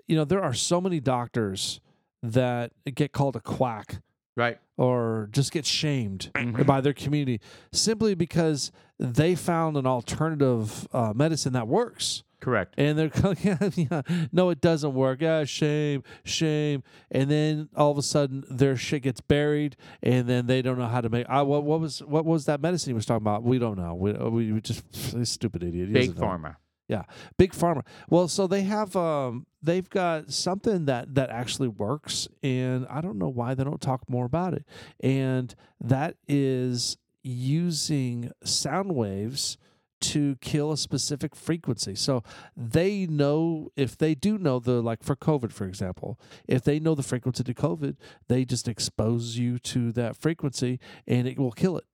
S1: you know, there are so many doctors that get called a quack
S3: Right.
S1: or just get shamed by their community simply because they found an alternative uh, medicine that works.
S3: Correct.
S1: And they're going, yeah, yeah, no, it doesn't work. Ah, shame, shame. And then all of a sudden, their shit gets buried, and then they don't know how to make. I, what, uh, what was what was that medicine he was talking about? We don't know. We we, we just this stupid idiot. He
S3: Big
S1: doesn't know.
S3: pharma.
S1: Yeah. Big Pharma. Well, so they have um they've got something that that actually works and I don't know why they don't talk more about it. And that is using sound waves to kill a specific frequency. So they know if they do know the like for COVID for example, if they know the frequency to COVID, they just expose you to that frequency and it will kill it.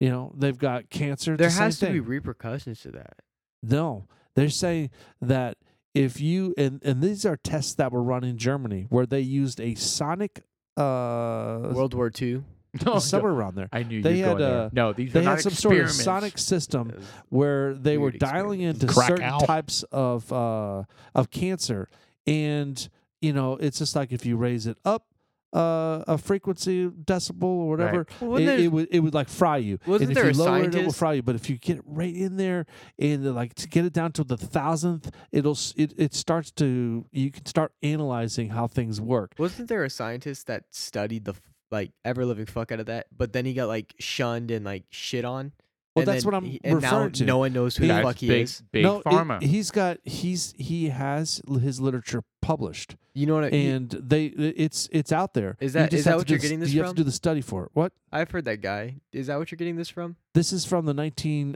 S1: You know, they've got cancer.
S5: There
S1: the same
S5: has to
S1: thing.
S5: be repercussions to that.
S1: No, they're saying that if you and and these are tests that were run in Germany where they used a sonic uh
S5: World War II.
S3: Oh, No,
S1: somewhere around there.
S3: I knew
S1: they
S3: you were
S1: had,
S3: going there.
S1: uh,
S3: No, these
S1: They
S3: are
S1: had
S3: not
S1: some sort of
S3: experiments.
S1: sonic system
S5: It was-
S1: where they were
S5: Weird
S1: dialing
S5: experiments.
S1: into
S2: Crack
S1: certain
S2: out.
S1: types of uh, of cancer, and you know it's just like if you raise it up uh, a frequency decibel or whatever,
S5: Well,
S1: it,
S5: wasn't
S1: it
S5: there-
S1: would it would like fry you. and
S5: Wasn't
S1: if
S5: there
S1: you
S5: a
S1: lower it, it will
S5: scientist-
S1: fry you. But if you get it right in there and uh, like to get it down to the thousandth, it'll s- it it starts to you can start analyzing how things work.
S5: Wasn't there a scientist that studied the f- like ever living fuck out of that, but then he got like shunned and like shit on?
S1: Well,
S5: and
S1: that's
S5: then
S1: what I'm
S5: he- and now
S1: referring to.
S5: No one knows who the
S1: That's
S5: fuck he
S3: big,
S5: is.
S3: big
S1: no, it-
S3: pharma.
S1: he's got he's he has his literature published.
S5: Uh, You know what? I, mean?
S1: and they it's it's out there.
S5: Is
S1: You
S5: that-
S1: just
S5: is that
S1: have to
S5: what
S1: do
S5: you're
S1: the
S5: getting
S1: st-
S5: this
S1: You have
S5: from?
S1: to do the study for it. What
S5: I've heard that guy. Is that what you're getting this from?
S1: this is from the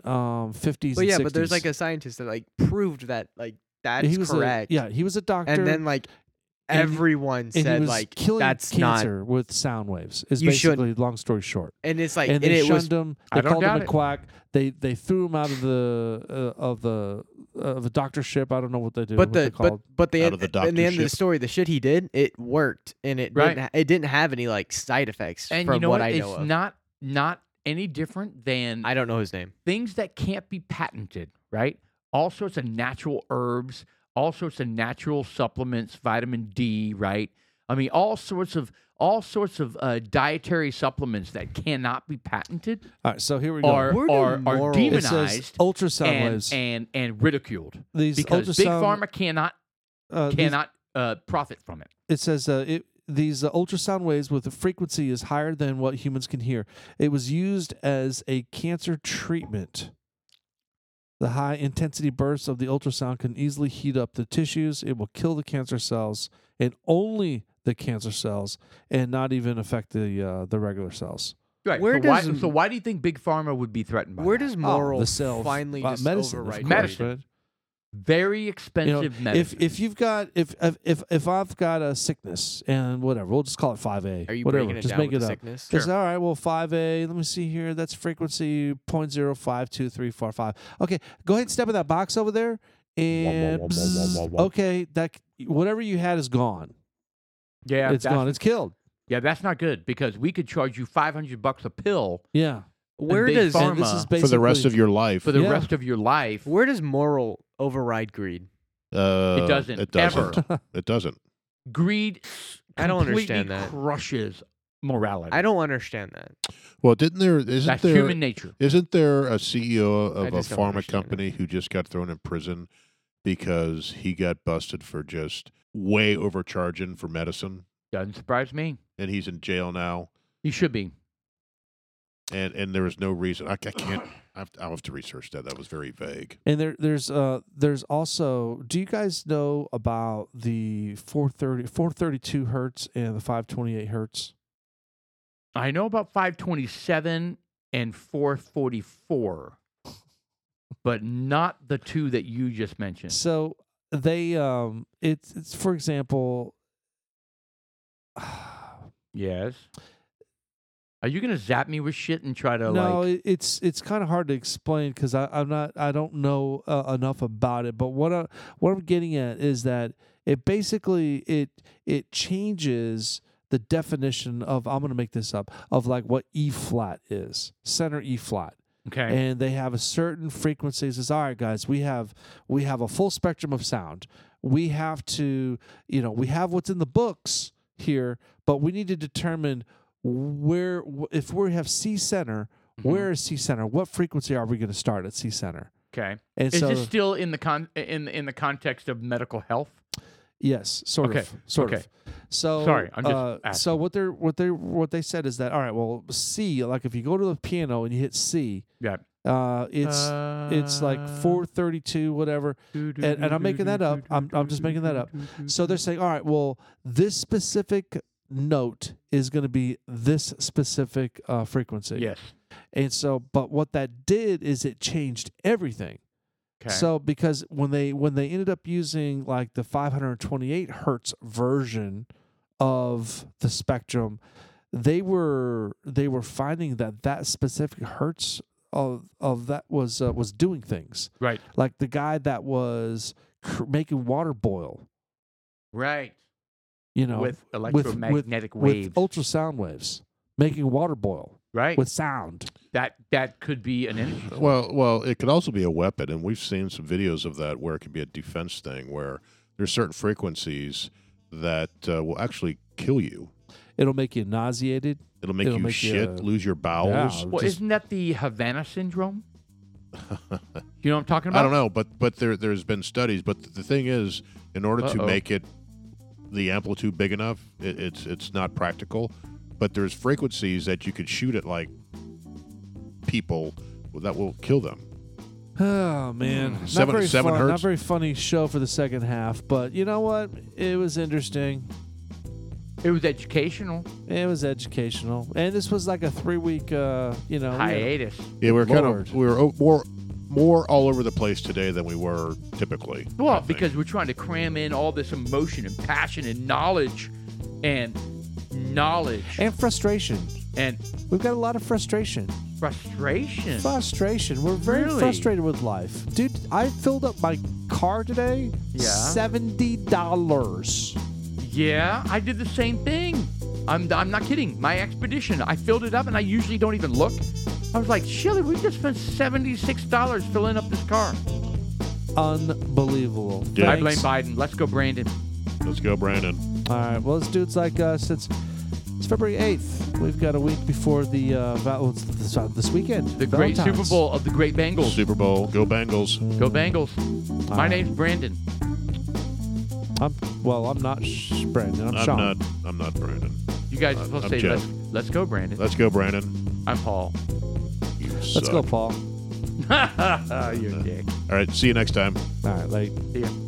S1: 1950s.
S5: But yeah,
S1: and 60s.
S5: but there's like a scientist that like proved that like that's
S1: he was a-
S5: correct.
S1: yeah, he was a doctor,
S5: and then like
S1: and he-
S5: everyone
S1: and he
S5: said
S1: was
S5: like
S1: killing
S5: that's not,
S1: cancer with sound waves. Is
S5: You shouldn't.
S1: basically long story short.
S5: and it's like
S1: and
S5: and,
S1: they
S5: it
S1: shunned
S5: was
S1: him.
S3: I
S1: They
S3: don't
S1: called him
S3: doubt
S1: a
S3: it.
S1: quack. They they threw him out of the uh, of the of a doctorship. I don't know what they do.
S5: but
S1: what
S5: the
S1: they
S5: but
S1: called.
S5: but the
S2: Out
S5: end,
S2: of the
S5: in the end of the
S2: doctorship.
S5: story, the shit he did, it worked and it
S3: Right.
S5: didn't ha- it didn't have any like side effects
S3: and
S5: from
S3: you know
S5: what,
S3: what?
S5: I
S3: it's
S5: know of.
S3: not not any different than
S5: I don't know his name.
S3: things that can't be patented, right? All sorts of natural herbs, all sorts of natural supplements, vitamin D, right? I mean, all sorts of all sorts of uh, dietary supplements that cannot be patented
S1: All right, so here we go.
S3: are
S5: Where do
S3: are, are
S5: morals-
S1: it says
S3: demonized
S1: ultrasound
S3: and,
S1: waves.
S3: and and ridiculed
S1: these
S3: because
S1: ultrasound
S3: big pharma cannot
S1: uh, these
S3: cannot uh, profit from it.
S1: it says uh, it, these uh, ultrasound waves with a frequency is higher than what humans can hear. It was used as a cancer treatment. The high intensity bursts of the ultrasound can easily heat up the tissues. It will kill the cancer cells and only the cancer cells, and not even affect the uh, the regular cells.
S3: Right.
S5: Where
S3: so, why,
S5: does-
S3: so why do you think big pharma would be threatened by
S5: Where
S3: that?
S5: does Oh, moral
S2: Oh,
S1: the cell
S5: finally
S1: uh,
S5: just
S1: medicine, of
S5: override
S1: course,
S3: medicine.
S1: right?
S3: very
S1: You know,
S3: expensive
S1: if
S3: medicine?
S1: if you've got if if if, if I've got a sickness and whatever, we'll just call it five A.
S5: Are you
S1: whatever,
S5: breaking it
S1: just
S5: down
S1: make
S5: with
S1: it
S5: the
S1: up.
S5: sickness?
S1: It's all right. Well, five A. Let me see here. That's frequency point zero five two three four five. Okay, go ahead and step in that box over there. And
S2: wah, wah, wah, wah,
S1: bzzz.
S2: wah.
S1: okay, that whatever you had is gone.
S3: yeah,
S1: it's
S3: that's-
S1: gone. It's killed.
S3: Yeah, that's not good because we could charge you 500 bucks a pill
S1: Yeah.
S5: Where
S3: big
S5: does
S3: pharma-
S1: And this is
S3: For
S1: basically
S2: for the rest of your life.
S3: for the
S1: Yeah.
S3: rest of your life.
S5: where does moral override greed?
S2: uh,
S3: doesn't,
S2: It doesn't.
S1: ever.
S2: it doesn't.
S3: Greed s-
S5: I don't
S3: completely
S5: understand that.
S3: crushes morality.
S5: I don't understand that.
S2: Well, didn't there? Isn't
S3: That's
S2: there?
S3: human nature.
S2: Isn't there a CEO
S5: I
S2: of a
S5: just don't
S2: pharma
S5: understand it.
S2: company who just got thrown in prison because he got busted for just way overcharging for medicine,
S3: Doesn't surprise me.
S2: and he's in jail now?
S3: You should be.
S2: And and there was no reason. I, I can't. I have, to, I'll have to research that. That was very vague.
S1: And there, there's uh, there's also. Do you guys know about the 430, 432 hertz and the five twenty eight hertz?
S3: I know about 527 and 444, but not the two that you just mentioned.
S1: So they um, it's, it's for example.
S3: Yes. Are you going to zap me with shit and try to
S1: no,
S3: like
S1: it- it's it's kind of hard to explain because I'm not I don't know uh, enough about it. But what I, what I'm getting at is that it basically it it changes the definition of I'm going to make this up of like what E flat is center E flat
S3: okay?
S1: and they have a certain frequency. Says, all right, guys, we have we have a full spectrum of sound. We have to, you know, we have what's in the books here, but we need to determine where wh- if we have C center,
S3: Mm-hmm.
S1: where is C center? What frequency are we going to start at C center?
S3: Okay.
S1: And
S3: Is
S1: so,
S3: this still in the con- in in the context of medical health?
S1: yes, sort
S3: Okay,
S1: of, sort
S3: okay.
S1: of. So
S3: Sorry, I'm just
S1: uh,
S3: asking.
S1: so what they're what they what they said is that all right, well, C, like if you go to the piano and you hit C,
S3: Yeah.
S1: Uh, it's it's
S3: Uh,
S1: like 432 whatever. and- and I'm making that up. I'm- I'm just making that up. So they're saying, all right, well, this specific note is going to be this specific uh, frequency.
S3: yes.
S1: And so, but what that did is it changed everything.
S3: Okay.
S1: So because when they when they ended up using like the 528 hertz version of the spectrum, they were they were finding that that specific hertz of of that was uh, was doing things
S3: right,
S1: like the guy that was cr- making water boil,
S3: right,
S1: you know,
S3: with
S1: with-
S3: electromagnetic waves,
S1: with ultrasound waves, making water boil
S3: right?
S1: with sound.
S3: that that could be an energy. source.
S2: Well, well, it could also be a weapon, and we've seen some videos of that where it can be a defense thing, where there's certain frequencies that uh, will actually kill you.
S1: It'll make you nauseated.
S2: It'll make
S1: It'll
S2: you
S1: make you,
S2: shit,
S1: uh,
S2: lose your bowels.
S1: Yeah,
S3: Well,
S1: just-
S3: isn't that the Havana syndrome? Do you know what I'm talking about?
S2: I don't know, but but there there's been studies, but th- the thing is, in order
S3: Uh-oh.
S2: to make it the amplitude big enough, it, it's it's not practical. But there's frequencies that you could shoot at like people that will kill them.
S1: Oh man,
S2: Seven-
S1: not very
S2: seven
S1: fun, not
S2: hertz.
S1: very funny show for the second half, but you know what? It was interesting.
S3: It was educational
S1: It was educational, and this was like a three week, uh, you know, we had-
S3: hiatus.
S2: Oh, Yeah, we're kind
S1: Lord.
S2: of we were o- more more all over the place today than we were typically. I
S3: Well,
S2: think.
S3: because we're trying to cram in all this emotion and passion and knowledge and knowledge
S1: and frustration.
S3: and
S1: We've got a lot of frustration.
S3: frustration.
S1: Frustration. We're very
S3: Really?
S1: frustrated with life, dude. I filled up my car today.
S3: Yeah.
S1: Seventy dollars.
S3: Yeah, I did the same thing. I'm, I'm not kidding. My expedition, I filled it up and I usually don't even look. I was like, Shelly, we just spent $76 filling up this car.
S1: Unbelievable.
S2: Yeah.
S3: I blame
S1: Thanks.
S3: Biden. Let's go, Brandon.
S2: Let's go, Brandon.
S1: All right. Well, it's dudes like us. It's it's February eighth. We've got a week before the uh, val- it's this, uh, this weekend.
S3: The great Super
S1: Valentine's.
S3: Bowl of the Great Bengals.
S2: Super Bowl, go Bengals.
S3: Go Bengals. My
S1: right.
S3: name's Brandon.
S1: I'm well. I'm not sh- Brandon. I'm,
S2: I'm
S1: Sean.
S2: not. I'm not Brandon.
S3: You guys are
S2: I'm-
S3: supposed
S2: I'm
S3: to say,
S2: Jeff.
S3: let's, let's go, Brandon.
S2: Let's go, Brandon.
S3: I'm Paul.
S2: You
S1: Let's go, Paul.
S3: Ah, You're a dick.
S2: All right. See you next time.
S1: All right. Like.
S3: See ya.